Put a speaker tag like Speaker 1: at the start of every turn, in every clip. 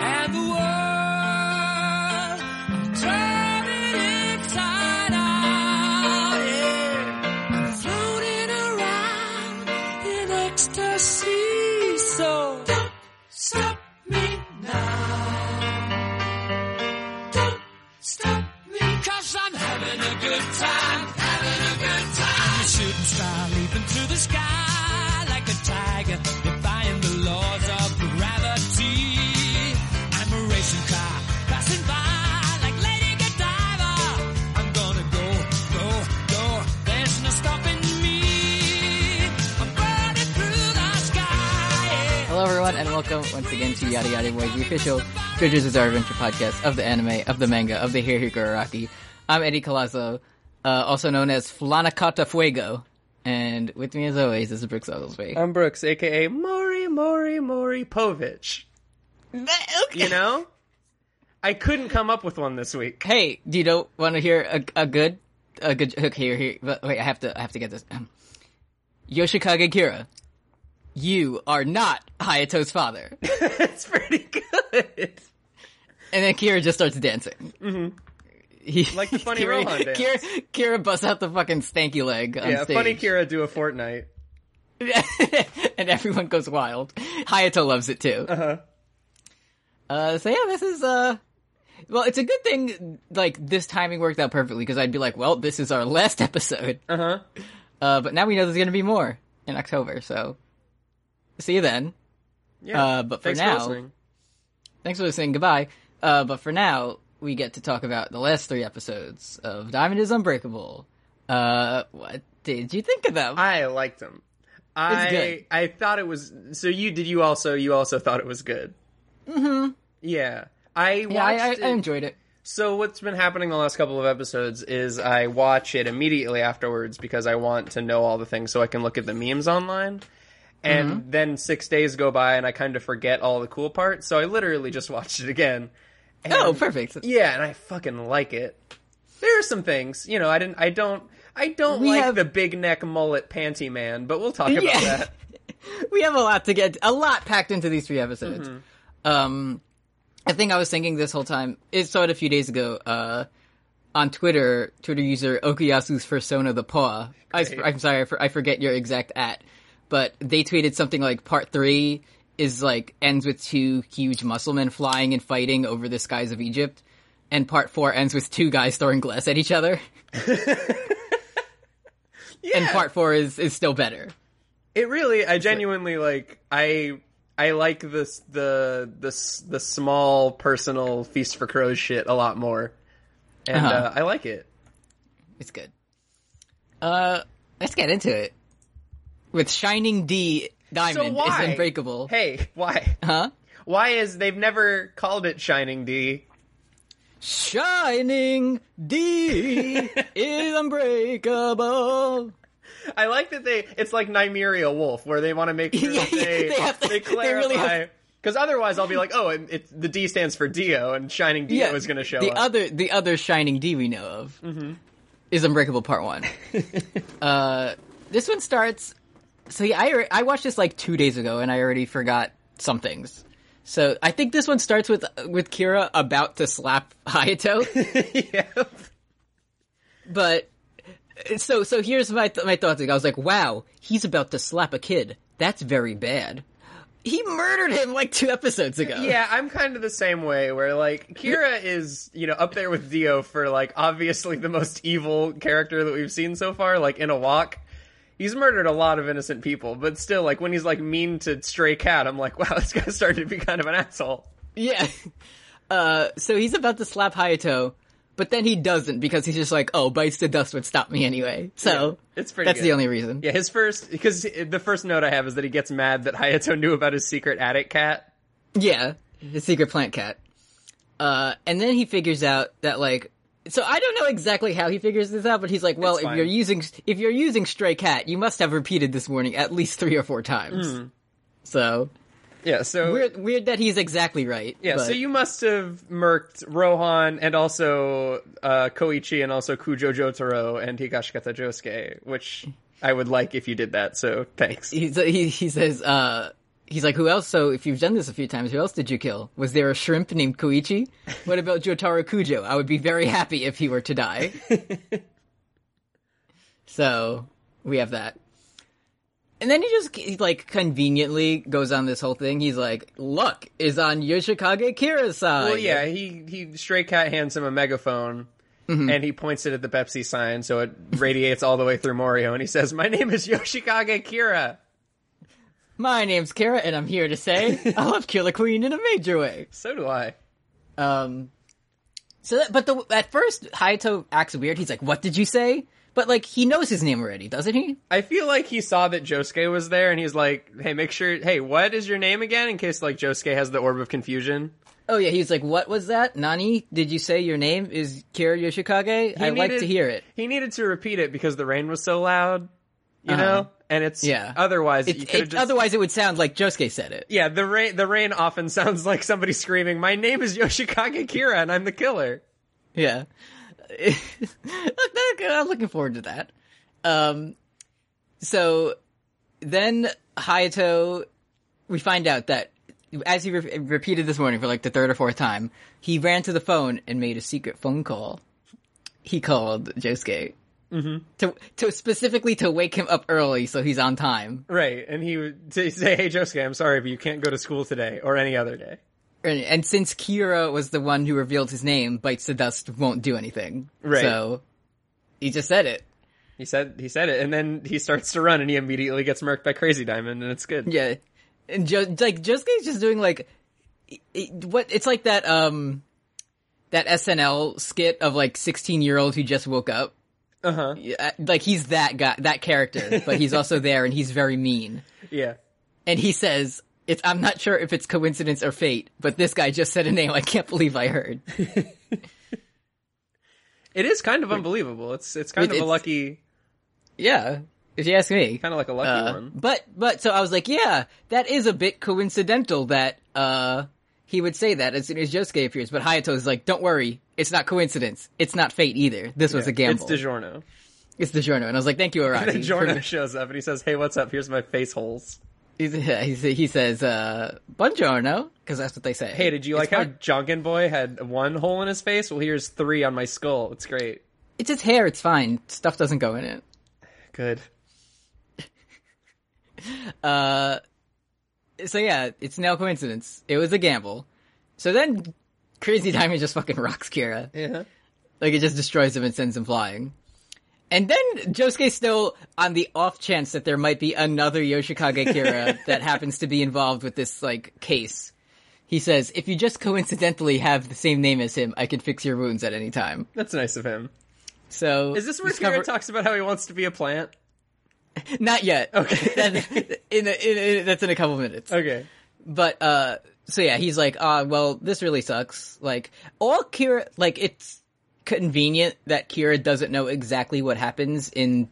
Speaker 1: And the world, I'm turning inside out. Yeah. I'm floating around in ecstasy. So don't stop me now. Don't stop me, cause I'm having a good time, having a good time. You shouldn't start leaping to the sky like a tiger, defying the laws of gravity. I'm a racing car, passing by like Lady Godiva. I'm gonna go, go, go, there's no stopping me. I'm burning through the sky. yeah.
Speaker 2: Hello, everyone, and welcome once again to Yada Yada Boy, the official JoJo's Bizarre Adventure podcast of the anime, of the manga, of the Hirahiko Araki. I'm Eddie Colasso, uh, also known as Flanakata Fuego, and with me, as always, is Brooks Oglesby.
Speaker 3: I'm Brooks, aka Mori Mori Mori Povich. You know? I couldn't come up with one this week.
Speaker 2: Hey, do you don't want to hear a, a good, a good hook here? Here, but wait, I have to, I have to get this. Um, Yoshikage Kira, you are not Hayato's father, and
Speaker 3: it's pretty good.
Speaker 2: then Kira just starts dancing. Mm-hmm. He,
Speaker 3: Like the funny
Speaker 2: Kira,
Speaker 3: Rohan dance.
Speaker 2: Kira, Kira busts out the fucking stanky leg on
Speaker 3: Yeah,
Speaker 2: stage.
Speaker 3: funny Kira do a Fortnite.
Speaker 2: and everyone goes wild. Hayato loves it too. Uh-huh. so yeah, this is uh well, it's a good thing like this timing worked out perfectly because I'd be like, well, this is our last episode. Uh-huh. but now we know there's going to be more in October, so see you then.
Speaker 3: Yeah.
Speaker 2: Uh, but for
Speaker 3: Thanks
Speaker 2: now-
Speaker 3: listening.
Speaker 2: Thanks for saying goodbye. Uh, but for now, we get to talk about the last three episodes of Diamond is Unbreakable. Uh, what did you think of them?
Speaker 3: I liked them. I
Speaker 2: good.
Speaker 3: I thought it was so you did you also you also thought it was good. Mm-hmm. Yeah. I watched
Speaker 2: yeah, I, I,
Speaker 3: it-
Speaker 2: I enjoyed it.
Speaker 3: So what's been happening the last couple of episodes is I watch it immediately afterwards because I want to know all the things so I can look at the memes online. And
Speaker 2: Mm-hmm.
Speaker 3: then six days go by and I kind of forget all the cool parts, so I literally just watched it again. And-
Speaker 2: Oh, perfect.
Speaker 3: Yeah, and I fucking like it. There are some things, you know, I didn't I don't I don't
Speaker 2: We
Speaker 3: like
Speaker 2: have-
Speaker 3: the big neck mullet panty man, but we'll talk about
Speaker 2: Yeah.
Speaker 3: that.
Speaker 2: we have a lot to get a lot packed into these three episodes. Um, I think I was thinking this whole time. It started a few days ago. Uh, on Twitter, Twitter user Okuyasu's persona the paw. I,
Speaker 3: Great.
Speaker 2: am sorry, I, for, I forget your exact at, but they tweeted something like part three is like ends with two huge muscle men flying and fighting over the skies of Egypt, and part four ends with two guys throwing glass at each other. And part four is is still better.
Speaker 3: It really, I genuinely like. I I like this the this the small personal feast for crows shit a lot more, and uh
Speaker 2: Uh-huh.
Speaker 3: I like it.
Speaker 2: It's good. Uh, let's get into it. With Shining D
Speaker 3: So
Speaker 2: Diamond
Speaker 3: why
Speaker 2: is unbreakable.
Speaker 3: Hey, why?
Speaker 2: Huh?
Speaker 3: Why is they've never called it Shining D?
Speaker 2: Shining D is unbreakable.
Speaker 3: I like that they. It's like Nymeria Wolf, where they want to make sure
Speaker 2: Yeah,
Speaker 3: that they
Speaker 2: they have to-
Speaker 3: they
Speaker 2: they really have-
Speaker 3: clarify. Because otherwise, I'll be like, oh, it, it's the D stands for Dio, and Shining Dio is going to show
Speaker 2: the
Speaker 3: up. Mm-hmm.
Speaker 2: other the other Shining D we know of is Unbreakable Part One. uh, this one starts. So yeah, I alre- I watched this like two days ago, and I already forgot some things. So I think this one starts with with Kira about to slap Hayato.
Speaker 3: yeah.
Speaker 2: but so so here's my th- my thoughts. I was like, wow, he's about to slap a kid. That's very bad. He murdered him like two episodes ago.
Speaker 3: Yeah, I'm kind of the same way where like Kira is, you know, up there with Dio for like obviously the most evil character that we've seen so far like in a walk. He's murdered a lot of innocent people, but still like when he's like mean to stray cat, I'm like, wow, this guy's starting to be kind of an asshole.
Speaker 2: yeah. Uh, so he's about to slap Hayato, but then he doesn't because he's just like, oh, bites to dust would stop me anyway. So
Speaker 3: Yeah, it's pretty
Speaker 2: that's
Speaker 3: good.
Speaker 2: the only reason.
Speaker 3: Yeah, his first because the first note I have is that he gets mad that Hayato knew about his secret attic cat.
Speaker 2: Yeah, his secret plant cat. Uh, and then he figures out that like, so I don't know exactly how he figures this out, but he's like, well,
Speaker 3: It's
Speaker 2: if
Speaker 3: fine.
Speaker 2: you're using if you're
Speaker 3: Hmm.
Speaker 2: using stray cat, you must have repeated this warning at least three or four times. So
Speaker 3: Yeah, so
Speaker 2: Weird, weird that he's exactly right.
Speaker 3: yeah, so
Speaker 2: but-
Speaker 3: you must have murked Rohan and also uh, Koichi and also Kujo Jotaro and Higashikata Josuke, which I would like if you did that. So thanks.
Speaker 2: he's, he, he says, uh, he's like, who else? So if you've done this a few times, who else did you kill? Was there a shrimp named Koichi? What about Jotaro Kujo? I would be very happy if he were to die. so we have that. And then he just he, like conveniently goes on this whole thing. He's like, "Luck is on Yoshikage Kira's side."
Speaker 3: Well, yeah, he he stray cat hands him a megaphone, and he points it at the Pepsi sign, so it radiates all the way through Morio, and he says, "My name is Yoshikage Kira."
Speaker 2: My name's Kira, and I'm here to say I love Killer Queen in a major way.
Speaker 3: So do I.
Speaker 2: Um, so that, but the, at first Hayato acts weird. He's like, "What did you say?" But like, he knows his name already, doesn't he?
Speaker 3: I feel like he saw that Josuke was there, and he's like, "Hey, make sure. Hey, what is your name again?" In case like Josuke has the orb of confusion.
Speaker 2: Oh yeah, he's like, "What was that, Nani? Did you say your name is Kira Yoshikage?" I like
Speaker 3: needed-
Speaker 2: to hear it.
Speaker 3: He needed to repeat it because the rain was so loud, you
Speaker 2: Uh-huh.
Speaker 3: know. And it's
Speaker 2: Yeah.
Speaker 3: Otherwise,
Speaker 2: It,
Speaker 3: you could
Speaker 2: it-
Speaker 3: have just
Speaker 2: Otherwise, it would sound like Josuke said it.
Speaker 3: yeah. The rain the rain often sounds like somebody screaming, "My name is Yoshikage Kira, and I'm the killer."
Speaker 2: Yeah, Look, that- I'm looking forward to that. Um, so then Hayato, we find out that as he re- repeated this morning for like the third or fourth time, he ran to the phone and made a secret phone call. He called Josuke to to specifically to wake him up early so he's on time.
Speaker 3: Right, and he would to say, "Hey, Josuke, I'm sorry, but you can't go to school today or any other day."
Speaker 2: And, and since Kira was the one who revealed his name, bites the dust won't do anything.
Speaker 3: Right.
Speaker 2: So he just said it.
Speaker 3: He said he said it, and then he starts to run, and he immediately gets murked by Crazy Diamond, and it's good.
Speaker 2: Yeah, and jo- like Josuke's just doing like i- i- what it's like that um that SNL skit of like sixteen year old who just woke up.
Speaker 3: Uh huh.
Speaker 2: Yeah, Like he's that guy, that character, but he's also there and he's very mean.
Speaker 3: Yeah.
Speaker 2: And he says, "It's I'm not sure if it's coincidence or fate, but this guy just said a name I can't believe I heard."
Speaker 3: It is kind of unbelievable. It's it's kind
Speaker 2: It-
Speaker 3: of a
Speaker 2: it's-
Speaker 3: lucky,
Speaker 2: yeah, if you ask me.
Speaker 3: kind of like a lucky
Speaker 2: Uh,
Speaker 3: one.
Speaker 2: but but so I was like, yeah, that is a bit coincidental that uh he would say that as soon as Josuke appears. But Hayato is like, don't worry, it's not coincidence, it's not fate either. This was a gamble.
Speaker 3: It's DiGiorno.
Speaker 2: It's DiGiorno, and I was like, thank you,
Speaker 3: And then
Speaker 2: Araki.
Speaker 3: Giorno shows up, and he says, "Hey, what's up? Here's my face holes."
Speaker 2: he, he says, uh, buongiorno, because that's what they say.
Speaker 3: Hey, did you
Speaker 2: It's
Speaker 3: like how
Speaker 2: fun-
Speaker 3: Jonkin Boy had one hole in his face? Well, here's three on my skull. It's great.
Speaker 2: It's his hair. It's fine. Stuff doesn't go in it.
Speaker 3: Good.
Speaker 2: Uh, so yeah, it's no coincidence. It was a gamble. So then, Crazy Diamond just fucking rocks Kira.
Speaker 3: Yeah.
Speaker 2: Like it just destroys him and sends him flying. And then Josuke's still on the off chance that there might be another Yoshikage Kira that happens to be involved with this like case. He says, "If you just coincidentally have the same name as him, I can fix your wounds at any time."
Speaker 3: That's nice of him.
Speaker 2: So
Speaker 3: Is this where
Speaker 2: discover-
Speaker 3: Kira talks about how he wants to be a plant?
Speaker 2: Not yet.
Speaker 3: Okay.
Speaker 2: That- in, a, in a, that's in a couple minutes.
Speaker 3: Okay.
Speaker 2: But uh, so yeah, he's like, "Ah, well, this really sucks." Like all Kira, like it's convenient that Kira doesn't know exactly what happens in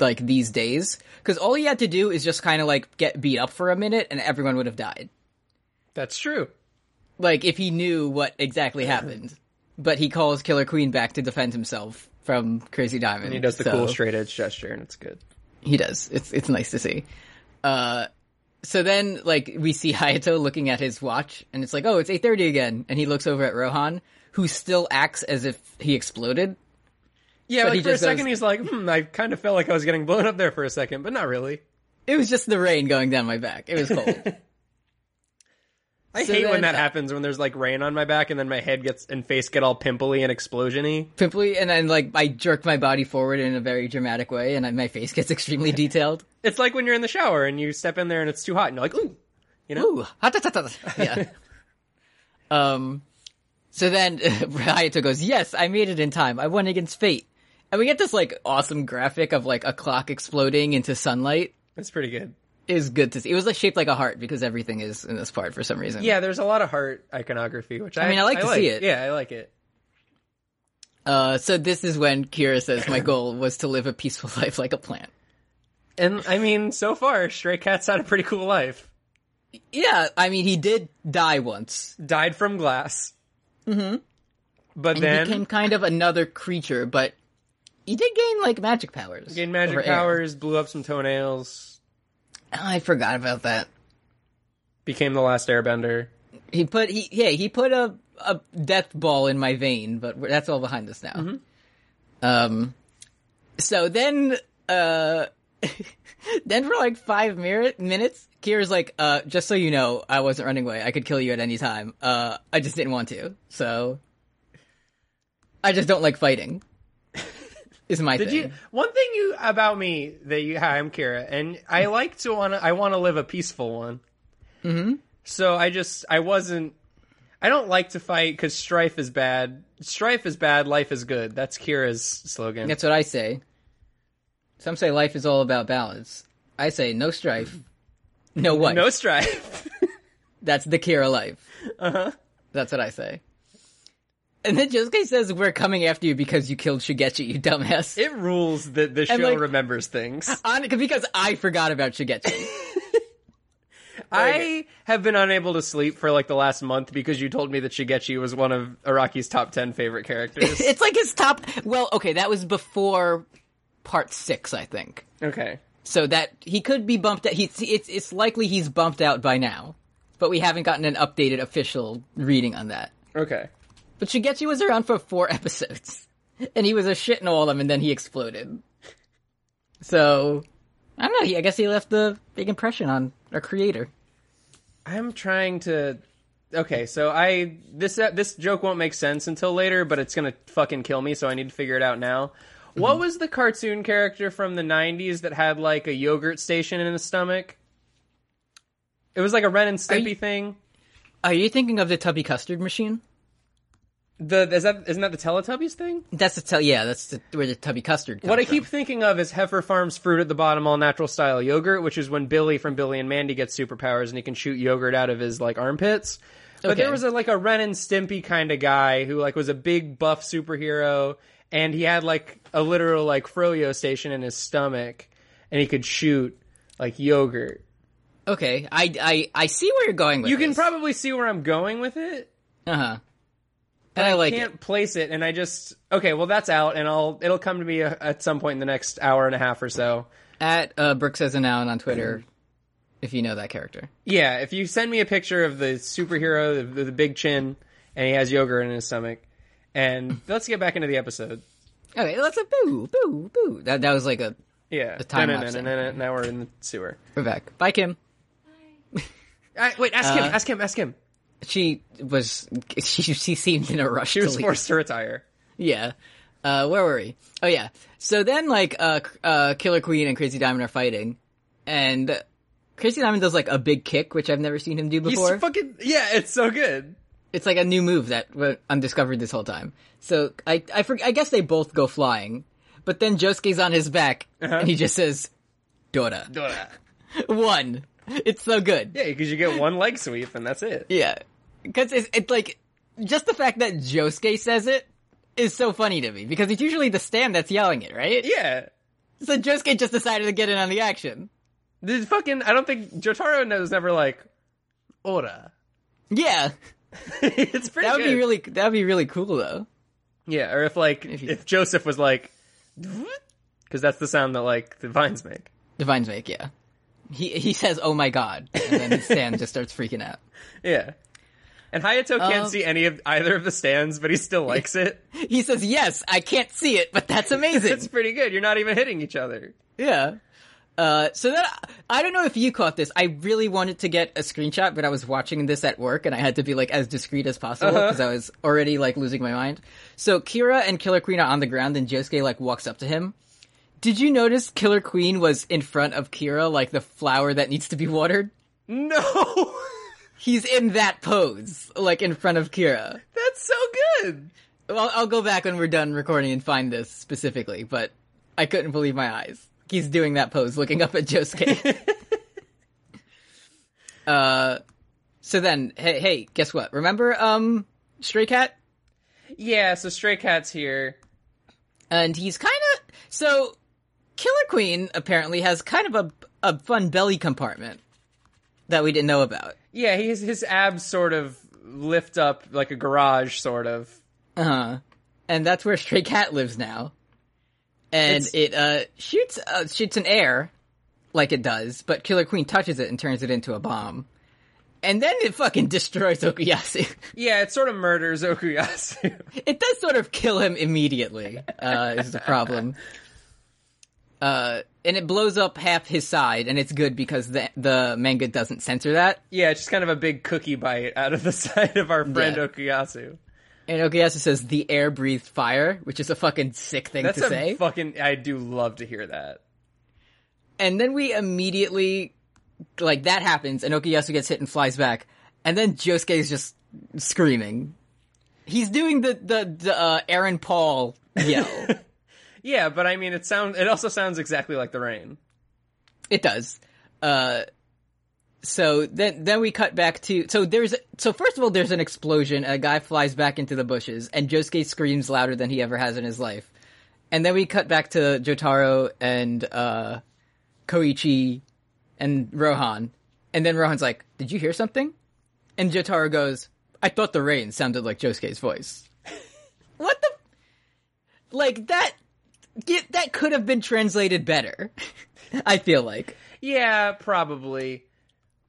Speaker 2: like these days because all he had to do is just kind of like get beat up for a minute and everyone would have died.
Speaker 3: That's true.
Speaker 2: Like if he knew what exactly happened, but he calls Killer Queen back to defend himself from Crazy Diamond.
Speaker 3: He does the
Speaker 2: so-
Speaker 3: cool straight edge gesture, and it's good.
Speaker 2: He does. It's it's nice to see. Uh, so then like we see Hayato looking at his watch, and it's like, oh, it's eight thirty again, and he looks over at Rohan, who still acts as if he exploded.
Speaker 3: Yeah,
Speaker 2: But
Speaker 3: like
Speaker 2: he
Speaker 3: for a
Speaker 2: just
Speaker 3: second,
Speaker 2: goes-
Speaker 3: he's like, "Hmm, I kind of felt like I was getting blown up there for a second, but not really."
Speaker 2: It was just the rain going down my back. It was cold.
Speaker 3: I
Speaker 2: So
Speaker 3: hate when
Speaker 2: then-
Speaker 3: that happens. When there's like rain on my back, and then my head gets and face get all pimply and explosiony.
Speaker 2: Pimply, and then like I jerk my body forward in a very dramatic way, and I, my face gets extremely detailed.
Speaker 3: It's like when you're in the shower and you step in there and it's too hot, and you're like, "Ooh."
Speaker 2: Ooh, hot, hot, hot, hot. yeah. um, so then Hayato goes, "Yes, I made it in time. I won against fate." And we get this like awesome graphic of like a clock exploding into sunlight.
Speaker 3: That's pretty good.
Speaker 2: It was good to see. It was like shaped like a heart because everything is in this part for some reason.
Speaker 3: Yeah, there's a lot of heart iconography, which I,
Speaker 2: mean, I like to see it.
Speaker 3: Yeah, I like it.
Speaker 2: Uh, so this is when Kira says, "My goal was to live a peaceful life like a plant."
Speaker 3: And I mean, so far, Stray Cat's had a pretty cool life.
Speaker 2: yeah, I mean, he did die once.
Speaker 3: Died from glass. Mm-hmm. But
Speaker 2: And
Speaker 3: then
Speaker 2: he became kind of another creature, but he did gain, like, magic powers.
Speaker 3: gained magic
Speaker 2: over air.
Speaker 3: powers, blew up some toenails,
Speaker 2: Oh, I forgot about that.
Speaker 3: became the last airbender.
Speaker 2: He put, he, yeah, he put a, a death ball in my vein, but we're- that's all behind us now.
Speaker 3: Mm-hmm.
Speaker 2: Um, so then, uh, then for like five mir- minutes, Kira's like, uh, just so you know, I wasn't running away. I could kill you at any time. Uh, I just didn't want to. So, I just don't like fighting. is my
Speaker 3: Did
Speaker 2: thing.
Speaker 3: you one thing you about me that you hi, I'm Kira and I like to wanna I wanna live a peaceful one. Mm-hmm. So I just I wasn't I don't like to fight because strife is bad. Strife is bad, life is good. That's Kira's slogan.
Speaker 2: That's what I say. Some say life is all about balance. I say no strife, no what?
Speaker 3: no strife.
Speaker 2: That's the Kira life. Uh huh. That's what I say. And then Josuke says, "We're coming after you because you killed Shigechi, you dumbass."
Speaker 3: it rules that the show
Speaker 2: like-
Speaker 3: remembers things.
Speaker 2: On, because I forgot about Shigechi.
Speaker 3: I have been unable to sleep for like the last month because you told me that Shigechi was one of Araki's top ten favorite characters.
Speaker 2: it's like his top. Well, okay, that was before part six, I think.
Speaker 3: okay.
Speaker 2: So that he could be bumped out. He's it's it's likely he's bumped out by now, but we haven't gotten an updated official reading on that.
Speaker 3: Okay.
Speaker 2: But Shigechi was around for four episodes. And he was a shit in all of them, and then he exploded. So, I don't know. he- I guess he left the big impression on our creator.
Speaker 3: I'm trying to. Okay, so I this uh, this joke won't make sense until later, but it's gonna fucking kill me, so I need to figure it out now. What was the cartoon character from the '90s that had like a yogurt station in his stomach? It was like a Ren and Stimpy
Speaker 2: you-
Speaker 3: thing.
Speaker 2: Are you thinking of the Tubby Custard Machine?
Speaker 3: The is that isn't that the Teletubbies thing?
Speaker 2: That's the tell. Yeah, that's the, where the Tubby Custard. Comes
Speaker 3: What I
Speaker 2: from.
Speaker 3: keep thinking of is Heifer Farm's fruit at the bottom all natural style yogurt, which is when Billy from Billy and Mandy gets superpowers and he can shoot yogurt out of his like armpits. But
Speaker 2: Okay.
Speaker 3: there was a, like a Ren and Stimpy kind of guy who like was a big buff superhero and he had like a literal like froyo station in his stomach and he could shoot like yogurt.
Speaker 2: Okay, I I I see where you're going with.
Speaker 3: You can
Speaker 2: this.
Speaker 3: probably see where I'm going with it.
Speaker 2: Uh-huh. And I like
Speaker 3: can't
Speaker 2: it.
Speaker 3: place it and I just okay, well that's out and I'll it'll come to me uh at some point in the next hour and a half or so.
Speaker 2: at uh, Brooks as an noun on Twitter. if you know that character,
Speaker 3: Yeah, if you send me a picture of the superhero with the, the big chin and he has yogurt in his stomach, and let's get back into the episode.
Speaker 2: okay, that's a boo boo boo. That that was like a
Speaker 3: Yeah,
Speaker 2: time
Speaker 3: No, no,
Speaker 2: lapse
Speaker 3: no, no, no, no, Now we're in the sewer.
Speaker 2: we're back. Bye, Kim.
Speaker 3: I, wait, ask
Speaker 2: Uh,
Speaker 3: him. Ask him. Ask him.
Speaker 2: she was she she seemed in a rush
Speaker 3: She
Speaker 2: to
Speaker 3: was
Speaker 2: leave.
Speaker 3: forced to retire.
Speaker 2: yeah uh where were we oh yeah so then like uh uh killer queen and crazy diamond are fighting and crazy diamond does like a big kick which i've never seen him do
Speaker 3: He's
Speaker 2: before
Speaker 3: fucking yeah. It's so good.
Speaker 2: it's like a new move that went undiscovered this whole time so i i, for, I guess they both go flying but then josuke's on his back and he just says dora one it's so good
Speaker 3: Yeah, because you get one leg sweep and that's it.
Speaker 2: Yeah, because it's, it's like just the fact that Josuke says it is so funny to me because it's usually the stand that's yelling it, right?
Speaker 3: Yeah,
Speaker 2: So Josuke just decided to get in on the action.
Speaker 3: the fucking. I don't think Jotaro knows never like. Ora.
Speaker 2: Yeah,
Speaker 3: it's pretty.
Speaker 2: that would be
Speaker 3: good.
Speaker 2: really that would be really cool though.
Speaker 3: Yeah, or if like if,
Speaker 2: you-
Speaker 3: Joseph was like, because that's the sound that like the vines make.
Speaker 2: Divine's make, yeah. He he says, "Oh my god," and then Sam just starts freaking out.
Speaker 3: Yeah. And Hayato can't
Speaker 2: Um,
Speaker 3: see any of either of the stands, but he still likes it.
Speaker 2: He says, "Yes, I can't see it, but that's amazing."
Speaker 3: It's pretty good. You're not even hitting each other.
Speaker 2: Yeah. Uh, so that I don't know if you caught this. I really wanted to get a screenshot, but I was watching this at work, and I had to be like as discreet as possible because I was already like losing my mind. So Kira and Killer Queen are on the ground, and Josuke like walks up to him. Did you notice Killer Queen was in front of Kira, like the flower that needs to be watered?
Speaker 3: No,
Speaker 2: He's in that pose, like in front of Kira.
Speaker 3: that's so good.
Speaker 2: Well, I'll go back when we're done recording and find this specifically, but I couldn't believe my eyes. He's doing that pose, looking up at Josuke. uh, so then, hey, hey, guess what? Remember, um, Stray Cat?
Speaker 3: Yeah. So Stray Cat's here.
Speaker 2: And he's kind of so. Killer Queen apparently has kind of a a fun belly compartment that we didn't know about.
Speaker 3: Yeah, he's his abs sort of lift up like a garage sort of.
Speaker 2: Uh huh. And that's where Stray Cat lives now. And
Speaker 3: It's-
Speaker 2: it uh shoots uh, shoots an air, like it does, but Killer Queen touches it and turns it into a bomb. And then it fucking destroys Okuyasu.
Speaker 3: Yeah, it sort of murders Okuyasu.
Speaker 2: it does sort of kill him immediately. Uh, is the problem. Uh, and it blows up half his side, and it's good because the the manga doesn't censor that.
Speaker 3: yeah, it's just kind of a big cookie bite out of the side of our friend
Speaker 2: Yeah.
Speaker 3: Okuyasu.
Speaker 2: And Okuyasu says the air breathed fire, which is a fucking sick thing
Speaker 3: That's
Speaker 2: to
Speaker 3: a
Speaker 2: say.
Speaker 3: fucking. I do love to hear that.
Speaker 2: and then we immediately like that happens, and Okuyasu gets hit and flies back, and then Josuke is just screaming. He's doing the the, the uh, Aaron Paul yell.
Speaker 3: Yeah, but I mean, it sounds. It also sounds exactly like the rain.
Speaker 2: It does. Uh, so then then we cut back to so there's so first of all there's an explosion. A guy flies back into the bushes, and Josuke screams louder than he ever has in his life. And then we cut back to Jotaro and uh, Koichi and Rohan, and then Rohan's like, "Did you hear something?" And Jotaro goes, "I thought the rain sounded like Josuke's voice." what the? Like that? Get, that could have been translated better. I feel like.
Speaker 3: Yeah, probably.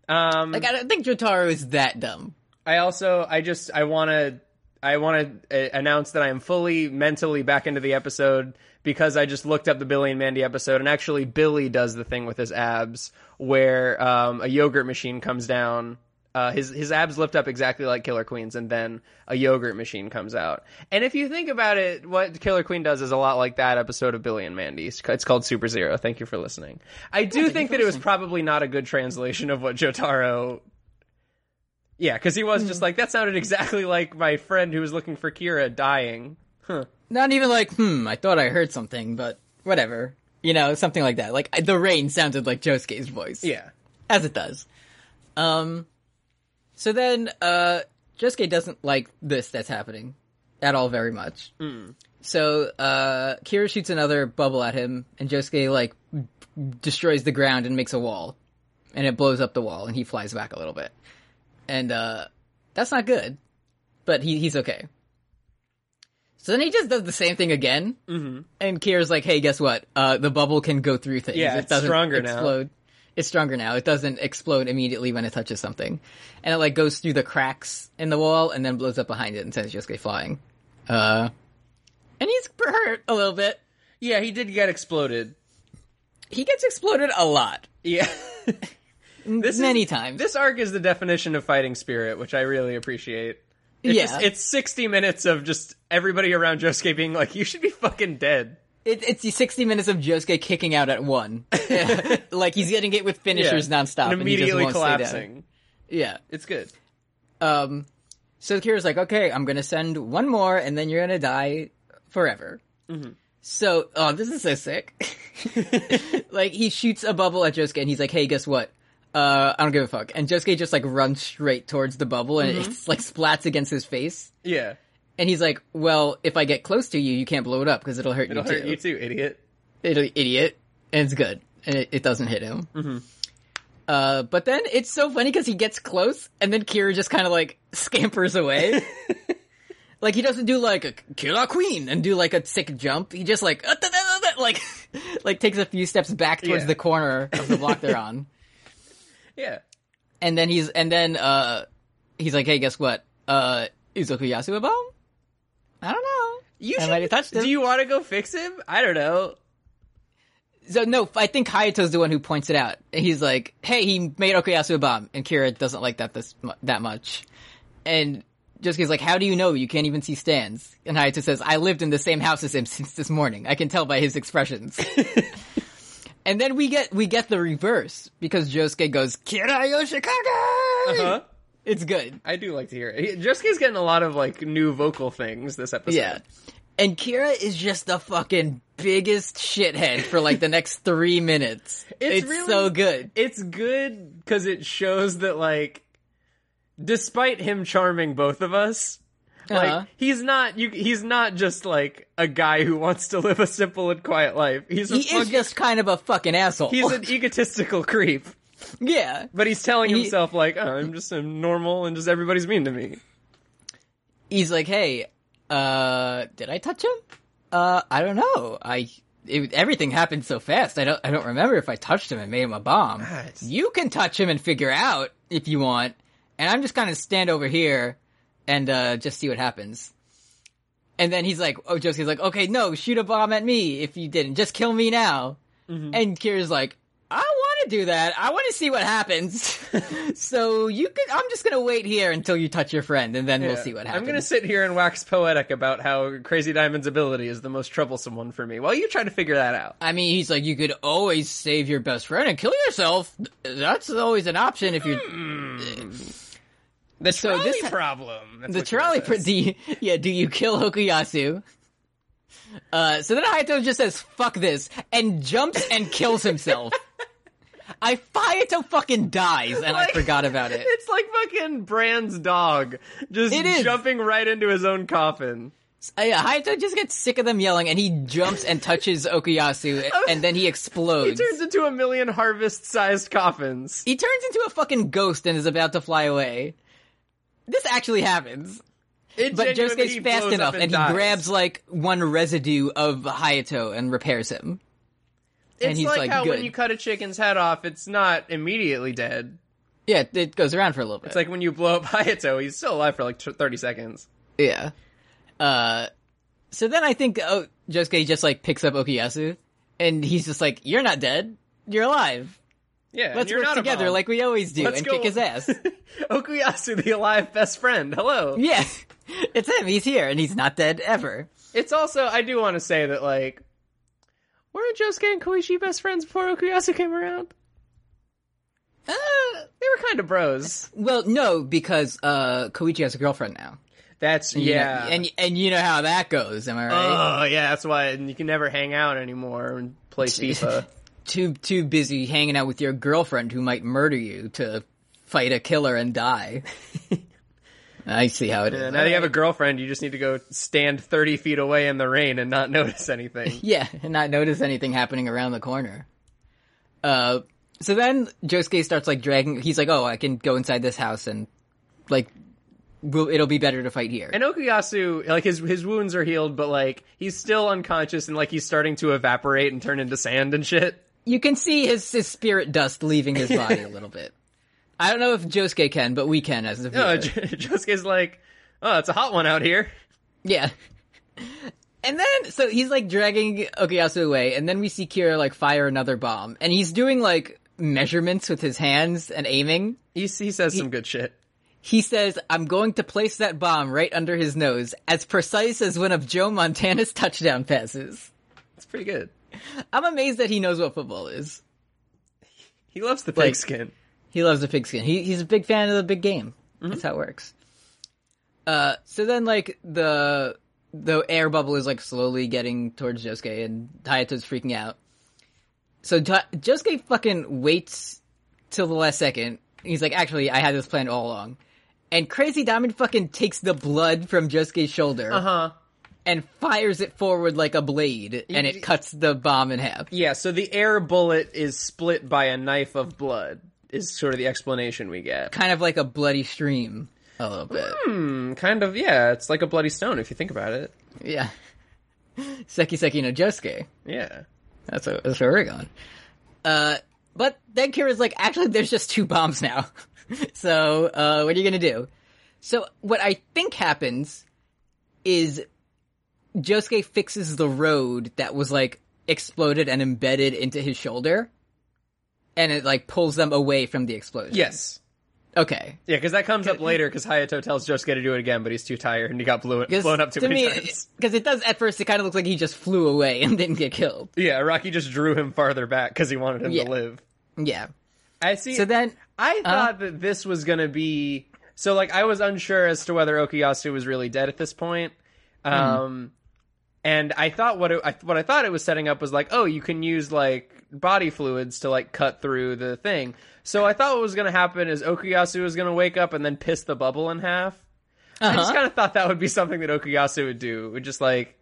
Speaker 3: Um,
Speaker 2: Like I don't think Jotaro is that dumb.
Speaker 3: I also I just I want to I want to uh, announce that I am fully mentally back into the episode because I just looked up the Billy and Mandy episode and actually Billy does the thing with his abs where um, a yogurt machine comes down. Uh, his his abs lift up exactly like Killer Queen's, and then a yogurt machine comes out. And if you think about it, what Killer Queen does is a lot like that episode of Billy and Mandy. It's it's called Super Zero. Thank you for listening. I do think that it was probably not a good translation of what Jotaro yeah, because he was just
Speaker 2: Hmm.
Speaker 3: like that sounded exactly like my friend who was looking for Kira dying. Huh.
Speaker 2: Not even like, hmm, I thought I heard something, but whatever. You know, something like that. Like I- the rain sounded like Josuke's voice.
Speaker 3: Yeah.
Speaker 2: as it does. Um, so then, uh, Josuke doesn't like this that's happening at all very much. So, uh, Kira shoots another bubble at him, and Josuke, like, destroys the ground and makes a wall. And it blows up the wall, and he flies back a little bit. And, uh, that's not good. But he, he's okay. So then he just does the same thing again. Mm-hmm. And Kira's like, hey, guess what? Uh, the bubble can go through things.
Speaker 3: Yeah,
Speaker 2: it
Speaker 3: it's
Speaker 2: doesn't
Speaker 3: stronger now.
Speaker 2: explode. It's stronger now. It doesn't explode immediately when it touches something. And it, like, goes through the cracks in the wall and then blows up behind it and sends Josuke flying. Uh, and he's hurt a little bit.
Speaker 3: Yeah, he did get exploded.
Speaker 2: He gets exploded a lot.
Speaker 3: Yeah. this is-
Speaker 2: many times.
Speaker 3: This arc is the definition of fighting spirit, which I really appreciate. It's
Speaker 2: Yeah.
Speaker 3: just- it's 60 minutes of just everybody around Josuke being like, you should be fucking dead.
Speaker 2: It, it's the 60 minutes of Josuke kicking out at one. like, he's getting it with finishers nonstop.
Speaker 3: And immediately
Speaker 2: he just won't stay down.
Speaker 3: collapsing.
Speaker 2: Yeah.
Speaker 3: It's good.
Speaker 2: Um, so Kira's like, okay, I'm gonna send one more, and then you're gonna die forever.
Speaker 3: Mm-hmm.
Speaker 2: So, oh, this is so sick. like, he shoots a bubble at Josuke, and he's like, hey, guess what? Uh, I don't give a fuck. And Josuke just, like, runs straight towards the bubble, and
Speaker 3: Mm-hmm.
Speaker 2: it's, like, splats against his face.
Speaker 3: Yeah.
Speaker 2: And he's like, well, if I get close to you, you can't blow it up, because it'll hurt
Speaker 3: It'll
Speaker 2: you,
Speaker 3: hurt
Speaker 2: too.
Speaker 3: you too, idiot.
Speaker 2: It'll, idiot. And it's good. And it, it doesn't hit him. Uh, but then it's so funny because he gets close and then Kira just kind of like scampers away. like he doesn't do like a Kira Queen and do like a sick jump. He just like, "Uh, da, da, da, da," like, like takes a few steps back towards
Speaker 3: Yeah.
Speaker 2: the corner of the block they're on.
Speaker 3: Yeah.
Speaker 2: And then he's, and then, uh, he's like, hey, guess what? Uh, is Okuyasu a bomb? I don't know.
Speaker 3: You
Speaker 2: I might have touched him.
Speaker 3: Do you want to go fix him? I don't know.
Speaker 2: So no, I think Hayato's the one who points it out. He's like, "Hey, he made Okuyasu a bomb," and Kira doesn't like that this mu- that much. And Josuke's like, "How do you know? You can't even see stands." And Hayato says, "I lived in the same house as him since this morning. I can tell by his expressions." and then we get we get the reverse because Josuke goes, "Kira Yoshikage."
Speaker 3: Huh?
Speaker 2: It's good.
Speaker 3: I do like to hear it. He- Josuke's getting a lot of like new vocal things this episode.
Speaker 2: Yeah. And Kira is just the fucking biggest shithead for like the next three minutes.
Speaker 3: It's
Speaker 2: It's,
Speaker 3: really-
Speaker 2: so good.
Speaker 3: It's good because it shows that like despite him charming both of us, like
Speaker 2: Uh-huh.
Speaker 3: he's not you he's not just like a guy who wants to live a simple and quiet life. He's a
Speaker 2: he
Speaker 3: fuck-
Speaker 2: is just kind of a fucking asshole.
Speaker 3: he's an egotistical creep.
Speaker 2: Yeah.
Speaker 3: But he's telling
Speaker 2: He-
Speaker 3: himself like, oh, I'm just I'm normal and just everybody's mean to me.
Speaker 2: He's like, hey, uh, did I touch him? Uh, I don't know. I, it, everything happened so fast. I don't, I don't remember if I touched him and made him a bomb.
Speaker 3: it's-
Speaker 2: You can touch him and figure out if you want. And I'm just gonna stand over here and, uh, just see what happens. And then he's like, oh, Josuke's like, okay, no, shoot a bomb at me if you didn't. Just kill me now.
Speaker 3: Mm-hmm.
Speaker 2: And Kira's like, I want to do that. I want to see what happens. so you can, I'm just going to wait here until you touch your friend and then we'll
Speaker 3: Yeah.
Speaker 2: see what happens.
Speaker 3: I'm gonna sit here and wax poetic about how Crazy Diamond's ability is the most troublesome one for me. While you try to figure that out.
Speaker 2: I mean, he's like, you could always save your best friend and kill yourself. That's always an option if you're
Speaker 3: Hmm. The
Speaker 2: So
Speaker 3: trolley
Speaker 2: this-
Speaker 3: problem. That's
Speaker 2: the
Speaker 3: what Kira
Speaker 2: trolley.
Speaker 3: says.
Speaker 2: Pro- do you, yeah, do you kill Hokuyasu? Uh, so then Hayato just says, "Fuck this," and jumps and kills himself. I Hayato fucking dies, and I
Speaker 3: Like,
Speaker 2: forgot about it.
Speaker 3: It's like fucking Brand's dog just
Speaker 2: It is.
Speaker 3: jumping right into his own coffin.
Speaker 2: Uh, yeah, Hayato just gets sick of them yelling, and he jumps and touches Okuyasu, and then he
Speaker 3: He
Speaker 2: explodes.
Speaker 3: turns into a million harvest-sized coffins.
Speaker 2: he turns into a fucking ghost and is about to fly away. This actually happens.
Speaker 3: It
Speaker 2: But
Speaker 3: genuinely
Speaker 2: Josuke's
Speaker 3: he
Speaker 2: fast
Speaker 3: blows
Speaker 2: enough,
Speaker 3: up
Speaker 2: and, he
Speaker 3: dies.
Speaker 2: grabs like one residue of Hayato and repairs him.
Speaker 3: It's
Speaker 2: and he's
Speaker 3: like,
Speaker 2: like,
Speaker 3: how when
Speaker 2: "Good."
Speaker 3: you cut a chicken's head off, it's not immediately dead.
Speaker 2: Yeah, it- it goes around for a little bit.
Speaker 3: It's like when you blow up Hayato, he's still alive for like t- thirty seconds.
Speaker 2: yeah. Uh, so then I think oh, Josuke just like picks up Okuyasu, and he's just like, "You're not dead. You're alive.
Speaker 3: Yeah, and
Speaker 2: Let's
Speaker 3: you're
Speaker 2: work
Speaker 3: not a
Speaker 2: together
Speaker 3: bomb.
Speaker 2: like we always do
Speaker 3: Let's
Speaker 2: and
Speaker 3: go-
Speaker 2: kick his ass."
Speaker 3: Okuyasu, the alive best friend. Hello.
Speaker 2: yeah, it's him. He's here, and he's not dead ever.
Speaker 3: It's also I do want to say that like, weren't Josuke and Koichi best friends before Okuyasu came around?
Speaker 2: Uh,
Speaker 3: They were kind of bros.
Speaker 2: well, no, because uh, Koichi has a girlfriend now.
Speaker 3: That's
Speaker 2: You know-
Speaker 3: yeah.
Speaker 2: and and you know how that goes. Am I right?
Speaker 3: oh yeah, that's why. And you can never hang out anymore and play FIFA.
Speaker 2: too too busy hanging out with your girlfriend who might murder you to fight a killer and die. I see how it is.
Speaker 3: And now that you have a girlfriend, you just need to go stand thirty feet away in the rain and not notice anything.
Speaker 2: Yeah, and not notice anything happening around the corner. Uh, so then Josuke starts like dragging. He's like, "Oh, I can go inside this house and like, we'll, it'll be better to fight here."
Speaker 3: And Okuyasu, like his his wounds are healed, but like he's still unconscious and like he's starting to evaporate and turn into sand and shit.
Speaker 2: you can see his his spirit dust leaving his body a little bit. I don't know if Josuke can, but we can as a viewer.
Speaker 3: No, J- Josuke's like, oh, it's a hot one out here.
Speaker 2: Yeah. And then, so he's like dragging Okuyasu away, and then we see Kira like fire another bomb, and he's doing like measurements with his hands and aiming.
Speaker 3: He he says some good shit.
Speaker 2: He says, I'm going to place that bomb right under his nose, as precise as one of Joe Montana's touchdown passes.
Speaker 3: It's pretty good.
Speaker 2: I'm amazed that he knows what football is.
Speaker 3: He loves the pigskin.
Speaker 2: He loves the pigskin. He, he's a big fan of the big game. That's how it works. Uh, so then like the, the air bubble is like slowly getting towards Josuke and Hayato's freaking out. So Ta- Josuke fucking waits till the last second. He's like, actually, I had this plan all along. And Crazy Diamond fucking takes the blood from Josuke's shoulder.
Speaker 3: Uh-huh.
Speaker 2: And fires it forward like a blade, and it cuts the bomb in half.
Speaker 3: Yeah, so the air bullet is split by a knife of blood. Is sort of the explanation we get.
Speaker 2: Kind of like a bloody stream, a little bit.
Speaker 3: Mm, Kind of, yeah. It's like a bloody stone if you think about it.
Speaker 2: Yeah. Seki Seki no Josuke.
Speaker 3: Yeah.
Speaker 2: That's, a, that's where we're going. Uh, but then Kira's like, actually, there's just two bombs now. so, uh, what are you gonna do? So, what I think happens is Josuke fixes the road that was like exploded and embedded into his shoulder. And it like pulls them away from the explosion.
Speaker 3: Yes.
Speaker 2: Okay.
Speaker 3: Yeah, because that comes up later. Because Hayato tells Josuke to do it again, but he's too tired and he got blew, blown up too many times.
Speaker 2: Because it does at first, it kind of looks like he just flew away and didn't get killed.
Speaker 3: Yeah, Rocky just drew him farther back because he wanted him
Speaker 2: Yeah.
Speaker 3: to live.
Speaker 2: Yeah.
Speaker 3: I see.
Speaker 2: So then,
Speaker 3: I thought that this was gonna be so. Like, I was unsure as to whether Okuyasu was really dead at this point. Um, and I thought what it, I, what I thought it was setting up was like, oh, you can use like body fluids to like cut through the thing. So I thought what was gonna happen is Okuyasu was gonna wake up and then piss the bubble in half.
Speaker 2: Uh-huh.
Speaker 3: I just kind of thought that would be something that Okuyasu would do. Would just like,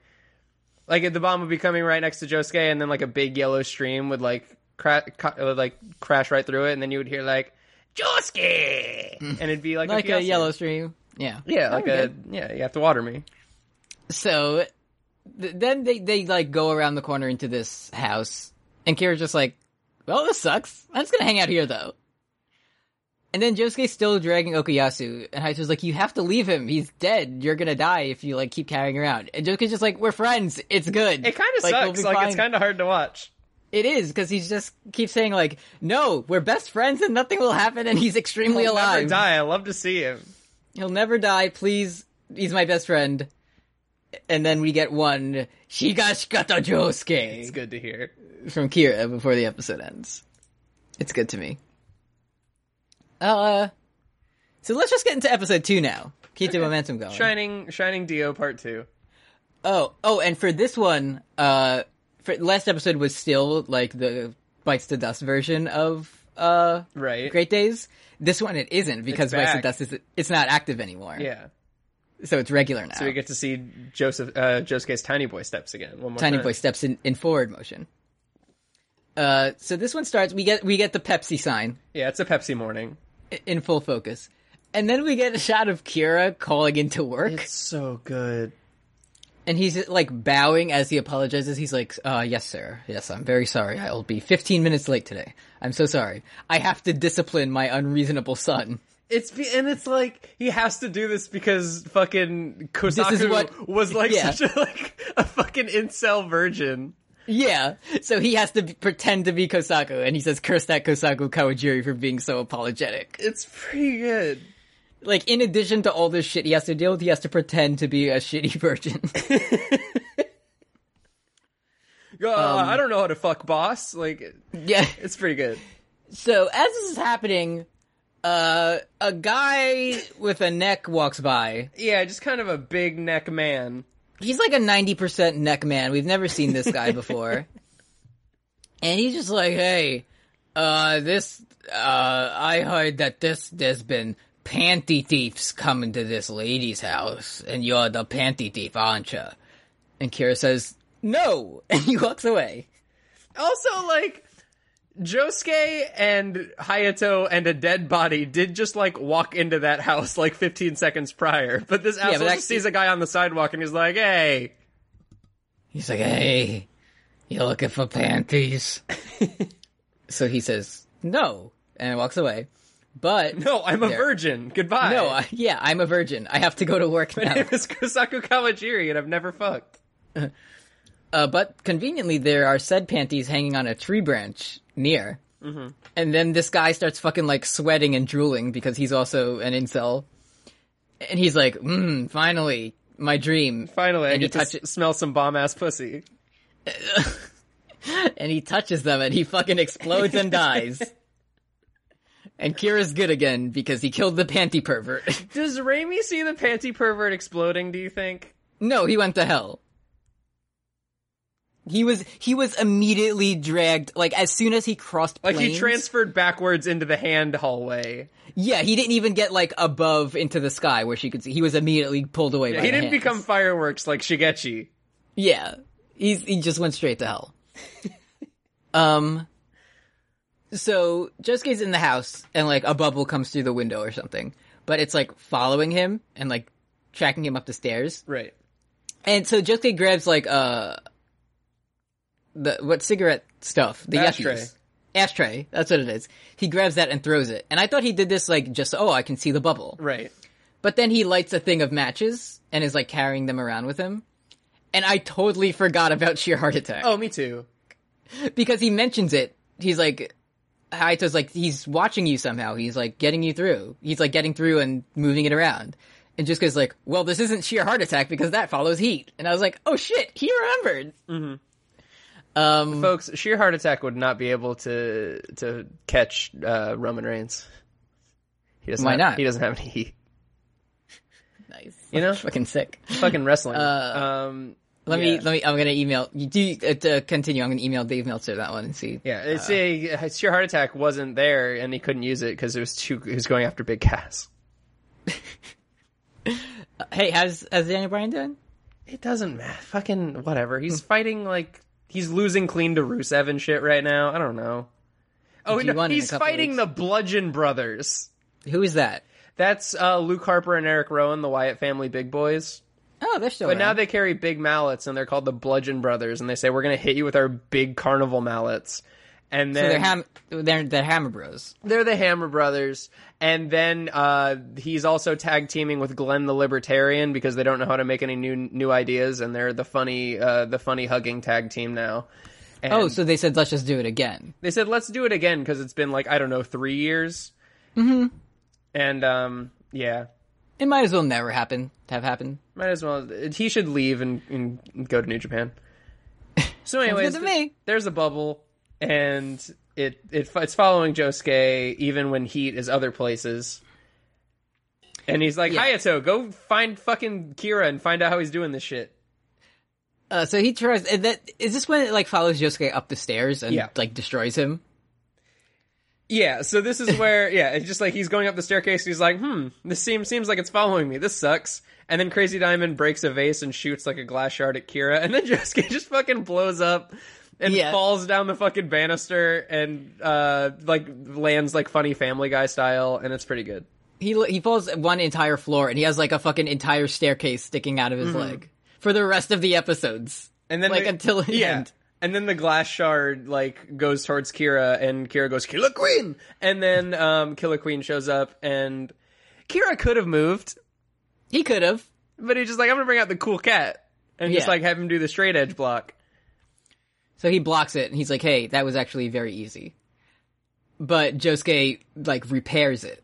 Speaker 3: like the bomb would be coming right next to Josuke, and then like a big yellow stream would like cra- ca- uh, like crash right through it, and then you would hear like Joski, and it'd be like
Speaker 2: Hmm. like a
Speaker 3: fiasco.
Speaker 2: yellow stream. Yeah.
Speaker 3: Yeah, like
Speaker 2: That'd
Speaker 3: a yeah. You have to water me.
Speaker 2: So th- then they they like go around the corner into this house, and Kira's just like, "Well, this sucks. I'm just gonna hang out here though." And then Josuke's still dragging Okuyasu, and Hayate's like, "You have to leave him. He's dead. You're gonna die if you like keep carrying him around." And Josuke's just like, "We're friends. It's good.
Speaker 3: It kind of
Speaker 2: Like, we'll
Speaker 3: sucks.
Speaker 2: be
Speaker 3: Like it's
Speaker 2: fine."
Speaker 3: kind of hard to watch.
Speaker 2: It is because he just keeps saying like, "No, we're best friends, and nothing will happen." And he's extremely
Speaker 3: He'll
Speaker 2: alive.
Speaker 3: Never die. I love to see him.
Speaker 2: He'll never die. Please, he's my best friend. And then we get one Shigashikata
Speaker 3: It's
Speaker 2: Josuke
Speaker 3: good to hear.
Speaker 2: from Kira before the episode ends. It's good to me. Uh, so let's just get into episode two now. Keep the momentum going.
Speaker 3: Shining, Shining Dio Part Two.
Speaker 2: Oh, oh, and for this one, uh, for last episode was still like the bites to dust version of uh
Speaker 3: Right.
Speaker 2: Great Days. This one it isn't because bites to
Speaker 3: back.
Speaker 2: dust is it's not active anymore.
Speaker 3: Yeah.
Speaker 2: so it's regular now.
Speaker 3: So we get to see Joseph uh, Josuke's tiny boy steps again. One more
Speaker 2: Tiny
Speaker 3: time.
Speaker 2: boy steps in, in forward motion. Uh, so this one starts. We get we get the Pepsi sign
Speaker 3: Yeah, it's a Pepsi morning.
Speaker 2: i- in full focus, and then we get a shot of Kira calling into work,
Speaker 3: so good.
Speaker 2: and he's like bowing as he apologizes. He's like, uh, "Yes, sir. Yes, I'm very sorry. I'll be 15 minutes late today. I'm so sorry. I have to discipline my unreasonable son."
Speaker 3: It's be- and it's like he has to do this because fucking Kosaku
Speaker 2: This is what-
Speaker 3: was like
Speaker 2: yeah.
Speaker 3: such a like a fucking incel virgin.
Speaker 2: Yeah, so he has to be, pretend to be Kosaku, and he says, "Curse that Kosaku Kawajiri for being so apologetic."
Speaker 3: It's pretty good.
Speaker 2: like in addition to all this shit he has to deal with, he has to pretend to be a shitty virgin.
Speaker 3: Uh,
Speaker 2: Um,
Speaker 3: I don't know how to fuck boss. Like
Speaker 2: yeah.
Speaker 3: it's pretty good.
Speaker 2: So as this is happening, uh, a guy with a neck walks by.
Speaker 3: Yeah, just kind of a big neck man.
Speaker 2: He's like a ninety percent neck man. We've never seen this guy before, and he's just like, "Hey, uh, this. Uh, I heard that this there's been." Panty thieves coming to this lady's house, and you're the panty thief, aren't you? And Kira says, No! And he walks away.
Speaker 3: Also, like Josuke and Hayato and a dead body did just like walk into that house like 15 seconds prior. But this asshole
Speaker 2: but that-
Speaker 3: just sees a guy on the sidewalk and he's like, "Hey,
Speaker 2: He's like, hey, you looking for panties? so he says, no, and walks away. But, no,
Speaker 3: no, I'm a
Speaker 2: There.
Speaker 3: virgin. Goodbye."
Speaker 2: I, yeah, I'm a virgin. I have to go to work
Speaker 3: My
Speaker 2: now.
Speaker 3: name is Kosaku Kawajiri, and I've never fucked.
Speaker 2: Uh, but conveniently, there are said panties hanging on a tree branch near. And then this guy starts fucking like sweating and drooling because he's also an incel. And he's like, mm, finally, my dream.
Speaker 3: Finally, I
Speaker 2: And you
Speaker 3: get to
Speaker 2: touch
Speaker 3: s-
Speaker 2: it.
Speaker 3: smell some bomb ass pussy.
Speaker 2: and he touches them and he fucking explodes and dies. And Kira's good again because he killed the panty pervert.
Speaker 3: Does Raimi see the panty pervert exploding? Do you think?
Speaker 2: no, he went to hell. He was he was immediately dragged like as soon as he crossed
Speaker 3: Like
Speaker 2: planes.
Speaker 3: he transferred backwards into the hand hallway.
Speaker 2: yeah, he didn't even get like above into the sky where she could see. He was immediately pulled away. by
Speaker 3: he
Speaker 2: the
Speaker 3: didn't
Speaker 2: hands.
Speaker 3: become fireworks like Shigechi.
Speaker 2: Yeah. He's, he just went straight to hell. um, so Josuke's in the house and like a bubble comes through the window or something, but it's like following him and like tracking him up the stairs.
Speaker 3: Right.
Speaker 2: And so Josuke grabs like, uh, the, what cigarette stuff? The
Speaker 3: Ashtray.
Speaker 2: yuppies. Ashtray. That's what it is. He grabs that and throws it. And I thought he did this like just, oh, I can see the bubble.
Speaker 3: Right.
Speaker 2: But then he lights a thing of matches and is like carrying them around with him. And I totally forgot about sheer heart attack
Speaker 3: Oh, me too.
Speaker 2: because he mentions it. He's like, Hayato's like he's watching you somehow. He's like getting you through. He's like getting through and moving it around. And Jessica's like, well, this isn't sheer heart attack because that follows heat. And I was like, oh shit, he remembered.
Speaker 3: Mm-hmm.
Speaker 2: Um,
Speaker 3: Folks, sheer heart attack would not be able to to catch uh, Roman Reigns. He doesn't.
Speaker 2: Why
Speaker 3: have-
Speaker 2: not?
Speaker 3: He doesn't have any heat.
Speaker 2: nice.
Speaker 3: You know?
Speaker 2: fucking sick.
Speaker 3: Fucking wrestling. um.
Speaker 2: Uh, Let me,
Speaker 3: Yeah.
Speaker 2: let me. I'm gonna email you. Do uh, to continue. I'm gonna email Dave Meltzer that one and see.
Speaker 3: Yeah, it's a sheer heart attack wasn't there, and he couldn't use it because it was too. He was going after Big Cass.
Speaker 2: Hey, how's how's Daniel Bryan doing?
Speaker 3: It doesn't matter. Fucking whatever. He's fighting like he's losing clean to Rusev and shit right now. I don't know. Oh,
Speaker 2: G1
Speaker 3: no,
Speaker 2: in a
Speaker 3: he's
Speaker 2: couple
Speaker 3: fighting
Speaker 2: weeks.
Speaker 3: the Bludgeon Brothers.
Speaker 2: Who is that?
Speaker 3: That's uh, Luke Harper and Eric Rowan, the Wyatt family big boys.
Speaker 2: Oh, they're still.
Speaker 3: But now
Speaker 2: around.
Speaker 3: they carry big mallets, and they're called the Bludgeon Brothers, and they say we're going to hit you with our big carnival mallets. And then
Speaker 2: so they're ham- they're the Hammer Bros.
Speaker 3: they're the Hammer Brothers, and then uh, he's also tag teaming with Glenn the Libertarian because they don't know how to make any new new ideas, and they're the funny uh, the funny hugging tag team now. And
Speaker 2: Oh, so they said let's just do it again.
Speaker 3: they said let's do it again because it's been like I don't know three years, mm-hmm. and um, yeah,
Speaker 2: It might as well never happen. Have happened.
Speaker 3: might as well he should leave and, and go to New Japan. So, anyways,
Speaker 2: good to me.
Speaker 3: there's a bubble, and it, it it's following Josuke even when Heat is other places. And he's like,
Speaker 2: Yeah.
Speaker 3: Hayato, go find fucking Kira and find out how he's doing this shit.
Speaker 2: Uh, so he tries. And that is this when it like follows Josuke up the stairs and
Speaker 3: Yeah.
Speaker 2: like destroys him.
Speaker 3: Yeah, so this is where yeah, it's just like he's going up the staircase. He's like, hmm, this seems seems like it's following me. This sucks. And then Crazy Diamond breaks a vase and shoots like a glass shard at Kira, and then Josuke just fucking blows up and
Speaker 2: Yeah.
Speaker 3: falls down the fucking banister and uh like lands like funny Family Guy style, and it's pretty good.
Speaker 2: He he falls one entire floor and he has like a fucking entire staircase sticking out of
Speaker 3: Mm-hmm.
Speaker 2: his leg for the rest of the episodes.
Speaker 3: And then
Speaker 2: Like,
Speaker 3: the-
Speaker 2: until the end.
Speaker 3: And then the glass shard like goes towards Kira, and Kira goes Killer Queen, and then um Killer Queen shows up, and Kira could have moved.
Speaker 2: He could have.
Speaker 3: But he's just like, I'm gonna bring out the cool cat and just
Speaker 2: Yeah.
Speaker 3: like have him do the straight edge block.
Speaker 2: So he blocks it and he's like, "Hey, that was actually very easy." But Josuke like repairs it.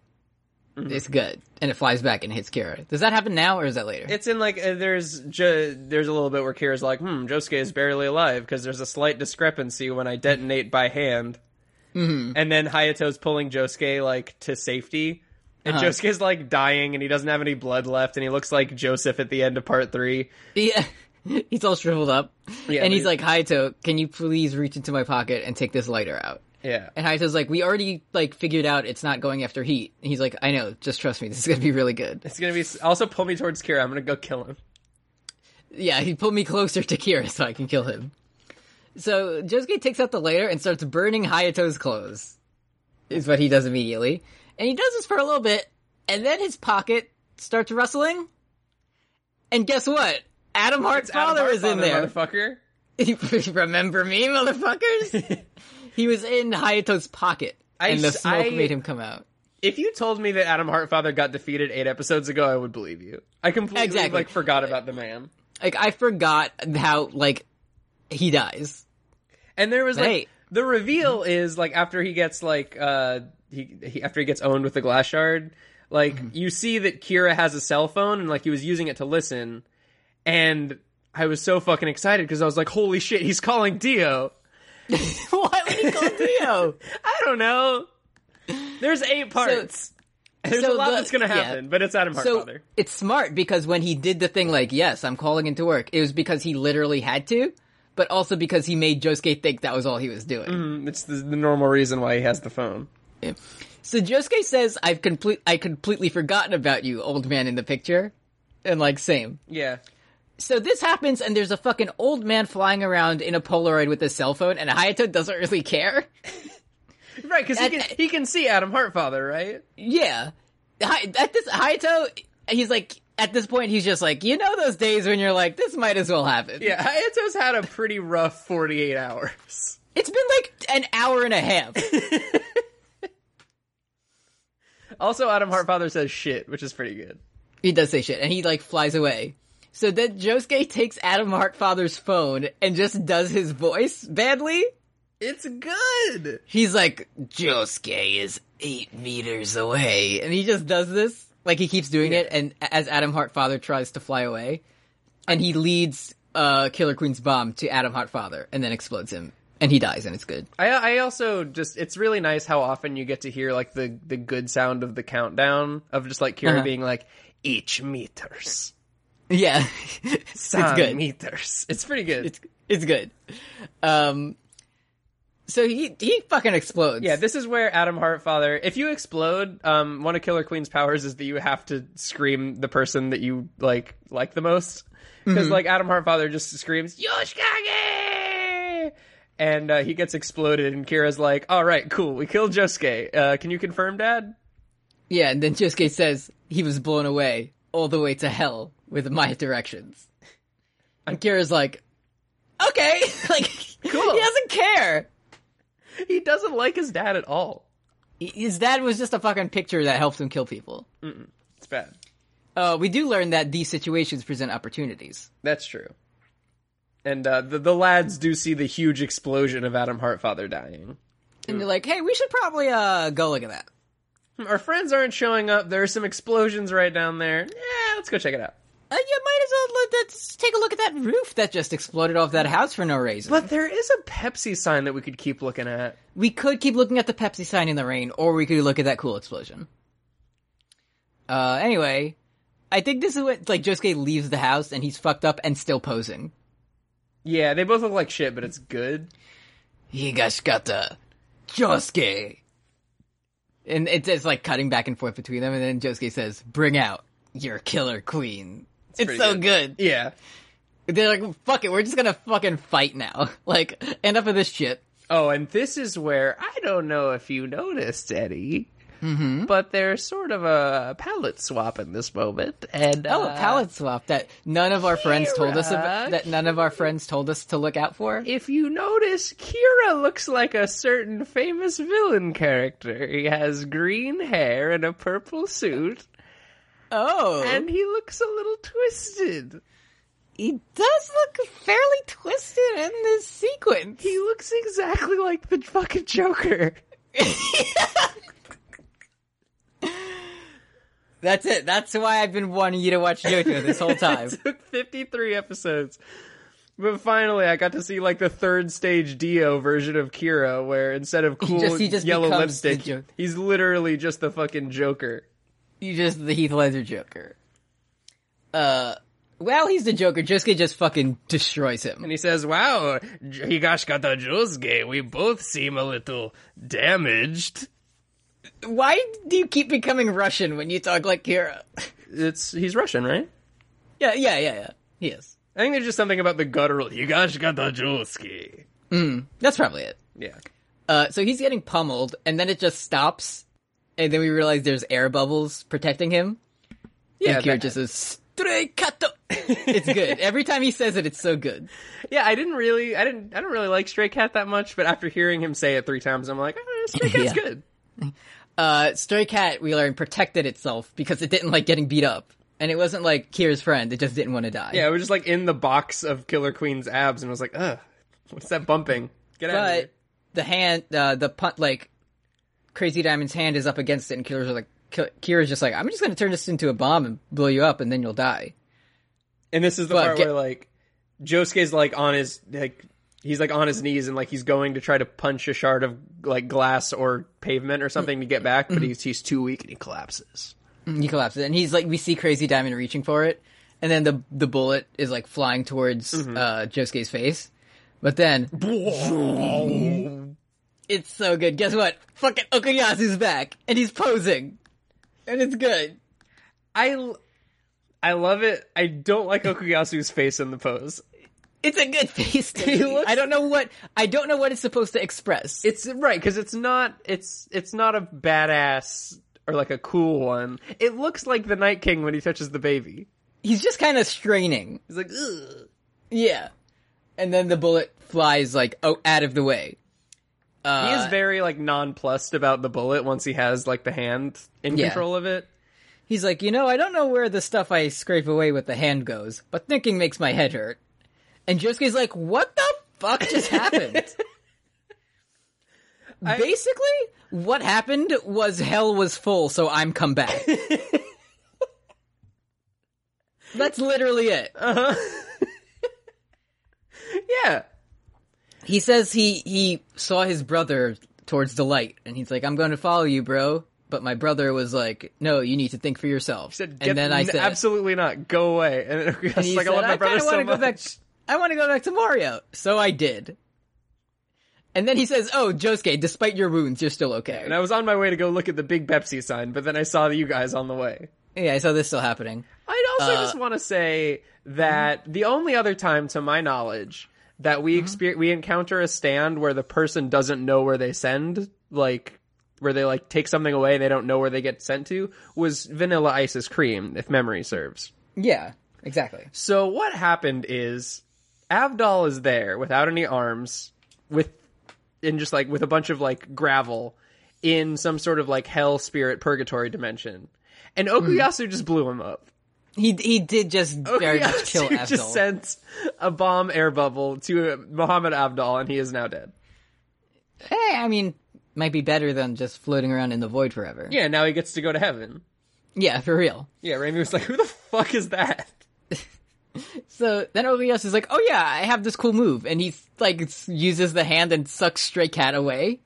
Speaker 3: Mm-hmm.
Speaker 2: It's good, and it flies back and hits Kira. Does that happen now or is that later?
Speaker 3: It's in like uh, there's ju- there's a little bit where Kira's like, hmm, Josuke is barely alive because there's a slight discrepancy when I detonate by hand, mm-hmm. and then Hayato's pulling Josuke like to safety, and
Speaker 2: Uh-huh.
Speaker 3: Josuke's like dying and he doesn't have any blood left and he looks like Joseph at the end of part three.
Speaker 2: Yeah. He's all shriveled up.
Speaker 3: Yeah,
Speaker 2: and he's
Speaker 3: but-
Speaker 2: like, Hayato, can you please reach into my pocket and take this lighter out?
Speaker 3: Yeah,
Speaker 2: And Hayato's like, we already, like, figured out it's not going after heat. And he's like, I know, just trust me, this is gonna be really good.
Speaker 3: it's gonna be s- also pull me towards Kira. I'm gonna go kill him.
Speaker 2: Yeah, he put me closer to Kira so I can kill him. So, Josuke takes out the lighter and starts burning Hayato's clothes. Is what he does immediately. And he does this for a little bit, and then his pocket starts rustling. And guess what? Adam Hart's
Speaker 3: It's Adam
Speaker 2: father
Speaker 3: Hart
Speaker 2: is in
Speaker 3: father,
Speaker 2: there.
Speaker 3: motherfucker.
Speaker 2: Remember me, motherfuckers? he was in Hayato's pocket,
Speaker 3: I
Speaker 2: and the
Speaker 3: s-
Speaker 2: smoke
Speaker 3: I-
Speaker 2: made him come out.
Speaker 3: If you told me that Adam Hartfather got defeated eight episodes ago, I would believe you. I completely
Speaker 2: Exactly.
Speaker 3: like forgot about the man.
Speaker 2: Like I forgot how like he dies.
Speaker 3: And there was like
Speaker 2: Hey.
Speaker 3: the reveal is like after he gets like uh he, he after he gets owned with the glass shard, like
Speaker 2: Mm-hmm.
Speaker 3: you see that Kira has a cell phone and like he was using it to listen, and I was so fucking excited because I was like, holy shit, he's calling Dio.
Speaker 2: Why would he call Dio?
Speaker 3: I don't know. There's eight parts. There's
Speaker 2: so
Speaker 3: a lot
Speaker 2: the-
Speaker 3: that's gonna
Speaker 2: yeah.
Speaker 3: happen, but it's Adam
Speaker 2: so
Speaker 3: Hartfather.
Speaker 2: it's smart because when he did the thing like, yes, I'm calling into work, it was because he literally had to, but also because he made Josuke think that was all he was doing.
Speaker 3: Mm, it's the, the normal reason why he has the phone.
Speaker 2: Yeah. So Josuke says, I've complete I completely forgotten about you, old man in the picture. And like same.
Speaker 3: Yeah.
Speaker 2: So this happens, and there's a fucking old man flying around in a Polaroid with a cell phone, and Hayato doesn't really care.
Speaker 3: Right, because he
Speaker 2: And-
Speaker 3: can he can see Adam Hartfather, right?
Speaker 2: Yeah, Hi- at this Hayato, he's like, at this point, he's just like, you know, those days when you're like, this might as well happen.
Speaker 3: Yeah, Hayato's had a pretty rough forty eight hours.
Speaker 2: It's been like an hour and a half.
Speaker 3: Also, Adam Hartfather says shit, which is pretty good.
Speaker 2: he does say shit, and he like flies away. So then Josuke takes Adam Hartfather's phone and just does his voice badly.
Speaker 3: It's good.
Speaker 2: He's like, Josuke is eight meters away. And he just does this. Like, he keeps doing it. And as Adam Hartfather tries to fly away, and he leads uh, Killer Queen's bomb to Adam Hartfather and then explodes him. And he dies, and it's good.
Speaker 3: I I also just it's really nice how often you get to hear like the the good sound of the countdown of just like Kira
Speaker 2: Uh-huh.
Speaker 3: being like each meters,
Speaker 2: Yeah.
Speaker 3: some
Speaker 2: good.
Speaker 3: meters. It's pretty good.
Speaker 2: it's, it's good. Um, so he, he fucking explodes.
Speaker 3: yeah, this is where Adam Hartfather. If you explode, um, one of Killer Queen's powers is that you have to scream the person that you like like the most, because like Adam Hartfather just screams Yoshikage, and uh, he gets exploded. And Kira's like, "All right, cool, we killed Josuke. Uh, can you confirm, Dad?"
Speaker 2: Yeah, and then Josuke says he was blown away all the way to hell with my directions. And Kira's like, okay, like,
Speaker 3: Cool.
Speaker 2: he doesn't care.
Speaker 3: He doesn't like his dad at all.
Speaker 2: His dad was just a fucking picture that helps him kill people.
Speaker 3: It's bad.
Speaker 2: Uh, we do learn that these situations present opportunities.
Speaker 3: That's true. And uh, the the lads do see the huge explosion of Adam Hartfather dying.
Speaker 2: And you're like, hey, we should probably, uh, go look at that.
Speaker 3: Our friends aren't showing up. There are some explosions right down there. Yeah, let's go check it out.
Speaker 2: Uh, you might as well let, let's take a look at that roof that just exploded off that house for no reason.
Speaker 3: But there is a Pepsi sign that we could keep looking at.
Speaker 2: we could keep looking at the Pepsi sign in the rain, or we could look at that cool explosion. Uh, anyway, I think this is what, like, Josuke leaves the house and he's fucked up and still posing.
Speaker 3: Yeah, they both look like shit, but it's good.
Speaker 2: Higashikata, Josuke. And it's, it's like cutting back and forth between them, and then Josuke says, bring out your killer queen. It's,
Speaker 3: pretty
Speaker 2: so
Speaker 3: good.
Speaker 2: good.
Speaker 3: Yeah.
Speaker 2: They're like, fuck it, we're just gonna fucking fight now. Like, end up with this shit.
Speaker 3: Oh, and this is where I don't know if you noticed, Eddie, but there's sort of a palette swap in this moment. And
Speaker 2: Oh,
Speaker 3: uh,
Speaker 2: a palette swap that none of our friends told us about,
Speaker 3: Kira,
Speaker 2: that none of our friends told us to look out for.
Speaker 3: If you notice, Kira looks like a certain famous villain character. He has green hair and a purple suit,
Speaker 2: Oh,
Speaker 3: and he looks a little twisted.
Speaker 2: he does look fairly twisted in this sequence.
Speaker 3: He looks exactly like the fucking Joker.
Speaker 2: That's it. That's why I've been wanting you to watch JoJo this whole time.
Speaker 3: It took 53 episodes. But finally, I got to see like the third stage Dio version of Kira, where instead of cool
Speaker 2: just- he just
Speaker 3: yellow
Speaker 2: becomes the
Speaker 3: lipstick,
Speaker 2: Joker.
Speaker 3: he's literally just the fucking Joker.
Speaker 2: you just the Heath Ledger Joker. Uh, well, he's the Joker. Josuke just fucking destroys him.
Speaker 3: And he says, "Wow, Higashikata Josuke, we both seem a little damaged."
Speaker 2: Why do you keep becoming Russian when you talk like Kira?
Speaker 3: It's he's Russian, right?
Speaker 2: yeah, yeah, yeah, yeah. He is.
Speaker 3: I think there's just something about the guttural Higashikata Josuke.
Speaker 2: That's probably it.
Speaker 3: Yeah,
Speaker 2: Uh, so he's getting pummeled, and then it just stops, and then we realize there's air bubbles protecting him.
Speaker 3: yeah,
Speaker 2: and Kira
Speaker 3: that-
Speaker 2: just says, "Stray kato." it's good. Every time he says it, it's so good.
Speaker 3: yeah. I didn't really, I didn't, I don't really like Stray Cat that much, but after hearing him say it three times, I'm like, oh, Stray Cat's
Speaker 2: Yeah.
Speaker 3: good.
Speaker 2: Uh, Stray Cat, we learned, protected itself because it didn't like getting beat up. And it wasn't like Kira's friend, it just didn't want to die.
Speaker 3: Yeah, it was just like in the box of Killer Queen's abs, and I was like, ugh, what's that bumping? Get out of here.
Speaker 2: But the hand, uh, the punt, like, Crazy Diamond's hand is up against it, and Kira's like, Ki- Kira's just like, I'm just gonna turn this into a bomb and blow you up, and then you'll die.
Speaker 3: And this is the
Speaker 2: But
Speaker 3: part
Speaker 2: get-
Speaker 3: where like Josuke's like on his like he's like on his knees and like he's going to try to punch a shard of like glass or pavement or something to get back,
Speaker 2: Mm-hmm.
Speaker 3: but he's he's too weak and he collapses.
Speaker 2: And he collapses, and he's like, we see Crazy Diamond reaching for it, and then the the bullet is like flying towards uh, Josuke's face. But then, it's so good. Guess what? Fucking Okuyasu's back, and he's posing, and it's good.
Speaker 3: I l- I love it. I don't like Okuyasu's face in the pose.
Speaker 2: It's a good face. To me.
Speaker 3: looks-
Speaker 2: I don't know what I don't know what it's supposed to express.
Speaker 3: It's right because it's not it's it's not a badass or like a cool one. It looks like the Night King when he touches the baby.
Speaker 2: He's just kind of straining.
Speaker 3: He's like, Ugh.
Speaker 2: Yeah, and then the bullet flies like oh out of the way.
Speaker 3: he is
Speaker 2: Uh,
Speaker 3: very like nonplussed about the bullet once he has like the hand in
Speaker 2: Yeah.
Speaker 3: control of it.
Speaker 2: He's like, you know, I don't know where the stuff I scrape away with the hand goes, but thinking makes my head hurt. And Josuke's like, what the fuck just happened? Basically, what happened was hell was full, so I'm come back. That's literally it.
Speaker 3: Uh. uh-huh. Yeah.
Speaker 2: He says he he saw his brother towards the light, and he's like, I'm going to follow you, bro. But my brother was like, No, you need to think for yourself.
Speaker 3: said, "Get-
Speaker 2: and then I
Speaker 3: n-
Speaker 2: said,
Speaker 3: absolutely not. Go away." And then Okuya's
Speaker 2: he
Speaker 3: like,
Speaker 2: said,
Speaker 3: "I love my brother
Speaker 2: kinda
Speaker 3: so
Speaker 2: wanna
Speaker 3: much."
Speaker 2: Go back, I want to go back to Mario. So I did. And then he says, oh, Josuke, despite your wounds, you're still okay.
Speaker 3: And I was on my way to go look at the big Pepsi sign, but then I saw you guys on the way.
Speaker 2: yeah, I saw this still happening.
Speaker 3: I'd also
Speaker 2: Uh,
Speaker 3: just want to say that the only other time, to my knowledge, that we exper- we encounter a stand where the person doesn't know where they send like where they like take something away and they don't know where they get sent to was vanilla isis cream if memory serves
Speaker 2: Yeah, exactly.
Speaker 3: so what happened is Avdol is there without any arms, with in just like with a bunch of like gravel in some sort of like hell spirit purgatory dimension. And Okuyasu just blew him up.
Speaker 2: He he did just
Speaker 3: Oh,
Speaker 2: very much
Speaker 3: Okuyasu
Speaker 2: kill Abdul.
Speaker 3: just sent a bomb air bubble to Muhammad Avdol and he is now dead.
Speaker 2: Eh, I mean, might be better than just floating around in the void forever.
Speaker 3: Yeah, now he gets to go to heaven.
Speaker 2: Yeah, for real.
Speaker 3: Yeah, Raimi was like, Who the fuck is that?
Speaker 2: So then OBS is like, oh yeah, I have this cool move. And he like s- uses the hand and sucks Stray Cat away.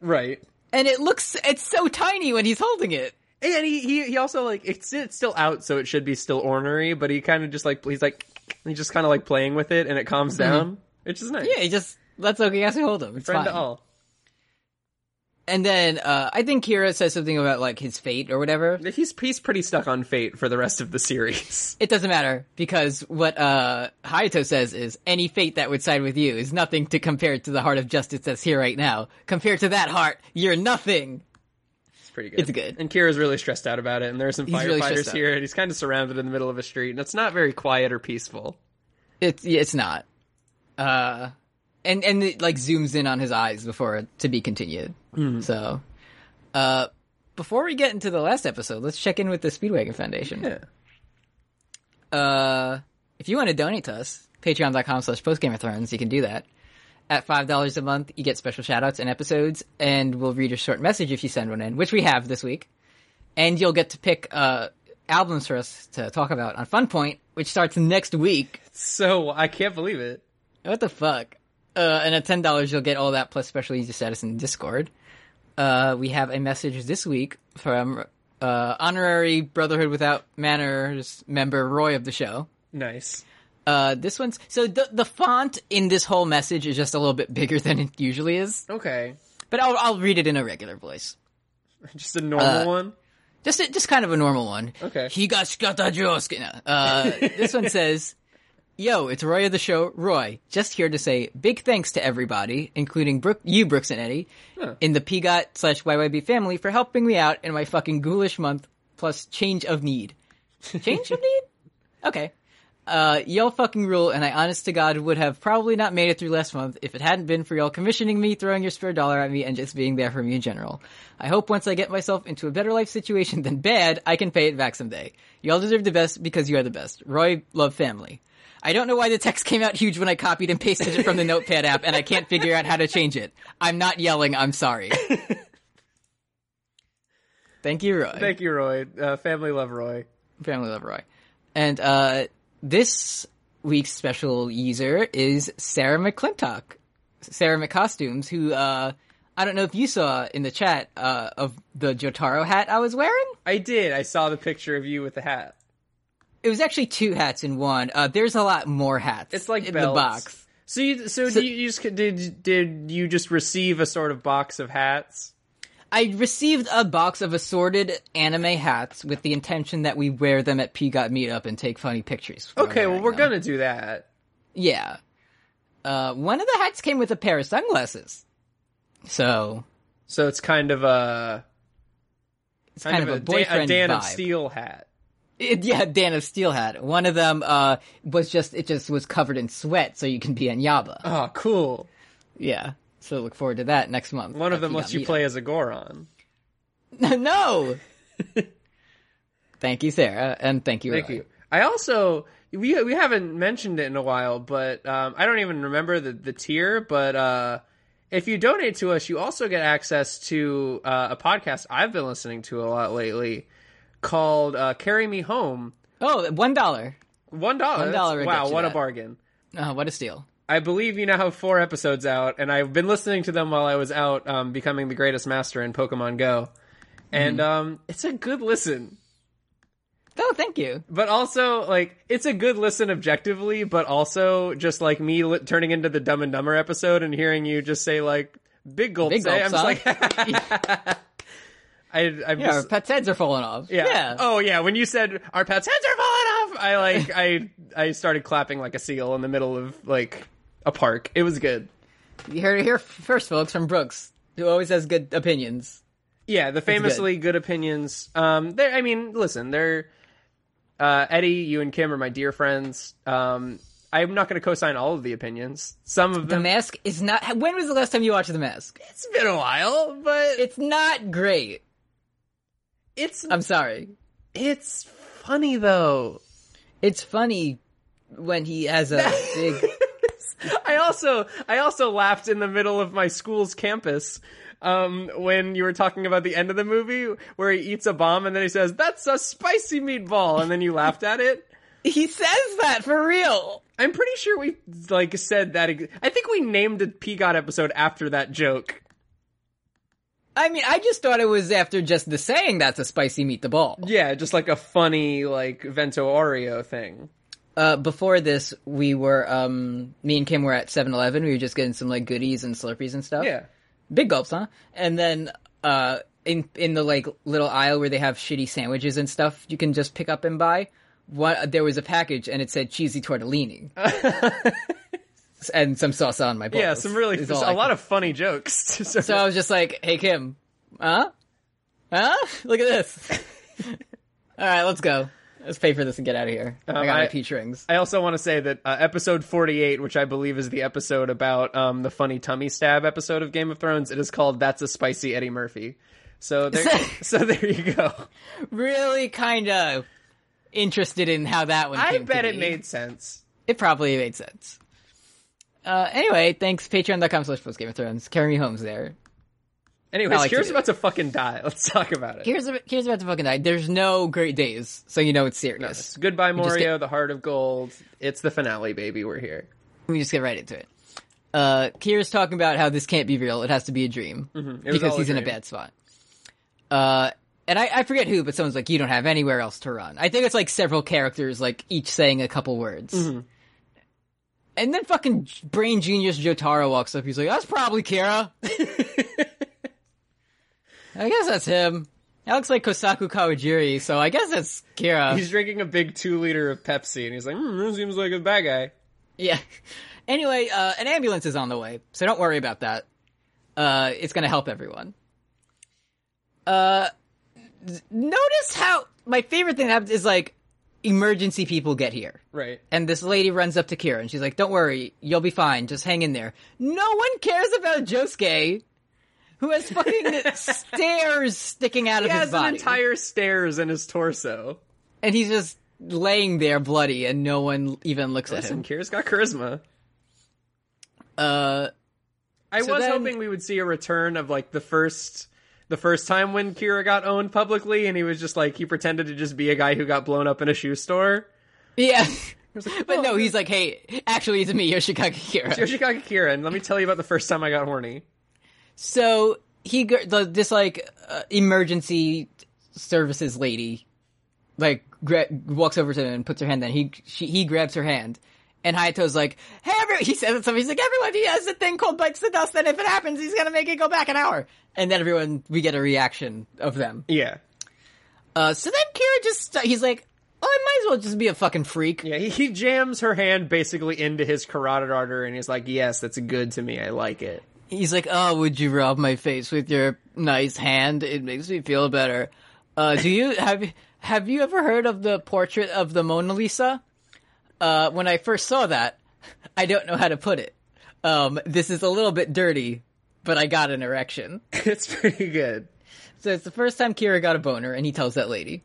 Speaker 3: Right.
Speaker 2: And it looks, it's so tiny when he's holding it.
Speaker 3: And he, he, he also like it's it's still out, so it should be still ornery. But he kind of just like he's like he's just kind of like playing with it, and it calms down, which is nice.
Speaker 2: Yeah, he just lets Okuyasu hold him. It's
Speaker 3: friend
Speaker 2: fine.
Speaker 3: to all.
Speaker 2: And then uh, I think Kira says something about like his fate or whatever.
Speaker 3: He's he's pretty stuck on fate for the rest of the series.
Speaker 2: It doesn't matter because what uh, Hayato says is any fate that would side with you is nothing to compare to the heart of justice that's here right now. Compared to that heart, you're nothing.
Speaker 3: It's pretty good.
Speaker 2: It's good.
Speaker 3: And Kira's really stressed out about it, and there are some
Speaker 2: He's really
Speaker 3: firefighters
Speaker 2: stressed out.
Speaker 3: here, and he's kind of surrounded in the middle of a street, and it's not very quiet or peaceful.
Speaker 2: It's yeah, it's not. Uh, and and it like zooms in on his eyes before it- to be continued. So, uh, before we get into the last episode, let's check in with the Speedwagon Foundation.
Speaker 3: Yeah.
Speaker 2: Uh, if you want to donate to us, patreon.com slash postgame of thrones, you can do that. At $5 a month, you get special shoutouts and episodes, and we'll read a short message if you send one in, which we have this week. And you'll get to pick, uh, albums for us to talk about on Fun Point, which starts next week.
Speaker 3: So I can't believe it.
Speaker 2: What the fuck? Uh, and at ten dollars, you'll get all that plus special user status in Discord. Uh, we have a message this week from uh, honorary Brotherhood Without Manners member Roy of the show.
Speaker 3: Nice.
Speaker 2: Uh, this one's so the the font in this whole message is just a little bit bigger than it usually is,
Speaker 3: Okay.
Speaker 2: but I'll I'll read it in a regular voice.
Speaker 3: Just a normal
Speaker 2: Uh,
Speaker 3: one.
Speaker 2: Just a, just kind of a normal one.
Speaker 3: Okay.
Speaker 2: He got skatajosk. No, Uh This one says, "Yo, it's Roy of the show. Roy, just here to say big thanks to everybody, including Brooke, you, Brooks and Eddie, in the PGOT slash YYB family for helping me out in my fucking ghoulish month plus change of need. Change of need? Okay." Uh, y'all fucking rule, and I honest to God would have probably not made it through last month if it hadn't been for y'all commissioning me, throwing your spare dollar at me, and just being there for me in general. I hope once I get myself into a better life situation than bad, I can pay it back someday. Y'all deserve the best because you are the best. Roy, love family. I don't know why the text came out huge when I copied and pasted it from the Notepad app, and I can't figure out how to change it. I'm not yelling, I'm sorry. Thank you, Roy
Speaker 3: Thank you, Roy. Uh, family love, Roy.
Speaker 2: family love roy and uh this week's special user is sarah mcclintock sarah mccostumes who uh i don't know if you saw in the chat uh of the jotaro hat i was wearing
Speaker 3: I did. I saw the picture of you with the hat.
Speaker 2: it was actually two hats in one uh there's a lot more hats
Speaker 3: It's like
Speaker 2: in
Speaker 3: belts.
Speaker 2: the box
Speaker 3: So you so, do you, you just did did you just receive a sort of box of hats?
Speaker 2: i received a box of assorted anime hats with the intention that we wear them at pgot meetup and take funny pictures while
Speaker 3: Okay, well
Speaker 2: wearing
Speaker 3: we're
Speaker 2: them.
Speaker 3: gonna do that.
Speaker 2: Yeah. Uh, one of the hats came with a pair of sunglasses. So,
Speaker 3: So it's kind of a
Speaker 2: it's
Speaker 3: kind, of, a, Dan-
Speaker 2: boyfriend
Speaker 3: a Dan
Speaker 2: vibe.
Speaker 3: of Steel hat.
Speaker 2: It- yeah, Dan of Steel hat. One of them, uh, was just, it just was covered in sweat so you can be on Yaba.
Speaker 3: Oh, cool.
Speaker 2: Yeah. So look forward to that next month.
Speaker 3: One of
Speaker 2: at
Speaker 3: them
Speaker 2: Piga
Speaker 3: lets you
Speaker 2: Meetup.
Speaker 3: play as a Goron.
Speaker 2: no! thank you, Sarah, and thank you,
Speaker 3: Thank
Speaker 2: Roy.
Speaker 3: you. I also we we haven't mentioned it in a while, but um, I don't even remember the the tier. But uh, if you donate to us, you also get access to uh, a podcast I've been listening to a lot lately called uh, "Carry Me Home."
Speaker 2: Oh, one dollar.
Speaker 3: One dollar.
Speaker 2: One dollar will
Speaker 3: That's- Wow,
Speaker 2: get you
Speaker 3: what a
Speaker 2: that.
Speaker 3: bargain!
Speaker 2: Oh, what a steal.
Speaker 3: I believe you now have four episodes out, and I've been listening to them while I was out um, becoming the greatest master in Pokemon Go, and
Speaker 2: Mm.
Speaker 3: um, it's a good listen.
Speaker 2: Oh, thank you.
Speaker 3: But also, like, it's a good listen objectively, but also just like me li- turning into the Dumb and Dumber episode and hearing you just say like "big gulp,"
Speaker 2: Big
Speaker 3: say,
Speaker 2: gulps,
Speaker 3: I'm just like, I, I'm
Speaker 2: Our
Speaker 3: just.
Speaker 2: pet's heads are falling off.
Speaker 3: Yeah. Oh yeah. When you said our pets' heads are falling off, I like I I started clapping like a seal in the middle of like a park. It was good.
Speaker 2: You heard it here first, folks, from Brooks, who always has good opinions.
Speaker 3: Yeah, the famously good. opinions. Um, there. I mean, listen, they're uh, Eddie, you and Kim are my dear friends. Um, I'm not going to co-sign all of the opinions. Some of
Speaker 2: The
Speaker 3: them.
Speaker 2: Mask is not. When was the last time you watched The Mask?
Speaker 3: it's been a while, but
Speaker 2: It's not great.
Speaker 3: it's
Speaker 2: I'm sorry.
Speaker 3: it's funny though.
Speaker 2: It's funny when he has a big.
Speaker 3: I also I also laughed in the middle of my school's campus um, when you were talking about the end of the movie where he eats a bomb and then he says that's a spicy meatball and then you laughed at it.
Speaker 2: He says that for real.
Speaker 3: I'm pretty sure we like said that. Ex- I think we named a Peacock episode after that joke.
Speaker 2: I mean, I just thought it was after just the saying that's a spicy meat the ball.
Speaker 3: Yeah, just like a funny like Vento Oreo thing.
Speaker 2: Uh, before this, we were, um, me and Kim were at 7 Eleven. We were just getting some like goodies and Slurpees and stuff.
Speaker 3: Yeah.
Speaker 2: Big gulps, huh? And then, uh, in, in the like little aisle where they have shitty sandwiches and stuff you can just pick up and buy, what, there was a package and it said cheesy tortellini. and some salsa on my bowl.
Speaker 3: Yeah, some really
Speaker 2: is
Speaker 3: a
Speaker 2: all I
Speaker 3: lot of funny jokes. so,
Speaker 2: So I was just like, "Hey Kim, huh? Huh? Look at this. All right, let's go. Let's pay for this and get out of here. I got
Speaker 3: Um, I-
Speaker 2: my peach rings.
Speaker 3: I also want to say that uh, episode 48, which I believe is the episode about um, the funny tummy stab episode of Game of Thrones, it is called "That's a Spicy Eddie Murphy." So there, so there you go.
Speaker 2: really, kind of interested in how that one.
Speaker 3: I
Speaker 2: came to
Speaker 3: bet it
Speaker 2: be.
Speaker 3: made sense.
Speaker 2: It probably made sense. Uh, anyway, thanks patreon.com slash post Game of Thrones. Carry me home's there.
Speaker 3: Anyways,
Speaker 2: I like to
Speaker 3: Kira's
Speaker 2: do
Speaker 3: about to fucking die. Let's talk about it.
Speaker 2: Here's here's about to fucking die. There's no great days, so you know it's
Speaker 3: It's
Speaker 2: serious.
Speaker 3: Goodbye,
Speaker 2: just
Speaker 3: Mario,
Speaker 2: get-
Speaker 3: the Heart of Gold. It's the finale, baby. We're here.
Speaker 2: We just get right into it. Uh, Kira's talking about how this can't be real. It has to be a dream.
Speaker 3: Mm-hmm. It was
Speaker 2: because
Speaker 3: all
Speaker 2: he's in a
Speaker 3: dream.
Speaker 2: bad spot. Uh, and I, I forget who, but someone's like, "You don't have anywhere else to run." I think it's like several characters, like each saying a couple words.
Speaker 3: Mm-hmm.
Speaker 2: And then fucking Brain Genius Jotaro walks up. He's like, "That's probably Kira." I guess that's him. That looks like Kosaku Kawajiri, so I guess that's Kira.
Speaker 3: He's drinking a big two liter of Pepsi, and he's like, mm, this "Seems like a bad guy."
Speaker 2: Yeah. Anyway, uh, an ambulance is on the way, so don't worry about that. Uh, it's gonna help everyone. Uh, notice how my favorite thing that happens is like emergency people get here.
Speaker 3: Right.
Speaker 2: And this lady runs up to Kira and she's like, Don't worry, you'll be fine, just hang in there. No one cares about Josuke, who has fucking stairs sticking out
Speaker 3: He
Speaker 2: of
Speaker 3: has
Speaker 2: his body.
Speaker 3: an entire stairs in his torso.
Speaker 2: and he's just laying there bloody and no one even looks at
Speaker 3: Listen,
Speaker 2: him.
Speaker 3: Kira's got charisma.
Speaker 2: Uh,
Speaker 3: I
Speaker 2: So
Speaker 3: was
Speaker 2: then-
Speaker 3: hoping we would see a return of like the first the first time when Kira got owned publicly and he was just like he pretended to just be a guy who got blown up in a shoe store.
Speaker 2: Yeah.
Speaker 3: like,
Speaker 2: but
Speaker 3: "Oh,
Speaker 2: no,
Speaker 3: this-
Speaker 2: he's like, hey, actually, it's me, Yoshikage Kira.
Speaker 3: Yoshikage Kira, and let me tell you about the first time I got horny.
Speaker 2: So he, go- the, this like uh, emergency services lady, like gra- walks over to him and puts her hand. Then he she, he grabs her hand, and Hayato's like, hey, every-, he says it something. He's like, everyone, he has a thing called bites the dust, and if it happens, he's gonna make it go back an hour. And then everyone, we get a reaction of them.
Speaker 3: Yeah.
Speaker 2: Uh, so then Kira just, st- he's like, oh, I might as well just be a fucking freak.
Speaker 3: Yeah, he, he jams her hand basically into his carotid artery and he's like, Yes, that's good to me. I like it.
Speaker 2: He's like, "Oh, would you rub my face with your nice hand? It makes me feel better." Uh, do you have have you ever heard of the portrait of the Mona Lisa? Uh, when I first saw that, I don't know how to put it. Um, this is a little bit dirty, but I got an erection.
Speaker 3: it's pretty good.
Speaker 2: So it's the first time Kira got a boner, and he tells that lady.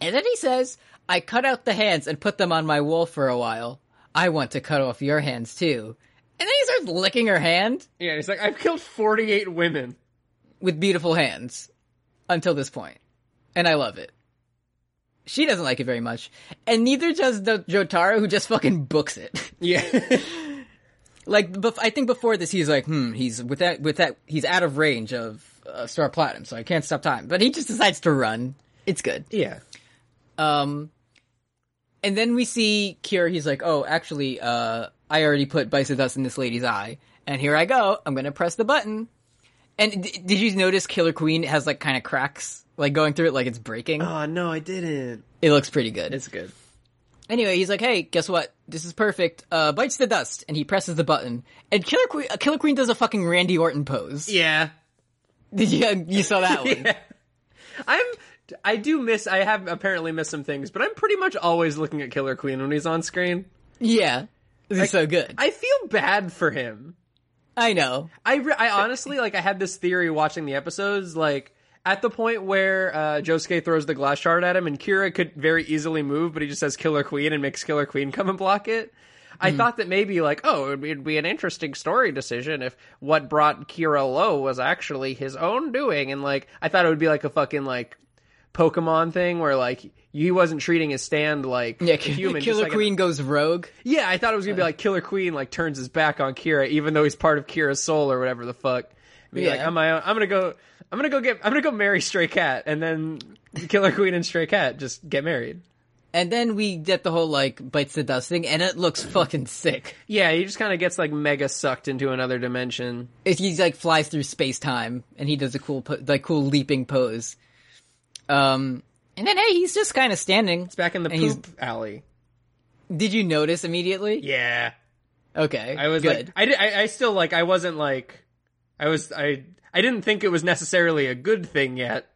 Speaker 2: And then he says, I cut out the hands and put them on my wall for a while. I want to cut off your hands too. And then he starts licking her hand.
Speaker 3: Yeah, and he's like, I've killed forty eight women.
Speaker 2: with beautiful hands until this point, and I love it. She doesn't like it very much, and neither does the Jotaro, who just fucking books it.
Speaker 3: Yeah.
Speaker 2: like, bef- I think before this, he's like, hmm, he's with that, with that, he's out of range of uh, Star Platinum, so I can't stop time. But he just decides to run. It's good.
Speaker 3: yeah.
Speaker 2: Um, and then we see Kira. He's like, "Oh, actually, uh, I already put Bison Dust in this lady's eye, and here I go. I'm gonna press the button." And d- did you notice Killer Queen has like kind of cracks, like going through it, like it's breaking?
Speaker 3: Oh no, I didn't.
Speaker 2: It looks pretty good.
Speaker 3: It's good.
Speaker 2: Anyway, he's like, "Hey, guess what? This is perfect." Uh, bites the dust, and he presses the button, and Killer Queen, uh, Killer Queen does a fucking Randy Orton pose.
Speaker 3: Yeah.
Speaker 2: Did you you saw that one?
Speaker 3: I'm I do miss I have apparently missed some things, but I'm pretty much always looking at Killer Queen when he's on screen.
Speaker 2: Yeah, this is so good. I,
Speaker 3: I feel bad for him.
Speaker 2: know.
Speaker 3: I re- I honestly like I had this theory watching the episodes like at the point where uh, Josuke throws the glass shard at him and Kira could very easily move, but he just says Killer Queen and makes Killer Queen come and block it. I
Speaker 2: Hmm.
Speaker 3: thought that maybe like oh it'd be, it'd be an interesting story decision if what brought Kira low was actually his own doing and like I thought it would be like a fucking like Pokemon thing where like he wasn't treating his stand like
Speaker 2: Yeah,
Speaker 3: a human. just
Speaker 2: Killer
Speaker 3: like an-
Speaker 2: Queen goes rogue.
Speaker 3: yeah, I thought it was gonna be like Killer Queen like turns his back on Kira, even though he's part of Kira's soul or whatever the fuck. Be like,
Speaker 2: Yeah.
Speaker 3: I'm my own. I'm gonna go. I'm gonna go get. I'm gonna go marry Stray Cat, and then Killer Queen and Stray Cat just get married.
Speaker 2: And then we get the whole like bites the dust thing, and it looks fucking sick.
Speaker 3: Yeah, he just kind of gets like mega sucked into another dimension.
Speaker 2: It's, he's like flies through space time, and he does a cool po- like cool leaping pose. Um, and then hey, he's just kind of standing.
Speaker 3: It's back in the
Speaker 2: And he's-
Speaker 3: poop alley.
Speaker 2: Did you notice immediately?
Speaker 3: Yeah,
Speaker 2: Okay,
Speaker 3: I was
Speaker 2: good.
Speaker 3: like, I, did, I I still like I wasn't like I was I I didn't think it was necessarily a good thing yet.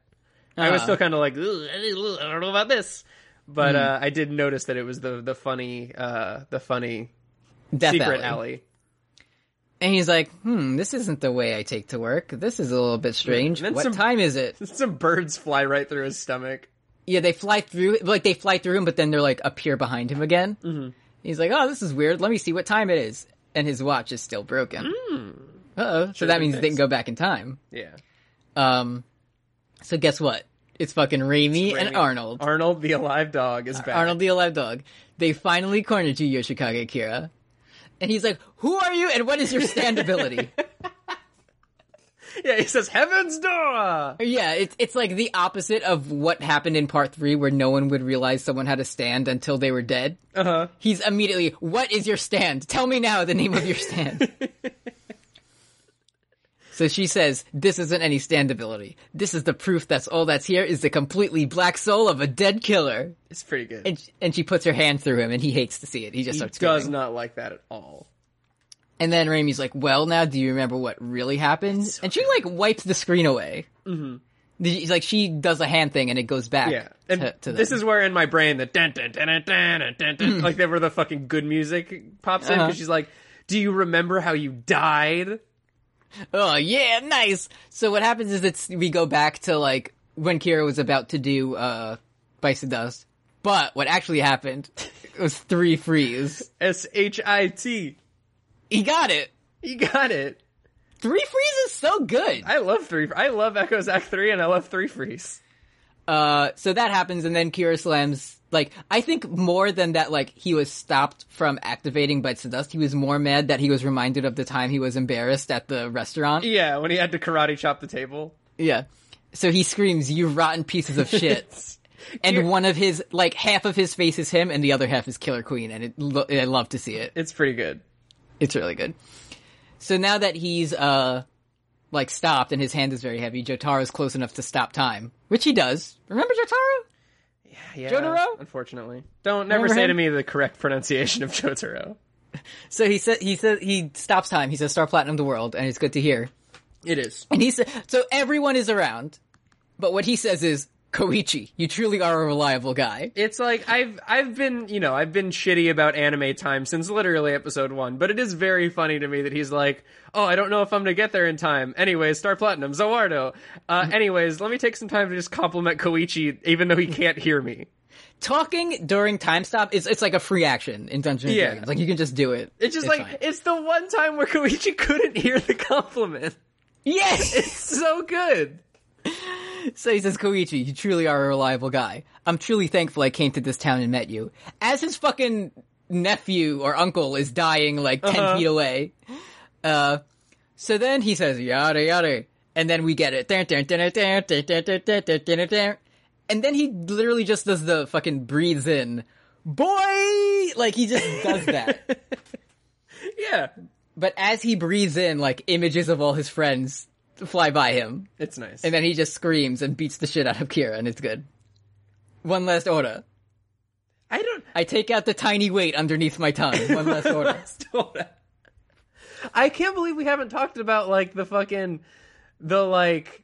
Speaker 3: I was
Speaker 2: Uh-huh.
Speaker 3: still kind of like "Ugh, I don't know about this, but
Speaker 2: Hmm.
Speaker 3: uh, I did notice that it was the the funny uh, the funny
Speaker 2: Death
Speaker 3: secret alley.
Speaker 2: And he's like, "Hmm, this isn't the way I take to work. This is a little bit strange.
Speaker 3: And then
Speaker 2: What
Speaker 3: some-
Speaker 2: time is it?"
Speaker 3: Some birds fly right through his stomach.
Speaker 2: Yeah, they fly through, like they fly through him, but then they're like appear behind him again. Mm-hmm. He's like, "Oh, this is weird. Let me see what time it is." And his watch is still broken. Uh oh. So that
Speaker 3: been
Speaker 2: means they can
Speaker 3: fixed.
Speaker 2: go back in time.
Speaker 3: Yeah,
Speaker 2: Um, so guess what? It's fucking Raimi and
Speaker 3: Raimi-
Speaker 2: Arnold. Uh,
Speaker 3: Arnold the alive dog is back.
Speaker 2: Arnold the Alive Dog. They finally cornered you, Yoshikage Kira. And he's like, who are you and what is your stand ability?
Speaker 3: Yeah, he says heaven's door.
Speaker 2: yeah, it's, it's like the opposite of what happened in part three where no one would realize someone had a stand until they were dead.
Speaker 3: Uh huh.
Speaker 2: He's immediately, what is your stand? Tell me now the name of your stand. so she says, this isn't any stand ability. This is the proof that's all that's here is the completely black soul of a dead killer.
Speaker 3: It's pretty good.
Speaker 2: and she, and she puts her hand through him, and he hates to see it. He just
Speaker 3: he
Speaker 2: starts
Speaker 3: does
Speaker 2: screaming.
Speaker 3: not like that at all.
Speaker 2: And then Raimi's like, "Well, now do you remember what really happened?" and she like wipes the screen away. Mm-hmm. He's like, she does a hand thing, and it goes back.
Speaker 3: Yeah, and
Speaker 2: to, to
Speaker 3: this
Speaker 2: them. Hmm.
Speaker 3: is where in my brain the dun dun dun dun dun dun dun, dun like they were the fucking good music pops in
Speaker 2: Uh-huh.
Speaker 3: because she's like, "Do you remember how you died?"
Speaker 2: oh yeah, nice. So what happens is it's we go back to like when Kira was about to do uh Bice of Dust, but what actually happened was three frees.
Speaker 3: S H I T.
Speaker 2: He got it.
Speaker 3: You got it.
Speaker 2: Three frees is so good.
Speaker 3: I love three. I love Echoes Act three, and I love three freeze.
Speaker 2: Uh, so that happens, and then Kira slams. Like, I think more than that, like he was stopped from activating Bites of Dust. He was more mad that he was reminded of the time he was embarrassed at the restaurant.
Speaker 3: Yeah, when he had to karate chop the table.
Speaker 2: Yeah. So he screams, "You rotten pieces of shit!" and one of his, like half of his face is him, and the other half is Killer Queen, and it lo- I love to see it.
Speaker 3: It's pretty good.
Speaker 2: It's really good. So now that he's uh like stopped and his hand is very heavy, Jotaro's close enough to stop time, which he does. Remember Jotaro?
Speaker 3: Yeah,
Speaker 2: Jotaro?
Speaker 3: Unfortunately, don't never
Speaker 2: Remember
Speaker 3: say
Speaker 2: him?
Speaker 3: to me the correct pronunciation of Jotaro.
Speaker 2: So he said he said he stops time. He says Star Platinum the world, and it's good to hear.
Speaker 3: It is.
Speaker 2: And he said so everyone is around, but what he says is Koichi, you truly are a reliable guy.
Speaker 3: It's like I've I've been you know I've been shitty about anime time since literally episode one, but it is very funny to me that he's like, oh, I don't know if I'm gonna get there in time. Anyways, Star Platinum, Zoardo. Uh, anyways, let me take some time to just compliment Koichi, even though he can't hear me.
Speaker 2: Talking during time stop is it's like a free action in Dungeons
Speaker 3: Yeah.
Speaker 2: and Dragons. Like you can just do it.
Speaker 3: It's just like
Speaker 2: fine.
Speaker 3: it's the one time where Koichi couldn't hear the compliment.
Speaker 2: yes.
Speaker 3: So good.
Speaker 2: so he says Koichi, you truly are a reliable guy. I'm truly thankful I came to this town and met you. As his fucking nephew or uncle is dying like 10 feet away. Uh, so then he says, yada yada. And then we get it. Dun, dun, dun, dun, dun, dun, dun, dun, dun, dun, dun, dun. And then he literally just does the fucking breathes in. Boy! Like he just does that.
Speaker 3: Yeah,
Speaker 2: but as he breathes in, like images of all his friends fly by him.
Speaker 3: it's nice.
Speaker 2: And then he just screams and beats the shit out of Kira, and it's good. One last order.
Speaker 3: I don't.
Speaker 2: I take out the tiny weight underneath my tongue. One last order.
Speaker 3: Still- I can't believe we haven't talked about like the fucking the like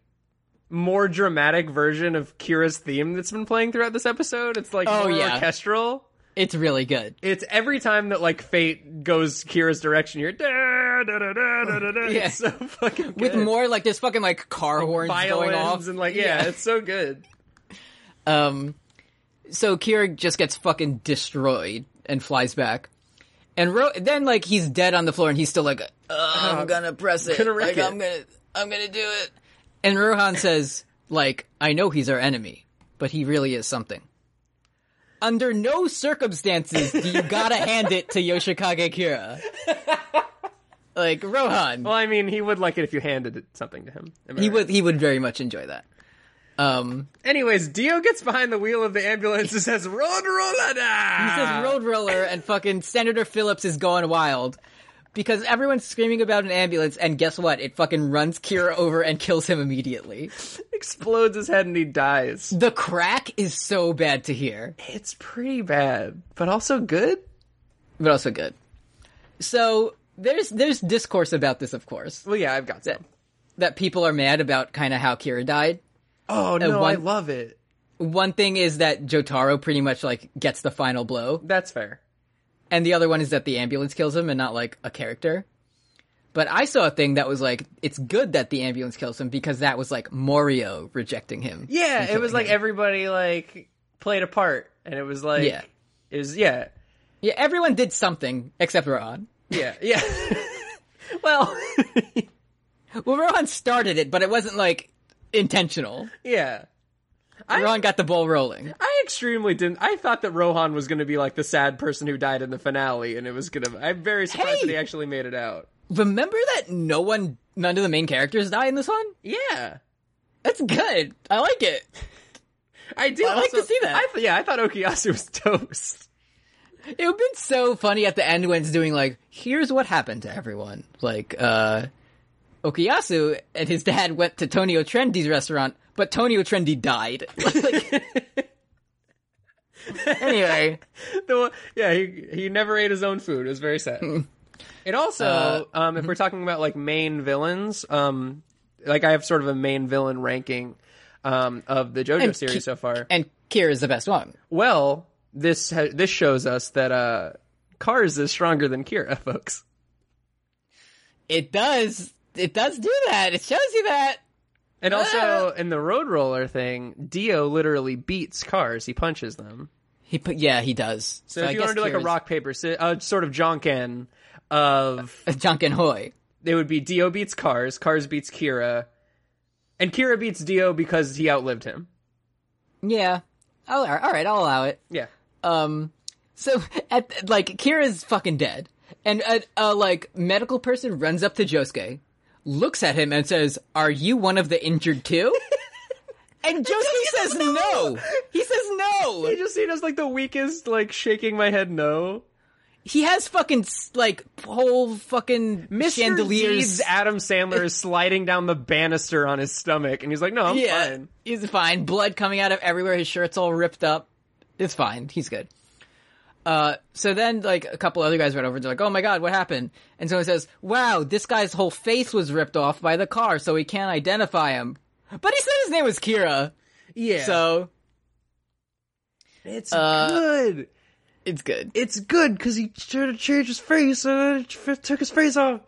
Speaker 3: more dramatic version of Kira's theme that's been playing throughout this episode. It's like
Speaker 2: Oh,
Speaker 3: more
Speaker 2: yeah.
Speaker 3: orchestral.
Speaker 2: It's really good.
Speaker 3: It's every time that like fate goes Kira's direction. You're da da da da da da. da.
Speaker 2: Yeah.
Speaker 3: It's so fucking good.
Speaker 2: With more like this fucking like car horns going off
Speaker 3: violins and like yeah, it's so good.
Speaker 2: Um, so Kira just gets fucking destroyed and flies back. And Ro- then like he's dead on the floor and he's still like, "Uh, I'm gonna press it.
Speaker 3: gonna wreck
Speaker 2: like, I'm
Speaker 3: it."
Speaker 2: gonna, I'm gonna do it. And Rohan says, like, I know he's our enemy, but he really is something. Under no circumstances do you gotta hand it to Yoshikage Kira. Like Rohan,
Speaker 3: Well, I mean, he would like it if you handed it- something to him. Am I
Speaker 2: he
Speaker 3: right?
Speaker 2: would he would very much enjoy that. Um,
Speaker 3: Anyways, Dio gets behind the wheel of the ambulance and says, "Road roller."
Speaker 2: He says Road Roller and fucking Senator Phillips is going wild. Because everyone's screaming about an ambulance, and guess what? It fucking runs Kira over and kills him immediately.
Speaker 3: explodes his head and he dies.
Speaker 2: The crack is so bad to hear,
Speaker 3: It's pretty bad, but also good.
Speaker 2: but also good. So there's there's discourse about this, of course,
Speaker 3: Well, yeah, I've got some.
Speaker 2: that people are mad about kind of how Kira died.
Speaker 3: Oh no, I
Speaker 2: one-
Speaker 3: love it.
Speaker 2: One thing is that Jotaro pretty much like gets the final blow.
Speaker 3: That's fair.
Speaker 2: and the other one is that the ambulance kills him and not like a character. But I saw a thing that was like, it's good that the ambulance kills him because that was like Morio rejecting him.
Speaker 3: Yeah, it
Speaker 2: killing
Speaker 3: was like
Speaker 2: him.
Speaker 3: everybody like played a part, and it was like
Speaker 2: Yeah.
Speaker 3: it was yeah,
Speaker 2: Yeah, everyone did something except Rohan.
Speaker 3: yeah, yeah. well,
Speaker 2: Well, Rohan started it, but it wasn't like intentional.
Speaker 3: yeah. I-
Speaker 2: Rohan got the ball rolling.
Speaker 3: I extremely didn't. I thought that Rohan was going to be like the sad person who died in the finale, and it was going to. I'm very surprised
Speaker 2: Hey!
Speaker 3: that he actually made it out.
Speaker 2: Remember that no one, none of the main characters die in this one?
Speaker 3: Yeah.
Speaker 2: That's good. I like it.
Speaker 3: I do
Speaker 2: I like
Speaker 3: also-
Speaker 2: to see that.
Speaker 3: I th- yeah, I thought Okuyasu was toast.
Speaker 2: It would have been so funny at the end when it's doing like, here's what happened to everyone. Like, uh, Okuyasu and his dad went to Tonio Trendy's restaurant, but Tonio Trendy died. Like- anyway,
Speaker 3: The one- yeah, he he never ate his own food. It was very sad. it also, um, if we're talking about like main villains, um, like I have sort of a main villain ranking um, of the JoJo
Speaker 2: And
Speaker 3: series
Speaker 2: Ki-
Speaker 3: so far.
Speaker 2: and Kira's the best one.
Speaker 3: well, this ha- this shows us that uh, Cars is stronger than Kira, folks.
Speaker 2: It does, it does do that. It shows you that.
Speaker 3: And also in the Road Roller thing, Dio literally beats Cars. He punches them.
Speaker 2: He put, yeah, he does.
Speaker 3: So, if
Speaker 2: I
Speaker 3: you want to
Speaker 2: guess
Speaker 3: do like a
Speaker 2: Kira's-
Speaker 3: rock paper, sci- uh, sort of Jonkin of
Speaker 2: a Junkin Hoy.
Speaker 3: they would be Dio beats Cars, Cars beats Kira, and Kira beats Dio because he outlived him.
Speaker 2: Yeah. Oh, all right, I'll allow it.
Speaker 3: Yeah.
Speaker 2: Um, so at like Kira's fucking dead, and a, a like medical person runs up to Josuke, looks at him, and says, "Are you one of the injured too?" and Josuke says no. He says
Speaker 3: He
Speaker 2: no.
Speaker 3: just he does like the weakest, like shaking my head no.
Speaker 2: He has fucking s- like whole fucking chandeliers.
Speaker 3: Deeds, Adam Sandler is sliding down the banister on his stomach, and he's like, "No, I'm
Speaker 2: yeah,
Speaker 3: fine."
Speaker 2: he's fine. Blood coming out of everywhere. His shirt's all ripped up. It's fine. He's good. Uh, so then like a couple other guys ran over and they're like, "Oh my god, what happened?" And someone says, "Wow, this guy's whole face was ripped off by the car, so we can't identify him." But he said his name was Kira,
Speaker 3: Yeah.
Speaker 2: so
Speaker 3: it's
Speaker 2: uh,
Speaker 3: good.
Speaker 2: it's good.
Speaker 3: It's good because he tried to change his face and it took his face off.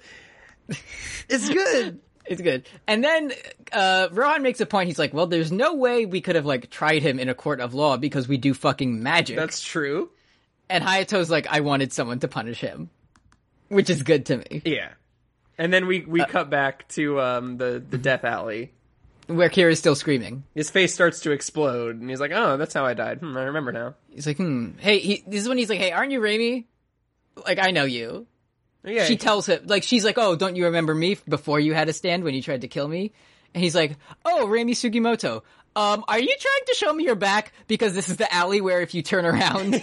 Speaker 3: It's good.
Speaker 2: It's good. And then uh, Rohan makes a point. He's like, "Well, there's no way we could have like tried him in a court of law because we do fucking magic."
Speaker 3: That's true.
Speaker 2: and Hayato's like, "I wanted someone to punish him," which is good to me.
Speaker 3: Yeah. Uh, And then we we cut back to um the the death alley.
Speaker 2: Where Kira's still screaming.
Speaker 3: his face starts to explode, and he's like, "Oh, that's how I died. Hmm, I remember now."
Speaker 2: He's like, hmm. Hey, he, this is when he's like, hey, aren't you Raimi? Like, I know you.
Speaker 3: Yeah,
Speaker 2: She tells him, like, she's like, oh, don't you remember me before you had a stand when you tried to kill me? And he's like, oh, Raimi Sugimoto, um, are you trying to show me your back? Because this is the alley where if you turn around,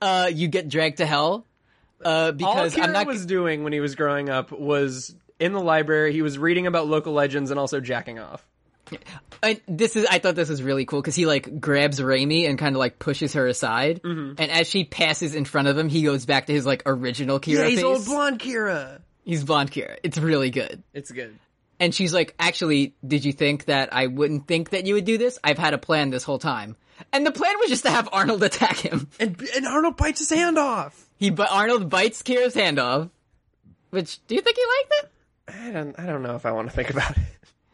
Speaker 2: uh, you get dragged to hell. Uh,
Speaker 3: all
Speaker 2: because
Speaker 3: Kira
Speaker 2: I'm not,
Speaker 3: was doing when he was growing up was in the library. He was reading about local legends and also jacking off.
Speaker 2: I, this is I thought this was really cool because he like grabs Raimi and kind of like pushes her aside,
Speaker 3: Mm-hmm.
Speaker 2: and as she passes in front of him, he goes back to his like original Kira
Speaker 3: Yeah, he's
Speaker 2: face.
Speaker 3: old blonde Kira.
Speaker 2: He's blonde Kira. It's really good.
Speaker 3: It's good.
Speaker 2: And she's like, actually, did you think that I wouldn't think that you would do this? I've had a plan this whole time, and the plan was just to have Arnold attack him.
Speaker 3: And and Arnold bites his hand off.
Speaker 2: He but Arnold bites Kira's hand off. Which do you think he liked it?
Speaker 3: I don't I don't know if I want to think about it.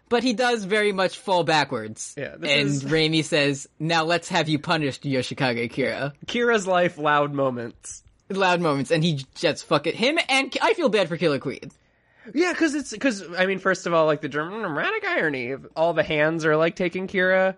Speaker 2: But he does very much fall backwards.
Speaker 3: Yeah, this
Speaker 2: and
Speaker 3: is-
Speaker 2: Raimi says, "Now let's have you punished, Yoshikage Kira."
Speaker 3: Kira's life, loud moments.
Speaker 2: loud moments, and he just fuck it. Him and I feel bad for Killer Queen.
Speaker 3: Yeah, because it's because I mean, first of all, like the German dramatic irony of all the hands are like taking Kira,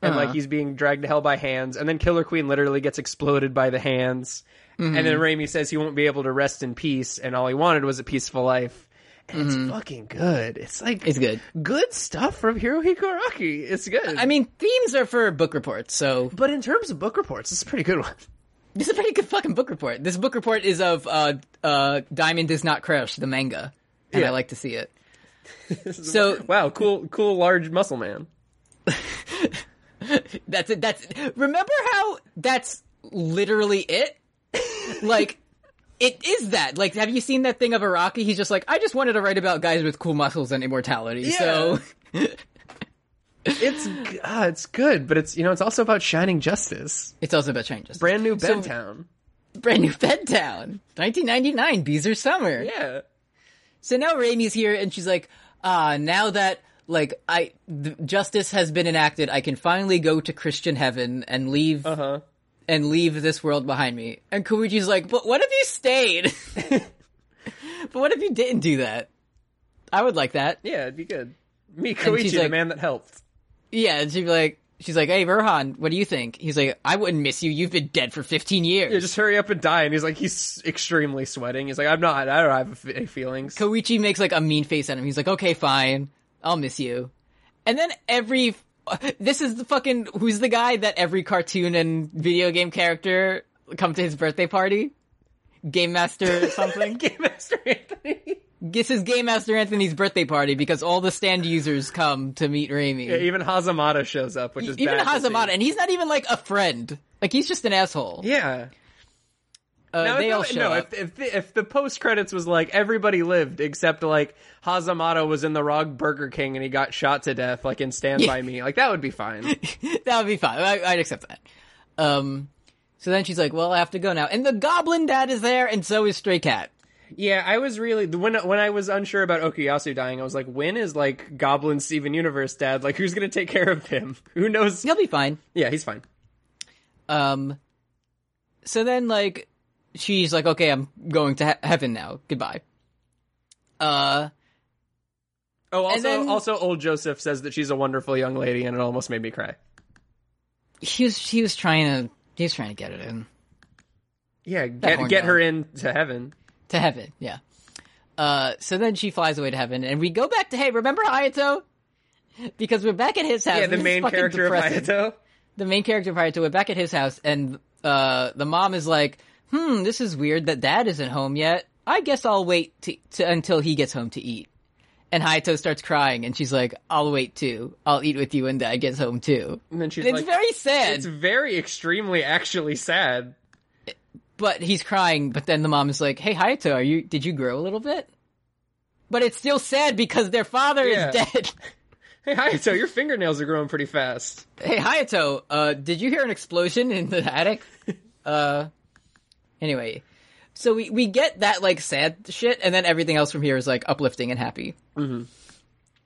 Speaker 3: and like he's being dragged to hell by hands, and then Killer Queen literally gets exploded by the hands, and then Raimi says he won't be able to rest in peace, and all he wanted was a peaceful life. And It's fucking good. Mm-hmm. It's like
Speaker 2: It's good.
Speaker 3: good stuff from Hirohiko Araki. It's good.
Speaker 2: I mean, themes are for book reports, so
Speaker 3: but in terms of book reports, it's a pretty good one.
Speaker 2: this is a pretty good fucking book report. This book report is of uh, uh, Diamond Does Not Crush, the manga, and
Speaker 3: Yeah.
Speaker 2: I like to see it. so
Speaker 3: Wow, cool, cool, large muscle man.
Speaker 2: that's it. That's remember how that's literally it. like it is that. Like, have you seen that thing of Iraqi? He's just like, I just wanted to write about guys with cool muscles and immortality. So
Speaker 3: It's g- ah, it's good, but it's you know it's also about shining justice.
Speaker 2: it's also about changes.
Speaker 3: Brand new Bedtown.
Speaker 2: brand new Bedtown. 1999, Beezer Summer.
Speaker 3: yeah.
Speaker 2: So now Raimi's here and she's like, ah, now that, like, I, th- justice has been enacted, I can finally go to Christian heaven and leave,
Speaker 3: Uh-huh.
Speaker 2: and leave this world behind me. And Koichi's like, but what if you stayed? but what if you didn't do that? I would like that.
Speaker 3: Yeah, it'd be good. Me,
Speaker 2: she's
Speaker 3: Koichi, the
Speaker 2: like-
Speaker 3: man that helped.
Speaker 2: Yeah, and she'd be like, she's like, hey, Verhan, what do you think? He's like, I wouldn't miss you. You've been dead for 15 years.
Speaker 3: Yeah, just hurry up and die. And he's like, he's extremely sweating. He's like, I'm not. I don't have f- any feelings.
Speaker 2: Koichi makes like a mean face at him. He's like, okay, fine. I'll miss you. And then every, this is the fucking, who's the guy that every cartoon and video game character come to his birthday party? Game Master something?
Speaker 3: Game Master Anthony.
Speaker 2: this is Game Master Anthony's birthday party because all the stand users come to meet Raimi.
Speaker 3: Yeah, even Hazamata shows up, which is
Speaker 2: E even
Speaker 3: bad to see.
Speaker 2: Hazamata, and he's not even like a friend. Like he's just an asshole.
Speaker 3: Yeah.
Speaker 2: Uh,
Speaker 3: Now,
Speaker 2: they
Speaker 3: if,
Speaker 2: all show
Speaker 3: no,
Speaker 2: up.
Speaker 3: if if the, if the post credits was like everybody lived except like Hazamata was in the wrong Burger King and he got shot to death, like in Stand
Speaker 2: Yeah.
Speaker 3: by Me, like that would be fine.
Speaker 2: that would be fine. I, I'd accept that. Um, so then she's like, "Well, I have to go now." And the Goblin Dad is there, and so is Stray Cat.
Speaker 3: Yeah, I was really when when I was unsure about Okuyasu dying, I was like, when is like Goblin Steven Universe dad? Like, who's gonna take care of him? Who knows?
Speaker 2: He'll be fine.
Speaker 3: Yeah, he's fine.
Speaker 2: Um, so then like she's like, "Okay, I'm going to he- heaven now. Goodbye." Uh,
Speaker 3: Oh, also,
Speaker 2: And then-
Speaker 3: also, old Joseph says that she's a wonderful young lady, and it almost made me cry.
Speaker 2: he was he was trying to he was trying to get it in
Speaker 3: Yeah, get
Speaker 2: horn
Speaker 3: get
Speaker 2: dog.
Speaker 3: her into heaven.
Speaker 2: to heaven. Yeah. Uh, so then she flies away to heaven, and we go back to hey, remember Hayato? Because we're back at his house.
Speaker 3: Yeah,
Speaker 2: This
Speaker 3: the
Speaker 2: is
Speaker 3: main
Speaker 2: fucking
Speaker 3: character
Speaker 2: depressing.
Speaker 3: of Hayato.
Speaker 2: the main character of Haruto, we're back at his house, and uh, the mom is like, "Hmm, this is weird that Dad isn't home yet. I guess I'll wait to, to until he gets home to eat." And Hayato starts crying, and she's like, "I'll wait too. I'll eat with you when Dad gets home too."
Speaker 3: And then she's
Speaker 2: It's
Speaker 3: like,
Speaker 2: very sad,
Speaker 3: it's very extremely actually sad.
Speaker 2: but he's crying. But then the mom is like, "Hey, Hayato, are you? Did you grow a little bit?" But it's still sad because their father
Speaker 3: Yeah.
Speaker 2: is dead.
Speaker 3: Hey Hayato, your fingernails are growing pretty fast.
Speaker 2: Hey Hayato, uh, did you hear an explosion in the attic? uh, anyway, so we we get that like sad shit, and then everything else from here is like uplifting and happy.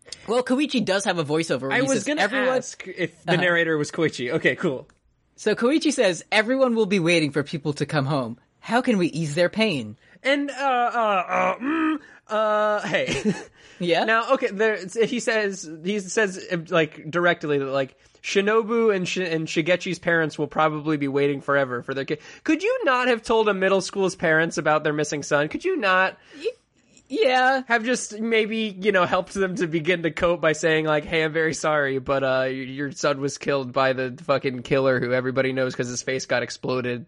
Speaker 2: Mm-hmm. Well, Koichi does have a voiceover. Where
Speaker 3: I
Speaker 2: he
Speaker 3: was
Speaker 2: says,
Speaker 3: gonna
Speaker 2: everyone.
Speaker 3: ask if
Speaker 2: Uh-huh.
Speaker 3: the narrator was Koichi. Okay, cool.
Speaker 2: So Koichi says everyone will be waiting for people to come home. How can we ease their pain?
Speaker 3: And uh, uh, uh, mm, uh hey.
Speaker 2: Yeah.
Speaker 3: Now, okay, there, it's- he says he says uh, like directly that like Shinobu and Sh- and Shigechi's parents will probably be waiting forever for their kid. Could you not have told a middle school's parents about their missing son? Could you not
Speaker 2: yeah.
Speaker 3: have just maybe you know helped them to begin to cope by saying like, "Hey, I'm very sorry, but uh, y- your son was killed by the fucking killer who everybody knows because his face got exploded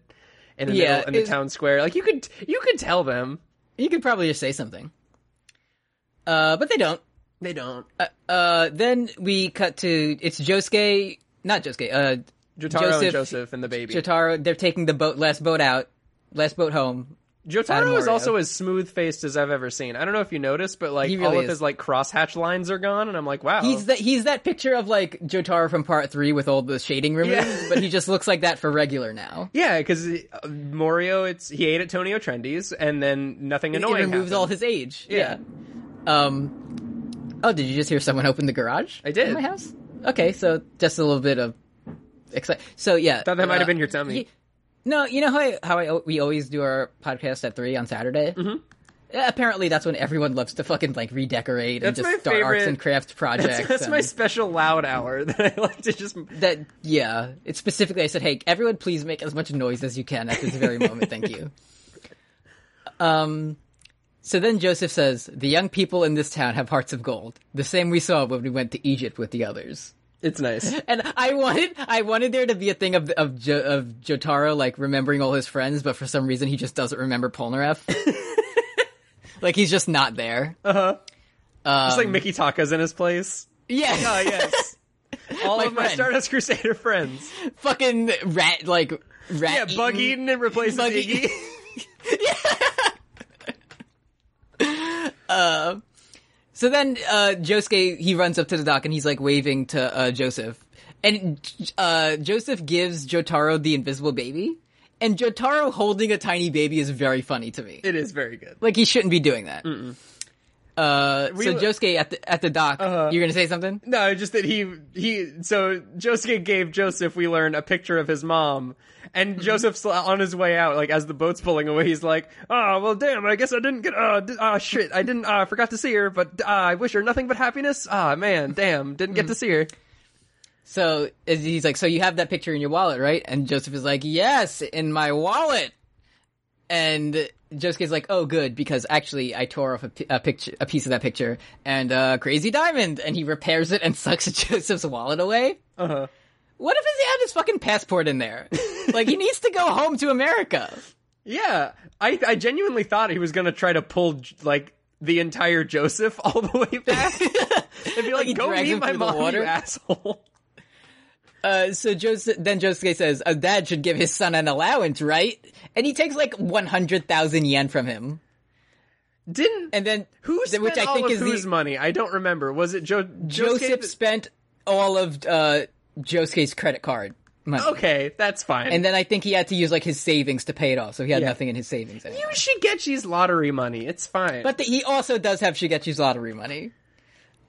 Speaker 3: in the
Speaker 2: Yeah,
Speaker 3: middle, in the
Speaker 2: it's-
Speaker 3: town square." Like you could you could tell them.
Speaker 2: You could probably just say something. Uh, but they don't.
Speaker 3: They don't.
Speaker 2: Uh, then we cut to it's Josuke, not Josuke, uh,
Speaker 3: Jotaro
Speaker 2: Joseph-
Speaker 3: and Joseph and the baby.
Speaker 2: Jotaro. They're taking the boat, last boat out, last boat home.
Speaker 3: Jotaro is
Speaker 2: Mario.
Speaker 3: also as smooth faced as I've ever seen. I don't know if you noticed, but like
Speaker 2: He
Speaker 3: all
Speaker 2: really
Speaker 3: of
Speaker 2: is.
Speaker 3: his like crosshatch lines are gone, and I'm like, wow.
Speaker 2: He's that he's that picture of like Jotaro from Part Three with all the shading removed,
Speaker 3: Yeah.
Speaker 2: but he just looks like that for regular now.
Speaker 3: yeah, because uh, Mario, it's he ate at Tony O'Trendy's, and then nothing
Speaker 2: It
Speaker 3: annoying.
Speaker 2: removes all
Speaker 3: happened.
Speaker 2: his age.
Speaker 3: Yeah.
Speaker 2: Um. Oh, did you just hear someone open the garage?
Speaker 3: I did.
Speaker 2: In my house. Okay, so just a little bit of excite. So yeah,
Speaker 3: Thought that might
Speaker 2: uh,
Speaker 3: have been your tummy.
Speaker 2: ye- no, you know how I, how I we always do our podcast at three on Saturday. Mm-hmm. apparently, that's when everyone loves to fucking like redecorate
Speaker 3: That's
Speaker 2: and
Speaker 3: my
Speaker 2: just start arts
Speaker 3: favorite-
Speaker 2: and crafts projects.
Speaker 3: That's, that's my
Speaker 2: and-
Speaker 3: special loud hour that I like to just.
Speaker 2: that yeah it's specifically i said hey everyone please make as much noise as you can at this very moment thank you um so then joseph says the young people in this town have hearts of gold the same we saw when we went to egypt with the others
Speaker 3: It's nice.
Speaker 2: and i wanted i wanted there to be a thing of of, jo- of jotaro like remembering all his friends but for some reason he just doesn't remember polnareff like he's just not there
Speaker 3: It's
Speaker 2: Um,
Speaker 3: like Mickey Taka's in his place.
Speaker 2: yeah
Speaker 3: Oh yes. All
Speaker 2: Ah, My
Speaker 3: of my
Speaker 2: friend.
Speaker 3: Stardust Crusader friends.
Speaker 2: fucking rat like
Speaker 3: Yeah,
Speaker 2: rat
Speaker 3: Bug Eaton and replaces
Speaker 2: Bug
Speaker 3: Iggy.
Speaker 2: Eaton. So then uh, Josuke he runs up to the dock and he's like waving to uh, Joseph, and uh, Joseph gives Jotaro the invisible baby, and Jotaro holding a tiny baby is very funny to me.
Speaker 3: it is very good.
Speaker 2: Like he shouldn't be doing that. Uh,
Speaker 3: We-
Speaker 2: so Josuke at the at the dock, you're gonna say something?
Speaker 3: No, just that he he. So Josuke gave Joseph, we learn, a picture of his mom,
Speaker 2: Mm-hmm.
Speaker 3: and Joseph's on his way out. Like as the boat's pulling away, he's like, "Oh well, damn! I guess I didn't get. Ah, d- ah, shit! I didn't. Ah, I forgot to see her. But ah, I wish her nothing but happiness. Ah, man, damn! Didn't get to
Speaker 2: Mm.
Speaker 3: see her.
Speaker 2: So is- he's like, so you have that picture in your wallet, right? And Joseph is like, yes, in my wallet. And Josuke's like, oh, good, because actually I tore off a, pi- a picture, a piece of that picture, and uh, crazy diamond, and he repairs it and sucks Joseph's wallet away. Uh
Speaker 3: Uh-huh.
Speaker 2: What if he had his fucking passport in there? like he needs to go home to America.
Speaker 3: Yeah, I I genuinely thought he was gonna try to pull j- like the entire Joseph all the way back. It'd be like,
Speaker 2: he
Speaker 3: go
Speaker 2: drags
Speaker 3: meet
Speaker 2: him
Speaker 3: my
Speaker 2: through the
Speaker 3: mom, you
Speaker 2: water."
Speaker 3: asshole.
Speaker 2: Uh, so Joseph, then Josuke says, a dad should give his son an allowance, right? And he takes like one hundred thousand yen from him,
Speaker 3: Didn't
Speaker 2: and then
Speaker 3: who
Speaker 2: th-
Speaker 3: spent
Speaker 2: which I
Speaker 3: all
Speaker 2: think
Speaker 3: of
Speaker 2: is the
Speaker 3: whose money? I don't remember. Was it jo- Josuke
Speaker 2: Joseph
Speaker 3: that-
Speaker 2: spent all of uh, Josuke's credit card money.
Speaker 3: Okay, that's fine.
Speaker 2: And then I think he had to use like his savings to pay it off, so he had
Speaker 3: Yeah.
Speaker 2: nothing in his savings. Anymore.
Speaker 3: you should get she's lottery money. It's fine.
Speaker 2: But the, he also does have Shigechi's lottery money.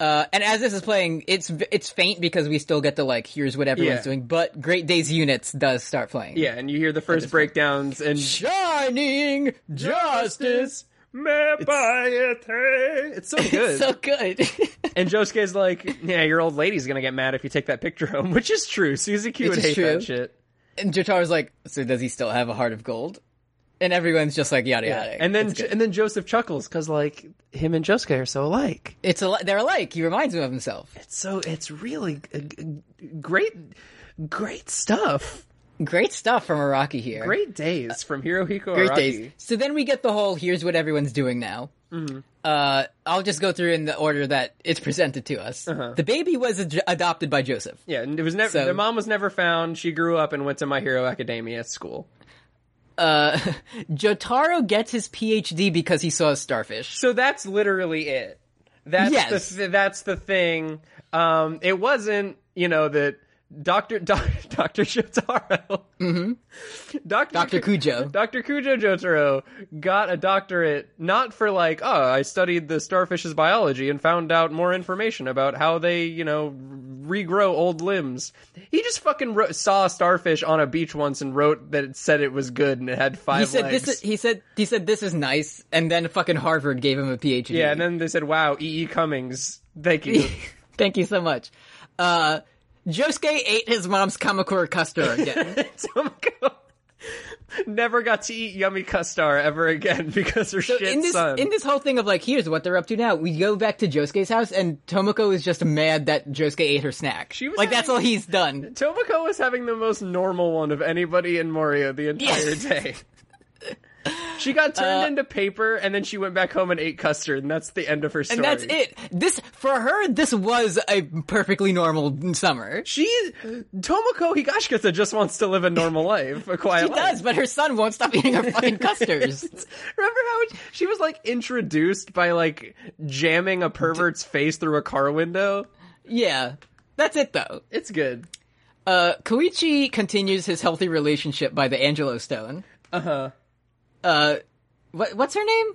Speaker 2: Uh, and as this is playing, it's it's faint because we still get to like here's what everyone's
Speaker 3: Yeah.
Speaker 2: doing. But Great Days Units does start playing.
Speaker 3: yeah, and you hear the first breakdowns and
Speaker 2: Shining justice.
Speaker 3: met by a thing. It's so good.
Speaker 2: It's so good.
Speaker 3: and Josuke's like, "Yeah, your old lady's gonna get mad if you take that picture home," which is true. Susie Q
Speaker 2: Which
Speaker 3: would
Speaker 2: is
Speaker 3: hate
Speaker 2: true.
Speaker 3: that shit.
Speaker 2: and Jotaro's like, so does he still have a heart of gold? And everyone's just like yada yada.
Speaker 3: And then
Speaker 2: It's good.
Speaker 3: and then Joseph chuckles because like him and Josuke are so alike.
Speaker 2: it's a, li- they're alike. He reminds him of himself.
Speaker 3: It's so it's really uh, g- great, great stuff.
Speaker 2: Great stuff from Araki here.
Speaker 3: Great days from Hirohiko
Speaker 2: Great
Speaker 3: Araki.
Speaker 2: days. So then we get the whole here's what everyone's doing now.
Speaker 3: Mm-hmm.
Speaker 2: Uh, I'll just go through in the order that it's presented to us.
Speaker 3: Uh-huh.
Speaker 2: The baby was ad- adopted by Joseph.
Speaker 3: Yeah, and it was never
Speaker 2: So-
Speaker 3: their mom was never found. She grew up and went to My Hero Academia school.
Speaker 2: Uh, Jotaro gets his PhD because he saw a starfish.
Speaker 3: So that's literally it. That's
Speaker 2: Yes.
Speaker 3: the th- that's the thing. Um, it wasn't you know that Doctor Doctor Jotaro,
Speaker 2: Mm-hmm.
Speaker 3: Doctor
Speaker 2: Dr. Cujo.
Speaker 3: Dr. Kujo Jotaro got a doctorate not for like, oh, I studied the starfish's biology and found out more information about how they, you know, regrow old limbs. He just fucking wrote, saw a starfish on a beach once and wrote that it said it was good and it had five
Speaker 2: He said
Speaker 3: legs.
Speaker 2: this is, he said he said this is nice and then fucking Harvard gave him a PhD.
Speaker 3: yeah, and then they said, "Wow, E. E. Cummings, thank you."
Speaker 2: Thank you so much. Uh, Josuke ate his mom's Kamakura custard again.
Speaker 3: Some go- Never got to eat yummy custar ever again because her shit
Speaker 2: in this
Speaker 3: son.
Speaker 2: in this whole thing of like here's what they're up to now we go back to josuke's house and tomoko is just mad that josuke ate her snack
Speaker 3: She was
Speaker 2: like that's all
Speaker 3: having-
Speaker 2: he's done
Speaker 3: Tomoko was having the most normal one of anybody in Moria the entire
Speaker 2: Yes.
Speaker 3: day. She got turned
Speaker 2: Uh,
Speaker 3: into paper, and then she went back home and ate custard, and that's the end of her story.
Speaker 2: And that's it. This for her, this was a perfectly normal summer.
Speaker 3: She Tomoko Higashikata just wants to live a normal life, a quiet
Speaker 2: She
Speaker 3: life.
Speaker 2: does, but her son won't stop eating her fucking custards.
Speaker 3: Remember how it- she was like introduced by like jamming a pervert's face through a car window?
Speaker 2: yeah. That's it though.
Speaker 3: It's good.
Speaker 2: Uh, Koichi continues his healthy relationship by the Angelo Stone. Uh-huh. Uh, what, what's her name?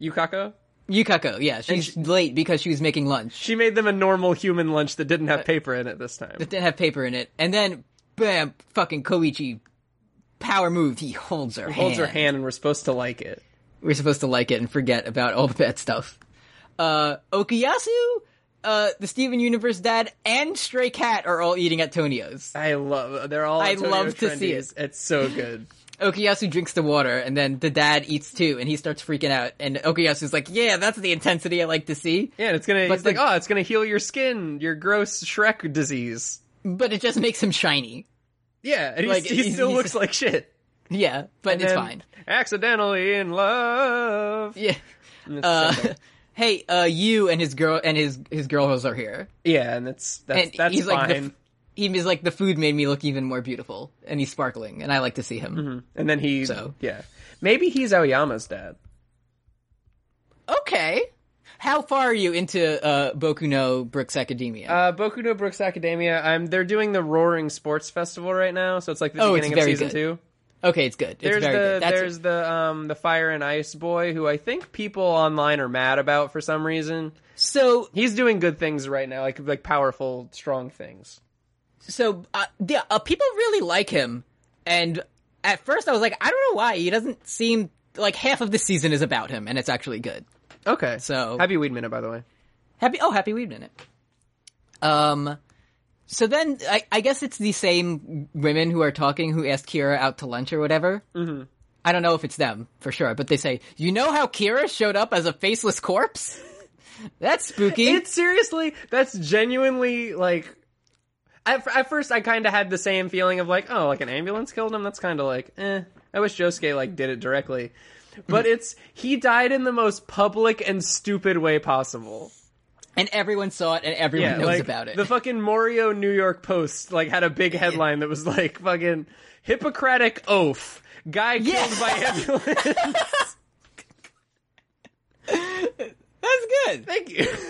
Speaker 3: Yukako?
Speaker 2: Yukako, yeah. She's late because she was making lunch.
Speaker 3: She made them a normal human lunch that didn't
Speaker 2: Uh,
Speaker 3: have paper in it this time.
Speaker 2: It didn't have paper in it. And then, bam, fucking Koichi, power move, he holds her
Speaker 3: Holds her hand and we're supposed to like it.
Speaker 2: We're supposed to like it and forget about all the bad stuff. Uh, Okuyasu, uh, the Steven Universe dad, and Stray Cat are all eating at Tonio's.
Speaker 3: I love they're all
Speaker 2: I
Speaker 3: Antonio
Speaker 2: love to see
Speaker 3: Trendy's. It's so good.
Speaker 2: Okuyasu drinks the water, and then the dad eats too, and he starts freaking out. And Okuyasu's like, "Yeah, that's the intensity I like to see."
Speaker 3: Yeah, and it's gonna
Speaker 2: But
Speaker 3: it's
Speaker 2: the-
Speaker 3: like, oh, it's gonna heal your skin, your gross Shrek disease.
Speaker 2: But it just makes him shiny.
Speaker 3: Yeah, and he's,
Speaker 2: Like,
Speaker 3: he
Speaker 2: he's-
Speaker 3: still
Speaker 2: he's-
Speaker 3: looks like shit.
Speaker 2: Yeah, but it's
Speaker 3: And
Speaker 2: fine.
Speaker 3: Accidentally in love.
Speaker 2: Yeah.
Speaker 3: It's
Speaker 2: Uh,
Speaker 3: simple.
Speaker 2: hey, uh, you and his girl and his his girls are here,
Speaker 3: yeah, and that's that's
Speaker 2: and
Speaker 3: that's
Speaker 2: he's
Speaker 3: fine.
Speaker 2: like, the, f- he was like, "The food made me look even more beautiful," and he's sparkling, and I like to see him.
Speaker 3: And then he,
Speaker 2: So.
Speaker 3: yeah, maybe he's Aoyama's dad.
Speaker 2: Okay. How far are you into uh, Boku no Brooks Academia?
Speaker 3: Uh, Boku no Brooks Academia. I'm. They're doing the Roaring Sports Festival right now, so it's like the
Speaker 2: Oh, it's
Speaker 3: beginning of
Speaker 2: very
Speaker 3: season
Speaker 2: good.
Speaker 3: two.
Speaker 2: okay, it's good. It's
Speaker 3: There's
Speaker 2: very
Speaker 3: the
Speaker 2: good. That's
Speaker 3: there's the um the Fire and Ice boy who I think people online are mad about for some reason.
Speaker 2: so
Speaker 3: He's doing good things right now, like like powerful, strong things.
Speaker 2: so uh, yeah, uh, people really like him, and at first I was like, I don't know why he doesn't seem like half of the season is about him, and it's actually good.
Speaker 3: Okay,
Speaker 2: So-
Speaker 3: happy Weedman, by the way.
Speaker 2: Happy oh, Happy Weed Minute. Um, so then I, I guess it's the same women who are talking who asked Kira out to lunch or whatever. Mm-hmm. I don't know if it's them for sure, but they say, "You know how Kira showed up as a faceless corpse? That's spooky."
Speaker 3: It's seriously, that's genuinely like. At, at first, I kind of had the same feeling of like, oh, like an ambulance killed him. That's kind of like, eh. I wish Josuke like did it directly, but
Speaker 2: Hmm.
Speaker 3: it's he died in the most public and stupid way possible.
Speaker 2: and everyone saw it, and everyone
Speaker 3: Yeah,
Speaker 2: knows
Speaker 3: like
Speaker 2: about it.
Speaker 3: the fucking Morio New York Post like had a big headline that was like fucking Hippocratic oath guy
Speaker 2: Yeah.
Speaker 3: killed by ambulance.
Speaker 2: That's good.
Speaker 3: Thank you.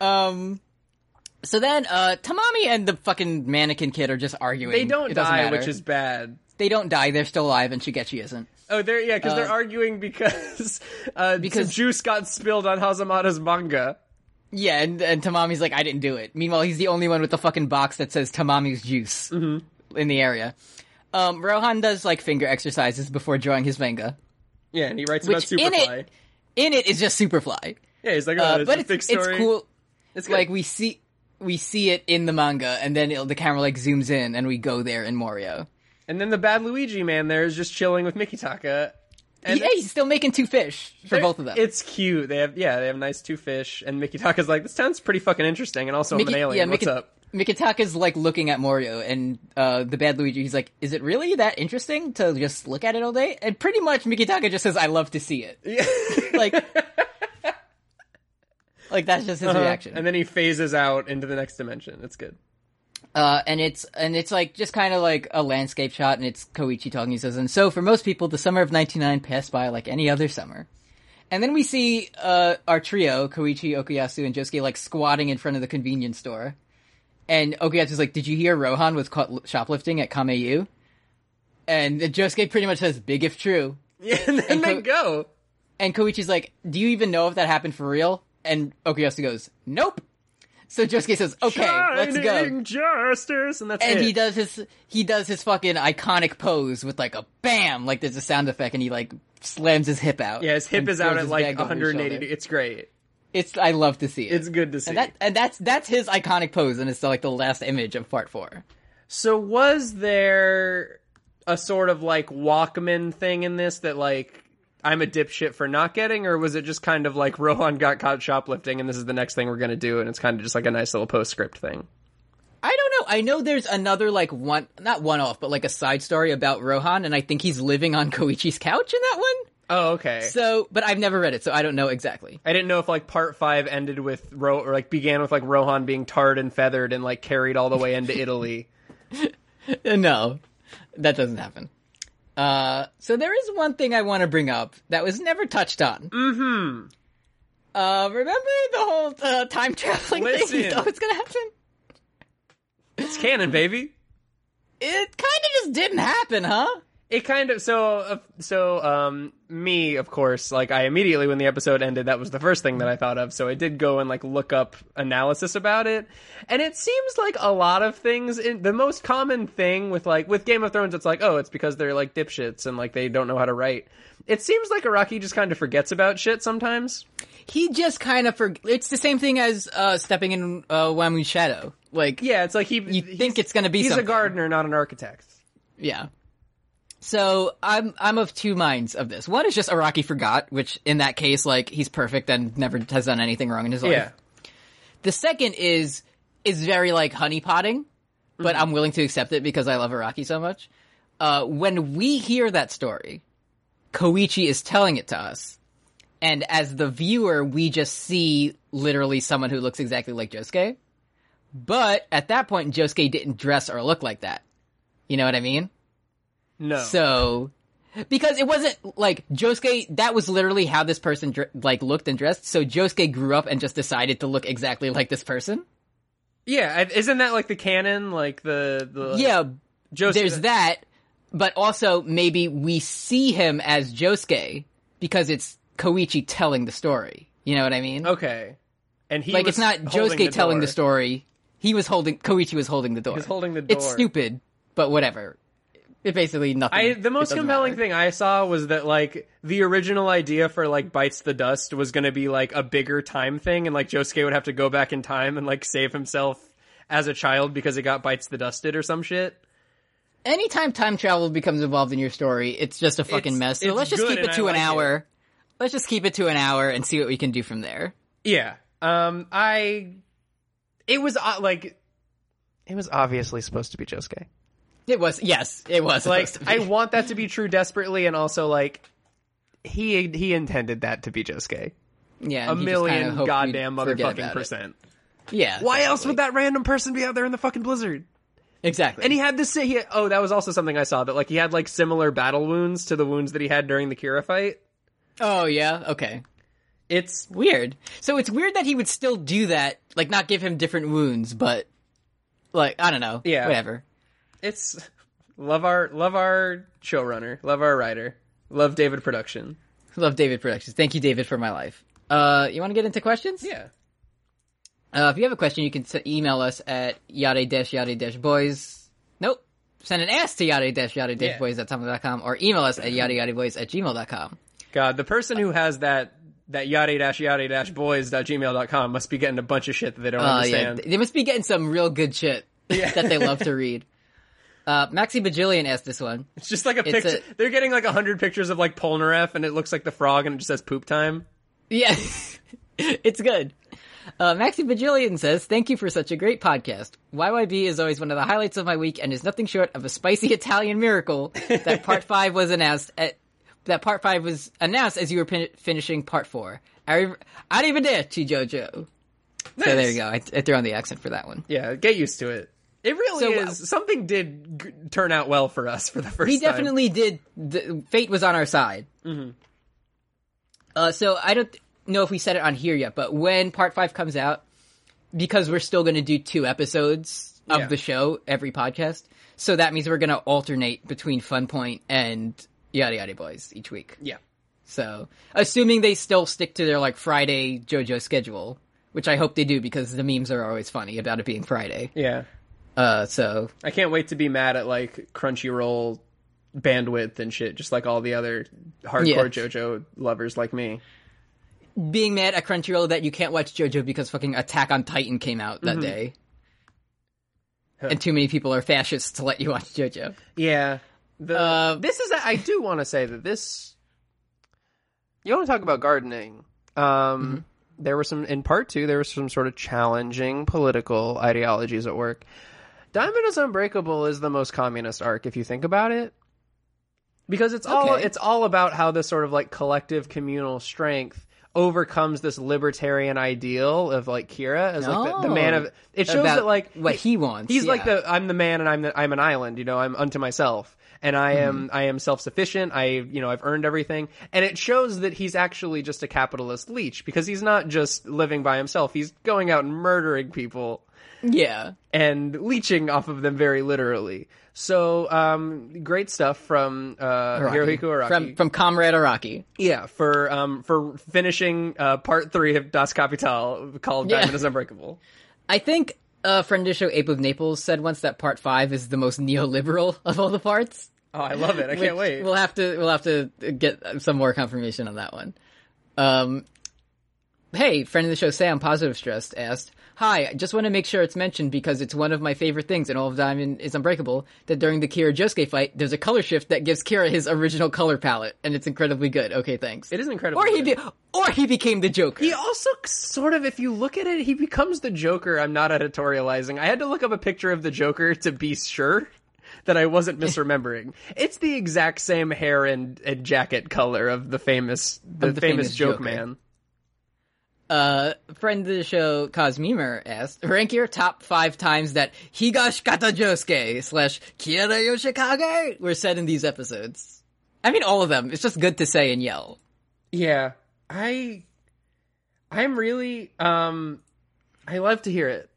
Speaker 2: Um, so then, uh, Tamami and the fucking mannequin kid are just arguing.
Speaker 3: they don't
Speaker 2: It doesn't
Speaker 3: die,
Speaker 2: matter.
Speaker 3: which is bad.
Speaker 2: they don't die. They're still alive, and Shigechi isn't.
Speaker 3: Oh, they're yeah, because they're
Speaker 2: Uh,
Speaker 3: arguing because uh, because
Speaker 2: because-
Speaker 3: juice got spilled on Hazamada's manga.
Speaker 2: Yeah, and, and Tamami's like, I didn't do it. Meanwhile, he's the only one with the fucking box that says Tamami's juice
Speaker 3: Mm-hmm.
Speaker 2: in the area. Um, Rohan does like finger exercises before drawing his manga.
Speaker 3: Yeah, and he writes about
Speaker 2: Which in
Speaker 3: Superfly.
Speaker 2: it, in it is just Superfly.
Speaker 3: yeah, he's like, oh,
Speaker 2: Uh,
Speaker 3: it's
Speaker 2: but
Speaker 3: a
Speaker 2: it's,
Speaker 3: big
Speaker 2: it's
Speaker 3: story.
Speaker 2: cool.
Speaker 3: It's
Speaker 2: Like
Speaker 3: good.
Speaker 2: we see, we see it in the manga, and then it'll, the camera like zooms in, and we go there in Morio.
Speaker 3: and then the bad Luigi man there is just chilling with Mikitaka. And
Speaker 2: yeah, he's still making two fish for
Speaker 3: they're-
Speaker 2: both of them.
Speaker 3: It's cute. They have yeah, they have nice two fish, and Mikitaka's like, this town's pretty fucking interesting, and also I'm an alien. What's
Speaker 2: Miki-
Speaker 3: up?
Speaker 2: Mikitaka's like looking at Morio and uh, the bad Luigi. He's like, "Is it really that interesting to just look at it all day?" And pretty much Mikitaka just says, "I love to see it."
Speaker 3: Yeah.
Speaker 2: Like, like that's just his reaction.
Speaker 3: Uh-huh. and then he phases out into the next dimension. It's good.
Speaker 2: uh, and it's and it's like just kind of like a landscape shot, and it's Koichi talking. He says, "And so for most people, the summer of '99 passed by like any other summer." And then we see uh, our trio, Koichi, Okuyasu, and Josuke, like squatting in front of the convenience store. And Okuyasu's like, "Did you hear Rohan was caught l- shoplifting at Kameyu?" And Josuke pretty much says, "Big if true."
Speaker 3: Yeah, and then they
Speaker 2: Ko-
Speaker 3: go.
Speaker 2: And Koichi's like, "Do you even know if that happened for real?" And Okuyasu goes, "Nope." So Josuke says, "Okay, let's go."
Speaker 3: Shining Justice, and that's
Speaker 2: and
Speaker 3: it.
Speaker 2: he does his he does his fucking iconic pose with like a bam, like there's a sound effect, and he like slams his hip out.
Speaker 3: Yeah, his hip
Speaker 2: and
Speaker 3: is out
Speaker 2: throws
Speaker 3: at
Speaker 2: his
Speaker 3: like
Speaker 2: bag over his
Speaker 3: 180.
Speaker 2: shoulder.
Speaker 3: It's great.
Speaker 2: It's I love to see it.
Speaker 3: It's good to see.
Speaker 2: and that and that's that's his iconic pose, and it's like the last image of part four.
Speaker 3: So was there a sort of like Walkman thing in this that like I'm a dipshit for not getting, or was it just kind of like Rohan got caught shoplifting and this is the next thing we're gonna do, and it's kind of just like a nice little postscript thing?
Speaker 2: I don't know. I know there's another like one, not one off, but like a side story about Rohan, and I think he's living on Koichi's couch in that one.
Speaker 3: Oh, okay.
Speaker 2: So, but I've never read it, so I don't know exactly.
Speaker 3: I didn't know if like part five ended with Ro or like began with like Rohan being tarred and feathered and like carried all the way into Italy.
Speaker 2: no, that doesn't happen. Uh, so there is one thing I want to bring up that was never touched on. Mm-hmm. Uh, remember the whole uh, time traveling thing you
Speaker 3: Listen.
Speaker 2: thought was going to happen?
Speaker 3: It's canon, baby.
Speaker 2: It kind of just didn't happen, huh?
Speaker 3: It kind of so uh, so um me of course like I immediately when the episode ended that was the first thing that I thought of so I did go and like look up analysis about it and it seems like a lot of things in, the most common thing with like with Game of Thrones it's like oh it's because they're like dipshits and like they don't know how to write it seems like Iraqi just kind of forgets about shit sometimes
Speaker 2: He just kind of for. It's the same thing as uh, stepping in uh, Wamu's shadow. Like,
Speaker 3: yeah it's like he you
Speaker 2: think it's gonna be
Speaker 3: he's
Speaker 2: something.
Speaker 3: a gardener not an architect
Speaker 2: Yeah. So I'm I'm of two minds of this. One is just Araki forgot, which in that case, like he's perfect and never has done anything wrong in his life.
Speaker 3: yeah
Speaker 2: The second is is very like honey potting, but I'm willing to accept it because I love Araki so much. Uh, when we hear that story, Koichi is telling it to us, and as the viewer, we just see literally someone who looks exactly like Josuke. But at that point, Josuke didn't dress or look like that. You know what I mean?
Speaker 3: no
Speaker 2: So, because it wasn't like Josuke, that was literally how this person dr- like looked and dressed. So Josuke grew up and just decided to look exactly like this person.
Speaker 3: yeah I- isn't that like the canon like the the
Speaker 2: Yeah,
Speaker 3: Joseph,
Speaker 2: there's that, but also maybe we see him as Josuke because it's Koichi telling the story. You know what I mean?
Speaker 3: Okay. And he
Speaker 2: like
Speaker 3: was
Speaker 2: it's not
Speaker 3: holding
Speaker 2: Josuke telling
Speaker 3: door.
Speaker 2: the story. He was holding Koichi was holding the door.
Speaker 3: He's holding the
Speaker 2: It's
Speaker 3: door.
Speaker 2: stupid, but whatever. It basically nothing.
Speaker 3: I, the
Speaker 2: it
Speaker 3: most
Speaker 2: doesn't
Speaker 3: compelling
Speaker 2: matter.
Speaker 3: thing I saw was that like the original idea for like bites the dust was going to be like a bigger time thing, and like Josuke would have to go back in time and like save himself as a child because it got bites the dusted or some shit.
Speaker 2: anytime time travel becomes involved in your story, it's just a fucking
Speaker 3: It's-
Speaker 2: mess. So
Speaker 3: it's
Speaker 2: let's just
Speaker 3: good
Speaker 2: keep
Speaker 3: and
Speaker 2: it to
Speaker 3: I
Speaker 2: an
Speaker 3: like
Speaker 2: hour. Let's just keep it to an hour and see what we can do from there.
Speaker 3: Yeah. Um. I. It was uh, like. It was obviously supposed to be Josuke.
Speaker 2: It was yes, it was
Speaker 3: Like
Speaker 2: supposed to be.
Speaker 3: I want that to be true desperately, and also like he he intended that to be Josuke.
Speaker 2: yeah,
Speaker 3: a
Speaker 2: and he just kinda
Speaker 3: million
Speaker 2: hoped
Speaker 3: goddamn
Speaker 2: we'd forget
Speaker 3: motherfucking
Speaker 2: about it.
Speaker 3: percent.
Speaker 2: Yeah,
Speaker 3: Why else would that random person be out there in the fucking blizzard?
Speaker 2: exactly?
Speaker 3: And he had this. He oh, that was also something I saw that like he had like similar battle wounds to the wounds that he had during the Kira fight.
Speaker 2: oh yeah, okay,
Speaker 3: It's
Speaker 2: weird. So it's weird that he would still do that, like not give him different wounds, but like I don't know,
Speaker 3: Yeah.
Speaker 2: whatever.
Speaker 3: it's love our love our showrunner, love our writer, love David production.
Speaker 2: Love David Productions. Thank you, David, for my life. Uh, you want to get into questions?
Speaker 3: Yeah,
Speaker 2: Uh, if you have a question, you can s- email us at yada dash yada dash boys. Nope. Send an ass to yada dash yada dash
Speaker 3: Yeah.
Speaker 2: boys at tumblr.com or email us at yada yada boys at gmail.com.
Speaker 3: God, the person who has that that yada dash yada dash boys dot gmail dot com must be getting a bunch of shit that they don't
Speaker 2: Uh, yeah.
Speaker 3: understand.
Speaker 2: They must be getting some real good shit that they love to read. Uh, Maxi Bajillion asked this one.
Speaker 3: It's just like a
Speaker 2: It's
Speaker 3: picture.
Speaker 2: a-
Speaker 3: They're getting like a hundred pictures of like Polnareff, and it looks like the frog, and it just says poop time.
Speaker 2: Yeah. it's good. Uh, Maxi Bajillion says, Thank you for such a great podcast. YYB is always one of the highlights of my week and is nothing short of a spicy Italian miracle that part five was announced at, that part five was announced as you were pin- finishing part four. Arri- Arrivederci, Jojo. So there you go. I, I threw on the accent for that one.
Speaker 3: Yeah, get used to it. It really
Speaker 2: So,
Speaker 3: is.
Speaker 2: uh,
Speaker 3: Something did g- turn out well for us for the first
Speaker 2: He
Speaker 3: time.
Speaker 2: definitely did. The, fate was on our side. Mm-hmm. Uh, so I don't know if we said it on here yet, but when part five comes out, because we're still going to do two episodes of
Speaker 3: Yeah.
Speaker 2: the show every podcast, so that means we're going to alternate between Fun Point and Yada Yada Boys each week.
Speaker 3: Yeah.
Speaker 2: So assuming they still stick to their like Friday JoJo schedule, which I hope they do because the memes are always funny about it being Friday.
Speaker 3: Yeah.
Speaker 2: Uh, so
Speaker 3: I can't wait to be mad at like Crunchyroll bandwidth and shit, just like all the other hardcore
Speaker 2: Yeah.
Speaker 3: JoJo lovers like me.
Speaker 2: being mad at Crunchyroll that you can't watch JoJo because fucking Attack on Titan came out that
Speaker 3: Mm-hmm.
Speaker 2: day. And too many people are fascists to let you watch JoJo.
Speaker 3: Yeah. The,
Speaker 2: Uh,
Speaker 3: this is. I do
Speaker 2: Mm-hmm.
Speaker 3: want to say that this. You want to talk about gardening? Um, there were some in part two. There were some sort of challenging political ideologies at work. Diamond is Unbreakable is the most communist arc if you think about it, because it's all
Speaker 2: Okay.
Speaker 3: it's all about how this sort of like collective communal strength overcomes this libertarian ideal of like Kira as like the, the man of it shows
Speaker 2: Oh. About
Speaker 3: that like
Speaker 2: what he wants,
Speaker 3: He's like
Speaker 2: yeah.
Speaker 3: the I'm the man and I'm the, I'm an island, you know, I'm unto myself and I
Speaker 2: Mm-hmm.
Speaker 3: am I am self-sufficient. I you know, I've earned everything. And it shows that he's actually just a capitalist leech because he's not just living by himself. He's going out and murdering people
Speaker 2: Yeah.
Speaker 3: and leeching off of them very literally. So, um great stuff from uh Hirohiko Araki.
Speaker 2: From from Comrade Araki.
Speaker 3: yeah, for um for finishing uh part 3 of Das Kapital called
Speaker 2: Yeah.
Speaker 3: Diamond is Unbreakable.
Speaker 2: I think a friend of the show, Ape of Naples, said once that part five is the most neoliberal of all the parts.
Speaker 3: Oh, I love it. I can't wait.
Speaker 2: We'll have to we'll have to get some more confirmation on that one. Um, hey, friend of the show, Sam Positive Stressed asked, "Hi, I just want to make sure it's mentioned because it's one of my favorite things in all of Diamond is Unbreakable. That during the Kira Josuke fight, there's a color shift that gives Kira his original color palette, and it's incredibly good. Okay, thanks.
Speaker 3: it is incredible.
Speaker 2: or he did, or he became the Joker.
Speaker 3: He also sort of, if you look at it, he becomes the Joker. I'm not editorializing. I had to look up a picture of the Joker to be sure that I wasn't misremembering. it's the exact same hair and, and jacket color of the famous the,
Speaker 2: the
Speaker 3: famous,
Speaker 2: famous
Speaker 3: joke
Speaker 2: Joker.
Speaker 3: man.
Speaker 2: uh, friend of the show, Cosmemer, asked, rank your top five times that Higashikata Josuke slash Kira Yoshikage were said in these episodes. I mean, all of them. It's just good to say and yell.
Speaker 3: Yeah, I I'm really um I love to hear it.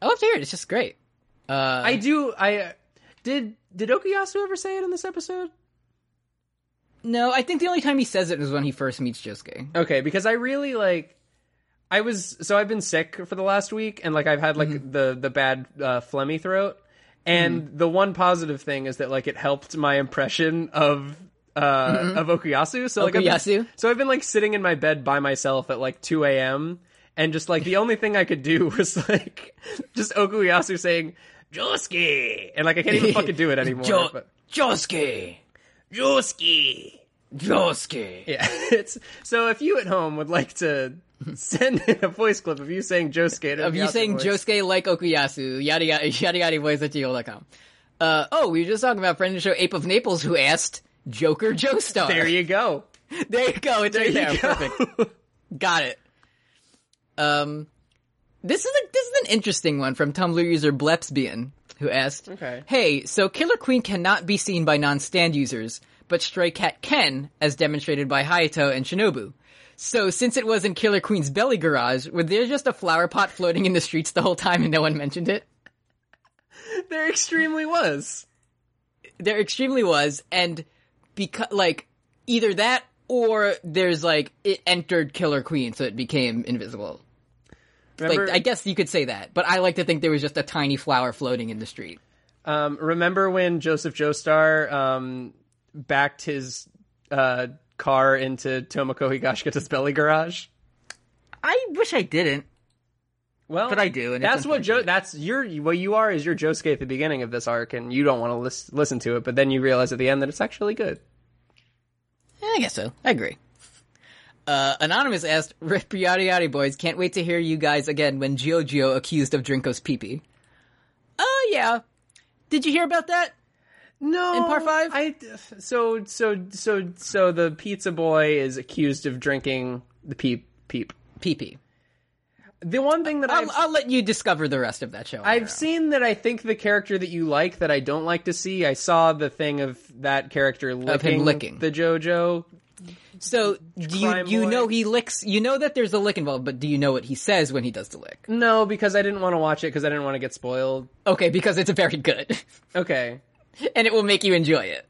Speaker 2: I love to hear it. Oh, It's just great. Uh,
Speaker 3: I do. I did did Okuyasu ever say it in this episode?
Speaker 2: no, I think the only time he says it is when he first meets Josuke.
Speaker 3: Okay, because I really like. I was so I've been sick for the last week, and like I've had like
Speaker 2: Mm-hmm.
Speaker 3: the the bad uh, phlegmy throat. And the one positive thing is that like it helped my impression of uh of Okuyasu. So like I've been,
Speaker 2: Mm-hmm. Okuyasu?
Speaker 3: so I've been like sitting in my bed by myself at like two a.m. and just like the only thing I could do was like just Okuyasu saying Josuke, and like I can't even fucking do it anymore.
Speaker 2: Jo-
Speaker 3: but-
Speaker 2: Josuke!
Speaker 3: Josuke.
Speaker 2: Josuke!
Speaker 3: Yeah, it's so if you at home would like to send in a voice clip of you saying Josuke, to
Speaker 2: Of you
Speaker 3: Piazza
Speaker 2: saying
Speaker 3: voice,
Speaker 2: Josuke like Okuyasu, yada yada yada yada voice at gmail.com. Uh, oh, we were just talking about friend of the show, Ape of Naples, who asked, Joker Joestar.
Speaker 3: there you go.
Speaker 2: There you go. It's right there. Perfect. Got it. Um, this is a, this is an interesting one from Tumblr user Blepsbian who asked,
Speaker 3: Okay.
Speaker 2: "Hey, so Killer Queen cannot be seen by non-stand users, but Stray Cat can, as demonstrated by Hayato and Shinobu." So, since it was in Killer Queen's belly garage, were there just a flower pot floating in the streets the whole time and no one mentioned it?
Speaker 3: there extremely was.
Speaker 2: there extremely was and because like either that or there's like it entered killer queen so it became invisible
Speaker 3: Remember,
Speaker 2: like i guess you could say that but i like to think there was just a tiny flower floating in the street
Speaker 3: um, remember when Joseph Joestar um, backed his uh, car into Tomoko Higashikata's belly garage?
Speaker 2: i wish i didn't
Speaker 3: Well,
Speaker 2: But I do, and it's
Speaker 3: that's what Joe.
Speaker 2: unfortunate.
Speaker 3: That's your what you are is your Josuke at the beginning of this arc, and you don't want to lis- listen to it, but then you realize at the end that it's actually good.
Speaker 2: i guess so i agree uh, Anonymous asked, Rip yada yada boys, can't wait to hear you guys again when Giorgio accused of Drinko's peepee. Oh, yeah. Did you hear about that?
Speaker 3: No,
Speaker 2: In part five?
Speaker 3: I so so so so the pizza boy is accused of drinking the peep peep.
Speaker 2: Peepee.
Speaker 3: The one thing that
Speaker 2: I'll,
Speaker 3: I've,
Speaker 2: I'll let you discover the rest of that show. on your
Speaker 3: I've
Speaker 2: own.
Speaker 3: seen that I think the character that you like that I don't like to see. I saw the thing of that character licking,
Speaker 2: licking.
Speaker 3: the JoJo.
Speaker 2: So do you
Speaker 3: Crime
Speaker 2: you
Speaker 3: boy.
Speaker 2: know he licks? You know that there's a lick involved, but do you know what he says when he does the lick?
Speaker 3: No, because I didn't want to watch it because I didn't want to get spoiled.
Speaker 2: Okay, because it's very good,
Speaker 3: Okay,
Speaker 2: and it will make you enjoy it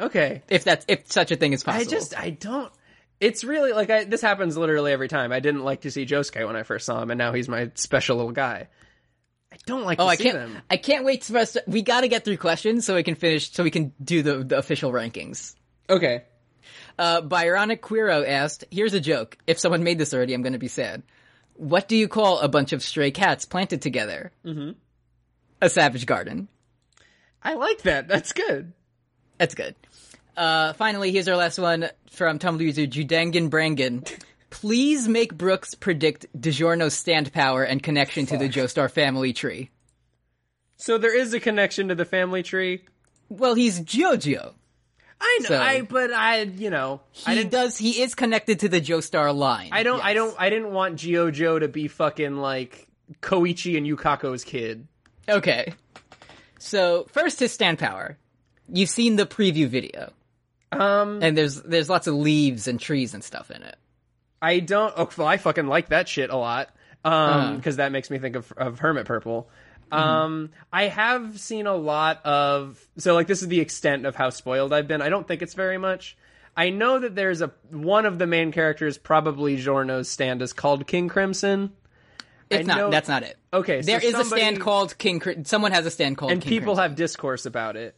Speaker 3: okay.
Speaker 2: if that's if such a thing is
Speaker 3: I
Speaker 2: possible.
Speaker 3: just I don't. It's really like I, this happens literally every time. I didn't like to see Josuke when I first saw him, and now he's my special little guy. I don't like
Speaker 2: oh
Speaker 3: to
Speaker 2: I
Speaker 3: see
Speaker 2: can't
Speaker 3: them.
Speaker 2: I can't wait for us. To, we got to get through questions so we can finish so we can do the the official rankings.
Speaker 3: Okay.
Speaker 2: Uh, Byronic Quiro asked, "Here's a joke. If someone made this already, I'm going to be sad. What do you call a bunch of stray cats planted together? Mm-hmm. A savage garden."
Speaker 3: I like that. That's good.
Speaker 2: That's good. Uh, finally, here's our last one from Tumblr user Judangan Brangan, Please make Brooks predict DiGiorno's stand power and connection to the Joestar family tree.
Speaker 3: So there is a connection to the family tree.
Speaker 2: Well, he's JoJo.
Speaker 3: I know,
Speaker 2: So-
Speaker 3: I but I you know I
Speaker 2: He
Speaker 3: didn't.
Speaker 2: does. He is connected to the Joestar line.
Speaker 3: I don't. I
Speaker 2: yes.
Speaker 3: don't. I didn't want Geo Joe to be fucking like Koichi and Yukako's kid.
Speaker 2: Okay. So first, his stand power. You've seen the preview video,
Speaker 3: Um,
Speaker 2: and there's there's lots of leaves and trees and stuff in it.
Speaker 3: I don't. Oh, well, I fucking like that shit a lot. Um, because that makes me think of of Hermit Purple. Um, I have seen a lot of so like this is the extent of how spoiled I've been. I don't think it's very much. I know that there's a one of the main characters, probably Jorno's stand, is called King Crimson.
Speaker 2: It's
Speaker 3: know-
Speaker 2: not. That's not it.
Speaker 3: Okay, so
Speaker 2: There is a stand
Speaker 3: somebody-
Speaker 2: called King. Cri- Someone has a stand called.
Speaker 3: and
Speaker 2: King
Speaker 3: people
Speaker 2: Crimson.
Speaker 3: have discourse about it.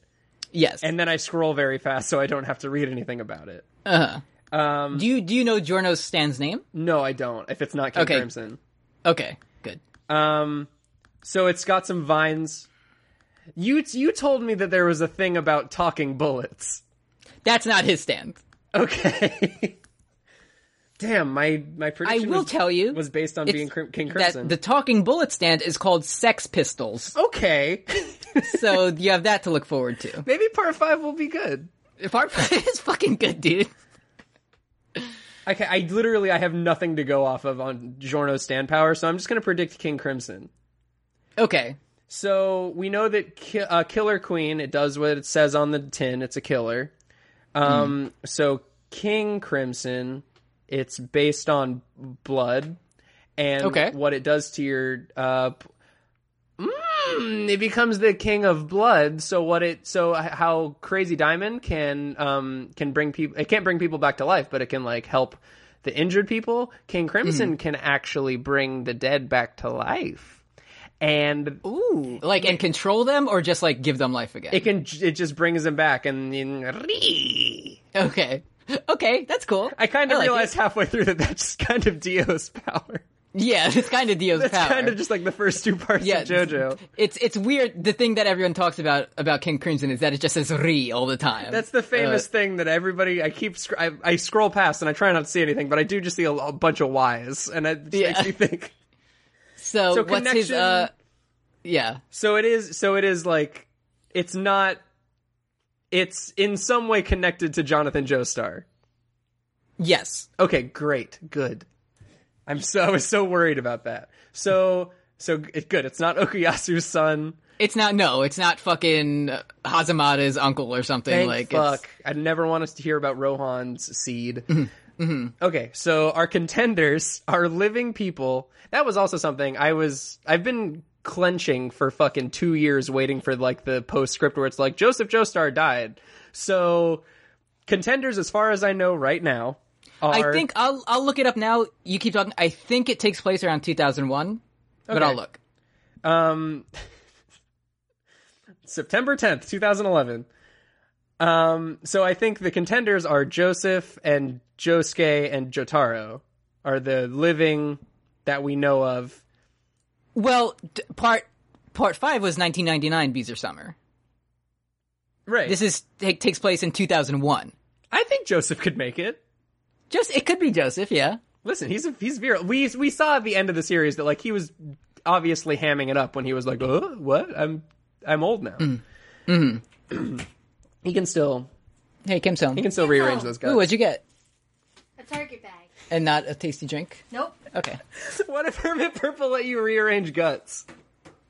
Speaker 2: yes.
Speaker 3: And then I scroll very fast, so I don't have to read anything about it.
Speaker 2: do you do you know Jorno's stand's name?
Speaker 3: No, I don't. If it's not King
Speaker 2: Okay.
Speaker 3: Crimson,
Speaker 2: Okay, good.
Speaker 3: um, so it's got some vines. You you told me that there was a thing about talking bullets.
Speaker 2: That's not his stand.
Speaker 3: Okay. Damn, my my
Speaker 2: I
Speaker 3: prediction
Speaker 2: will
Speaker 3: was,
Speaker 2: tell you
Speaker 3: was based on
Speaker 2: it's-
Speaker 3: being Crim- King Crimson.
Speaker 2: that the talking bullet stand is called Sex Pistols.
Speaker 3: okay,
Speaker 2: so you have that to look forward to.
Speaker 3: maybe part five will be good.
Speaker 2: Part is fucking good, dude.
Speaker 3: Okay, I literally I have nothing to go off of on Jorno's stand power, so I'm just gonna predict King Crimson.
Speaker 2: Okay.
Speaker 3: So we know that ki- uh, Killer Queen, it does what it says on the tin. It's a killer. Um,
Speaker 2: Hmm.
Speaker 3: So King Crimson, it's based on blood, and
Speaker 2: Okay.
Speaker 3: what it does to your. Uh, p- mm, it becomes the king of blood. So what it so h- how Crazy Diamond can um can bring people it can't bring people back to life, but it can like help the injured people. King Crimson
Speaker 2: Hmm.
Speaker 3: can actually bring the dead back to life. And
Speaker 2: Ooh. Like and control them or just like give them life again.
Speaker 3: it can it just brings them back and then
Speaker 2: okay. Okay, that's cool.
Speaker 3: I kind of
Speaker 2: like
Speaker 3: realized
Speaker 2: it.
Speaker 3: halfway through that that's kind of Dio's power.
Speaker 2: Yeah, it's kind of Dio's
Speaker 3: That's
Speaker 2: power.
Speaker 3: kind of just like the first two parts
Speaker 2: yeah,
Speaker 3: of JoJo.
Speaker 2: It's it's weird. The thing that everyone talks about about King Crimson is that it just says "re" all the time.
Speaker 3: That's the
Speaker 2: Uh,
Speaker 3: famous thing that everybody. I keep sc- I, I scroll past and I try not to see anything, but I do just see a, a bunch of Y's, and it just
Speaker 2: Yeah.
Speaker 3: makes me think.
Speaker 2: so.
Speaker 3: So
Speaker 2: what's his?
Speaker 3: connection-
Speaker 2: uh Yeah.
Speaker 3: So it is. So it is like it's not. It's in some way connected to Jonathan Joestar.
Speaker 2: Yes.
Speaker 3: Okay, great, good. I'm so I was so worried about that. So so it, good. It's not Okuyasu's son.
Speaker 2: It's not. No, it's not fucking uh, Hazamada's uncle or something.
Speaker 3: Thank
Speaker 2: like, it's-
Speaker 3: fuck. I never want us to hear about Rohan's seed.
Speaker 2: Mm-hmm,
Speaker 3: Okay, so our contenders are living people. That was also something I was. I've been clenching for fucking two years waiting for like the postscript where it's like Joseph Joestar died. So contenders, as far as I know, right now. Are,
Speaker 2: I think I'll I'll look it up now. You keep talking. I think it takes place around 2001, but
Speaker 3: Okay.
Speaker 2: I'll look.
Speaker 3: um, September 10th, 2011. Um, so I think the contenders are Joseph and Josuke and Jotaro are the living that we know of.
Speaker 2: Well, d- part part five was 1999, Beezer Summer.
Speaker 3: Right.
Speaker 2: This is take, takes place in 2001.
Speaker 3: I think Joseph could make it.
Speaker 2: Just it could be Joseph, yeah.
Speaker 3: Listen, he's a, he's virile. We we saw at the end of the series that like he was obviously hamming it up when he was like, "Uh, "What? I'm I'm old now." he can still
Speaker 2: Hey Kim Song,
Speaker 3: he can still rearrange those guys.
Speaker 2: ooh, what'd you get?
Speaker 4: A Target bag.
Speaker 2: And not a tasty drink.
Speaker 4: Nope.
Speaker 2: Okay.
Speaker 3: What if Hermit Purple let you rearrange guts?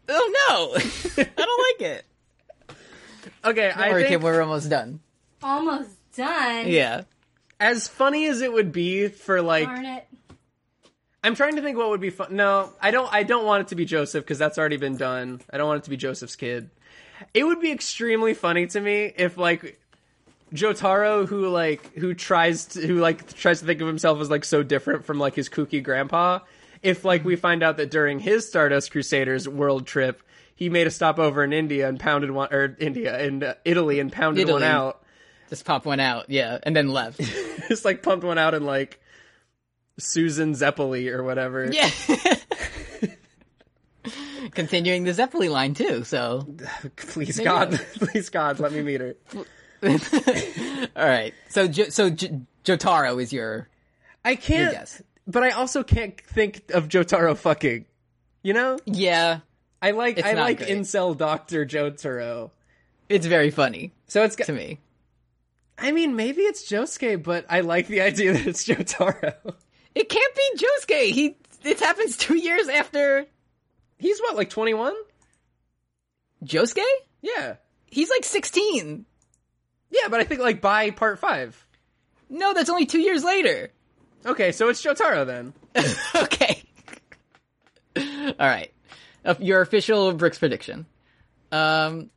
Speaker 2: Oh no, I don't like it.
Speaker 3: Okay,
Speaker 2: All
Speaker 3: I
Speaker 2: right, Kim,
Speaker 3: think
Speaker 2: we're almost done.
Speaker 4: Almost done.
Speaker 2: Yeah.
Speaker 3: as funny as it would be for like,
Speaker 4: Darn it.
Speaker 3: I'm trying to think what would be fun. No, I don't. I don't want it to be Joseph because that's already been done. I don't want it to be Joseph's kid. It would be extremely funny to me if like Jotaro, who like who tries to who like tries to think of himself as like so different from like his kooky grandpa. If like we find out that during his Stardust Crusaders world trip, he made a stopover in India and pounded one or India and uh, Italy and pounded one
Speaker 2: Italy.
Speaker 3: out.
Speaker 2: Just pop one out, yeah, and then left.
Speaker 3: just like pumped one out in like Susan Zeppeli or whatever.
Speaker 2: Yeah. Continuing the Zeppeli line too, so
Speaker 3: Please God, please God, let me meet her.
Speaker 2: All right. So jo- so J- Jotaro is your
Speaker 3: I can't.
Speaker 2: guess.
Speaker 3: but I also can't think of Jotaro fucking. You know,
Speaker 2: Yeah,
Speaker 3: I like
Speaker 2: It's
Speaker 3: I
Speaker 2: not
Speaker 3: like
Speaker 2: great.
Speaker 3: incel Doctor Jotaro.
Speaker 2: it's very funny
Speaker 3: So it's got,
Speaker 2: to me.
Speaker 3: I mean, maybe it's Josuke, but I like the idea that it's Jotaro.
Speaker 2: It can't be Josuke. He this happens two years after
Speaker 3: He's what, like twenty one?
Speaker 2: Josuke.
Speaker 3: Yeah,
Speaker 2: He's like sixteen.
Speaker 3: yeah, but I think like by part five.
Speaker 2: No, that's only two years later.
Speaker 3: Okay, so it's Jotaro then.
Speaker 2: okay. All right. Uh, your official Brooks prediction. Um,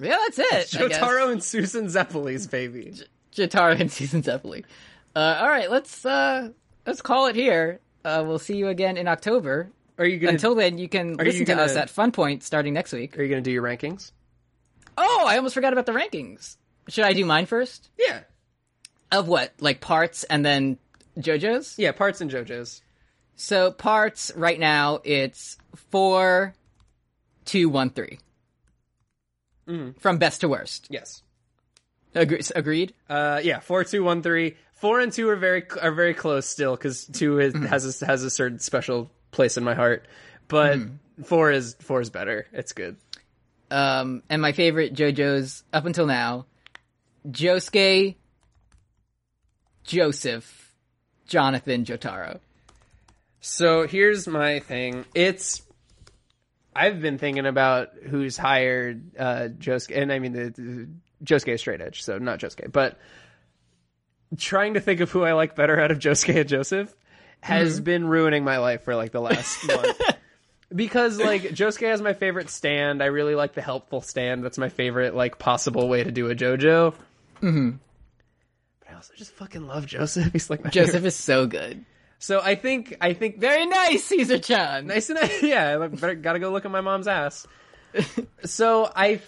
Speaker 2: yeah, that's it. I guess.
Speaker 3: Jotaro and Susan Zeppeli's baby.
Speaker 2: Jotaro and Susan Zeppeli. Uh, all right, let's uh, let's call it here. Uh, we'll see you again in October.
Speaker 3: Are you gonna
Speaker 2: Until then, you can
Speaker 3: Are you
Speaker 2: listen
Speaker 3: gonna-
Speaker 2: to us at Fun Point starting next week.
Speaker 3: Are you gonna do your rankings?
Speaker 2: Oh, I almost forgot about the rankings. Should I do mine first?
Speaker 3: Yeah,
Speaker 2: Of what? Like parts and then JoJo's?
Speaker 3: yeah, parts and JoJo's.
Speaker 2: So parts right now it's four, two, one, three. From best to worst.
Speaker 3: Yes.
Speaker 2: Agree- agreed.
Speaker 3: Uh, yeah, four, two, one, three. Four and two are very are very close still because two is, has a, has a certain special place in my heart, but four is four is better. It's good.
Speaker 2: Um, and my favorite JoJo's up until now, Josuke, Joseph, Jonathan, Jotaro.
Speaker 3: So here's my thing. It's I've been thinking about who's hired uh Josuke and I mean the, the Josuke is straight edge, so not Josuke, but trying to think of who I like better out of Josuke and Joseph has been ruining my life for like the last month. Because like Josuke has my favorite stand. I really like the helpful stand. That's my favorite like possible way to do a JoJo. Mm-hmm. But I also just fucking love Joseph. He's like my
Speaker 2: Joseph
Speaker 3: favorite.
Speaker 2: is so good.
Speaker 3: So I think I think
Speaker 2: Very nice, Caesar Chan.
Speaker 3: Nice and yeah. I better gotta go look at my mom's ass. so I,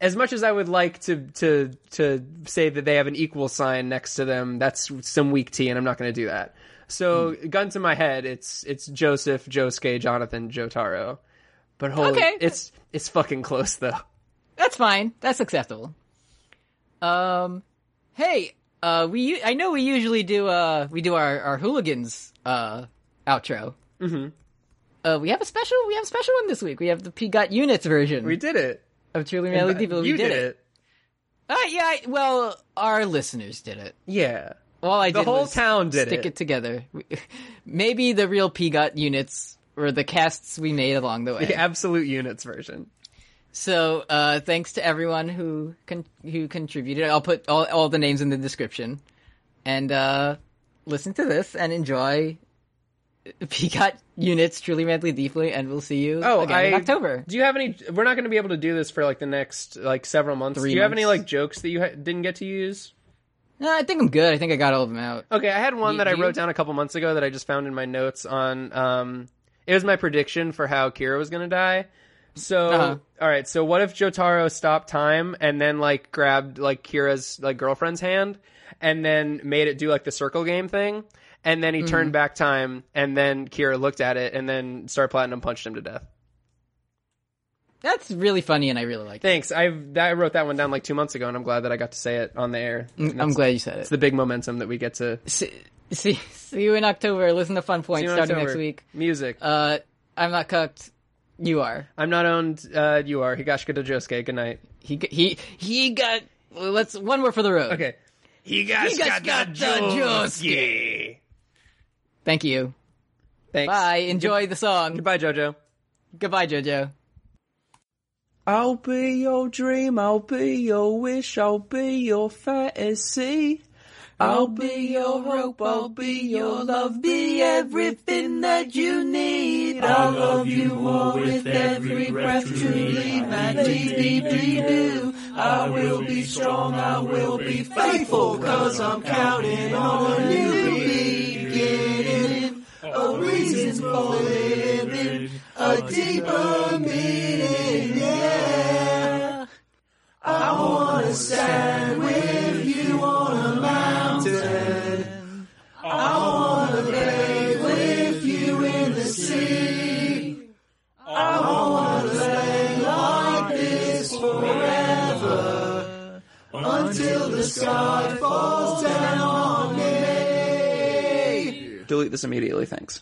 Speaker 3: as much as I would like to to to say that they have an equal sign next to them, that's some weak tea, and I'm not going to do that. So gun to my head, it's it's Joseph, Josuke, Jonathan, Jotaro. But holy,
Speaker 2: Okay.
Speaker 3: it's it's fucking close though.
Speaker 2: That's fine. That's acceptable. Um, hey, uh, we u- I know we usually do uh we do our our hooligans uh outro. Mm-hmm. Uh, we have a special we have a special one this week. We have the P got units version
Speaker 3: We did it.
Speaker 2: of Truly Manly People. We
Speaker 3: you did, it.
Speaker 2: Uh, yeah. I, well, our listeners did it.
Speaker 3: Yeah.
Speaker 2: All I
Speaker 3: The
Speaker 2: did
Speaker 3: whole
Speaker 2: was
Speaker 3: town did
Speaker 2: stick
Speaker 3: it.
Speaker 2: it, together. Maybe the real P got units were the casts we made along the way.
Speaker 3: The absolute units version.
Speaker 2: So uh, thanks to everyone who con- who contributed. I'll put all, all the names in the description, and uh, listen to this and enjoy. Peacock units truly madly deeply, and we'll see you
Speaker 3: Oh,
Speaker 2: again in
Speaker 3: I-
Speaker 2: October.
Speaker 3: Do you have any? We're not going to be able to do this for like the next like several months.
Speaker 2: Three
Speaker 3: do you have any
Speaker 2: months.
Speaker 3: like jokes that you ha- didn't get to use?
Speaker 2: No, I think I'm good. I think I got all of them out.
Speaker 3: Okay, I had one
Speaker 2: You-
Speaker 3: that I
Speaker 2: you?
Speaker 3: wrote down a couple months ago that I just found in my notes on. Um, it was my prediction for how Kira was going to die. So,
Speaker 2: Uh-huh.
Speaker 3: all right. So, what if Jotaro stopped time and then like grabbed like Kira's like girlfriend's hand and then made it do like the circle game thing, and then he
Speaker 2: Mm-hmm.
Speaker 3: turned back time and then Kira looked at it and then Star Platinum punched him to death.
Speaker 2: That's really funny, and I really like it.
Speaker 3: Thanks. I've that, I wrote that one down like two months ago, and I'm glad that I got to say it on the air. And
Speaker 2: Mm, I'm
Speaker 3: that's-
Speaker 2: glad you said it.
Speaker 3: It's the big momentum that we get to.
Speaker 2: See, see, see you in October. Listen to Fun Point
Speaker 3: See you in
Speaker 2: starting next
Speaker 3: October.
Speaker 2: week.
Speaker 3: Music.
Speaker 2: Uh, I'm not cooked. You are.
Speaker 3: I'm not owned. Uh, you are Higashika Dojosuke. Good night.
Speaker 2: He g- he he got. Let's one more for the road.
Speaker 3: Okay.
Speaker 2: Higashika Dojosuke. Thank you.
Speaker 3: Thanks.
Speaker 2: Bye. Enjoy the song.
Speaker 3: Goodbye, Jojo.
Speaker 2: Goodbye, JoJo.
Speaker 3: I'll be your dream. I'll be your wish. I'll be your fantasy. I'll be your hope. I'll be your love. Be everything that you need.
Speaker 5: I love you all with every breath truly, madly, deeply do. I will be strong, I will be faithful, cause I'm counting on you beginning. A reason for living, a deeper meaning, yeah. I wanna stand with you on a mountain. I wanna play with you in the sea. I wanna play like this forever until the sky falls down on me.
Speaker 3: Delete this immediately, thanks.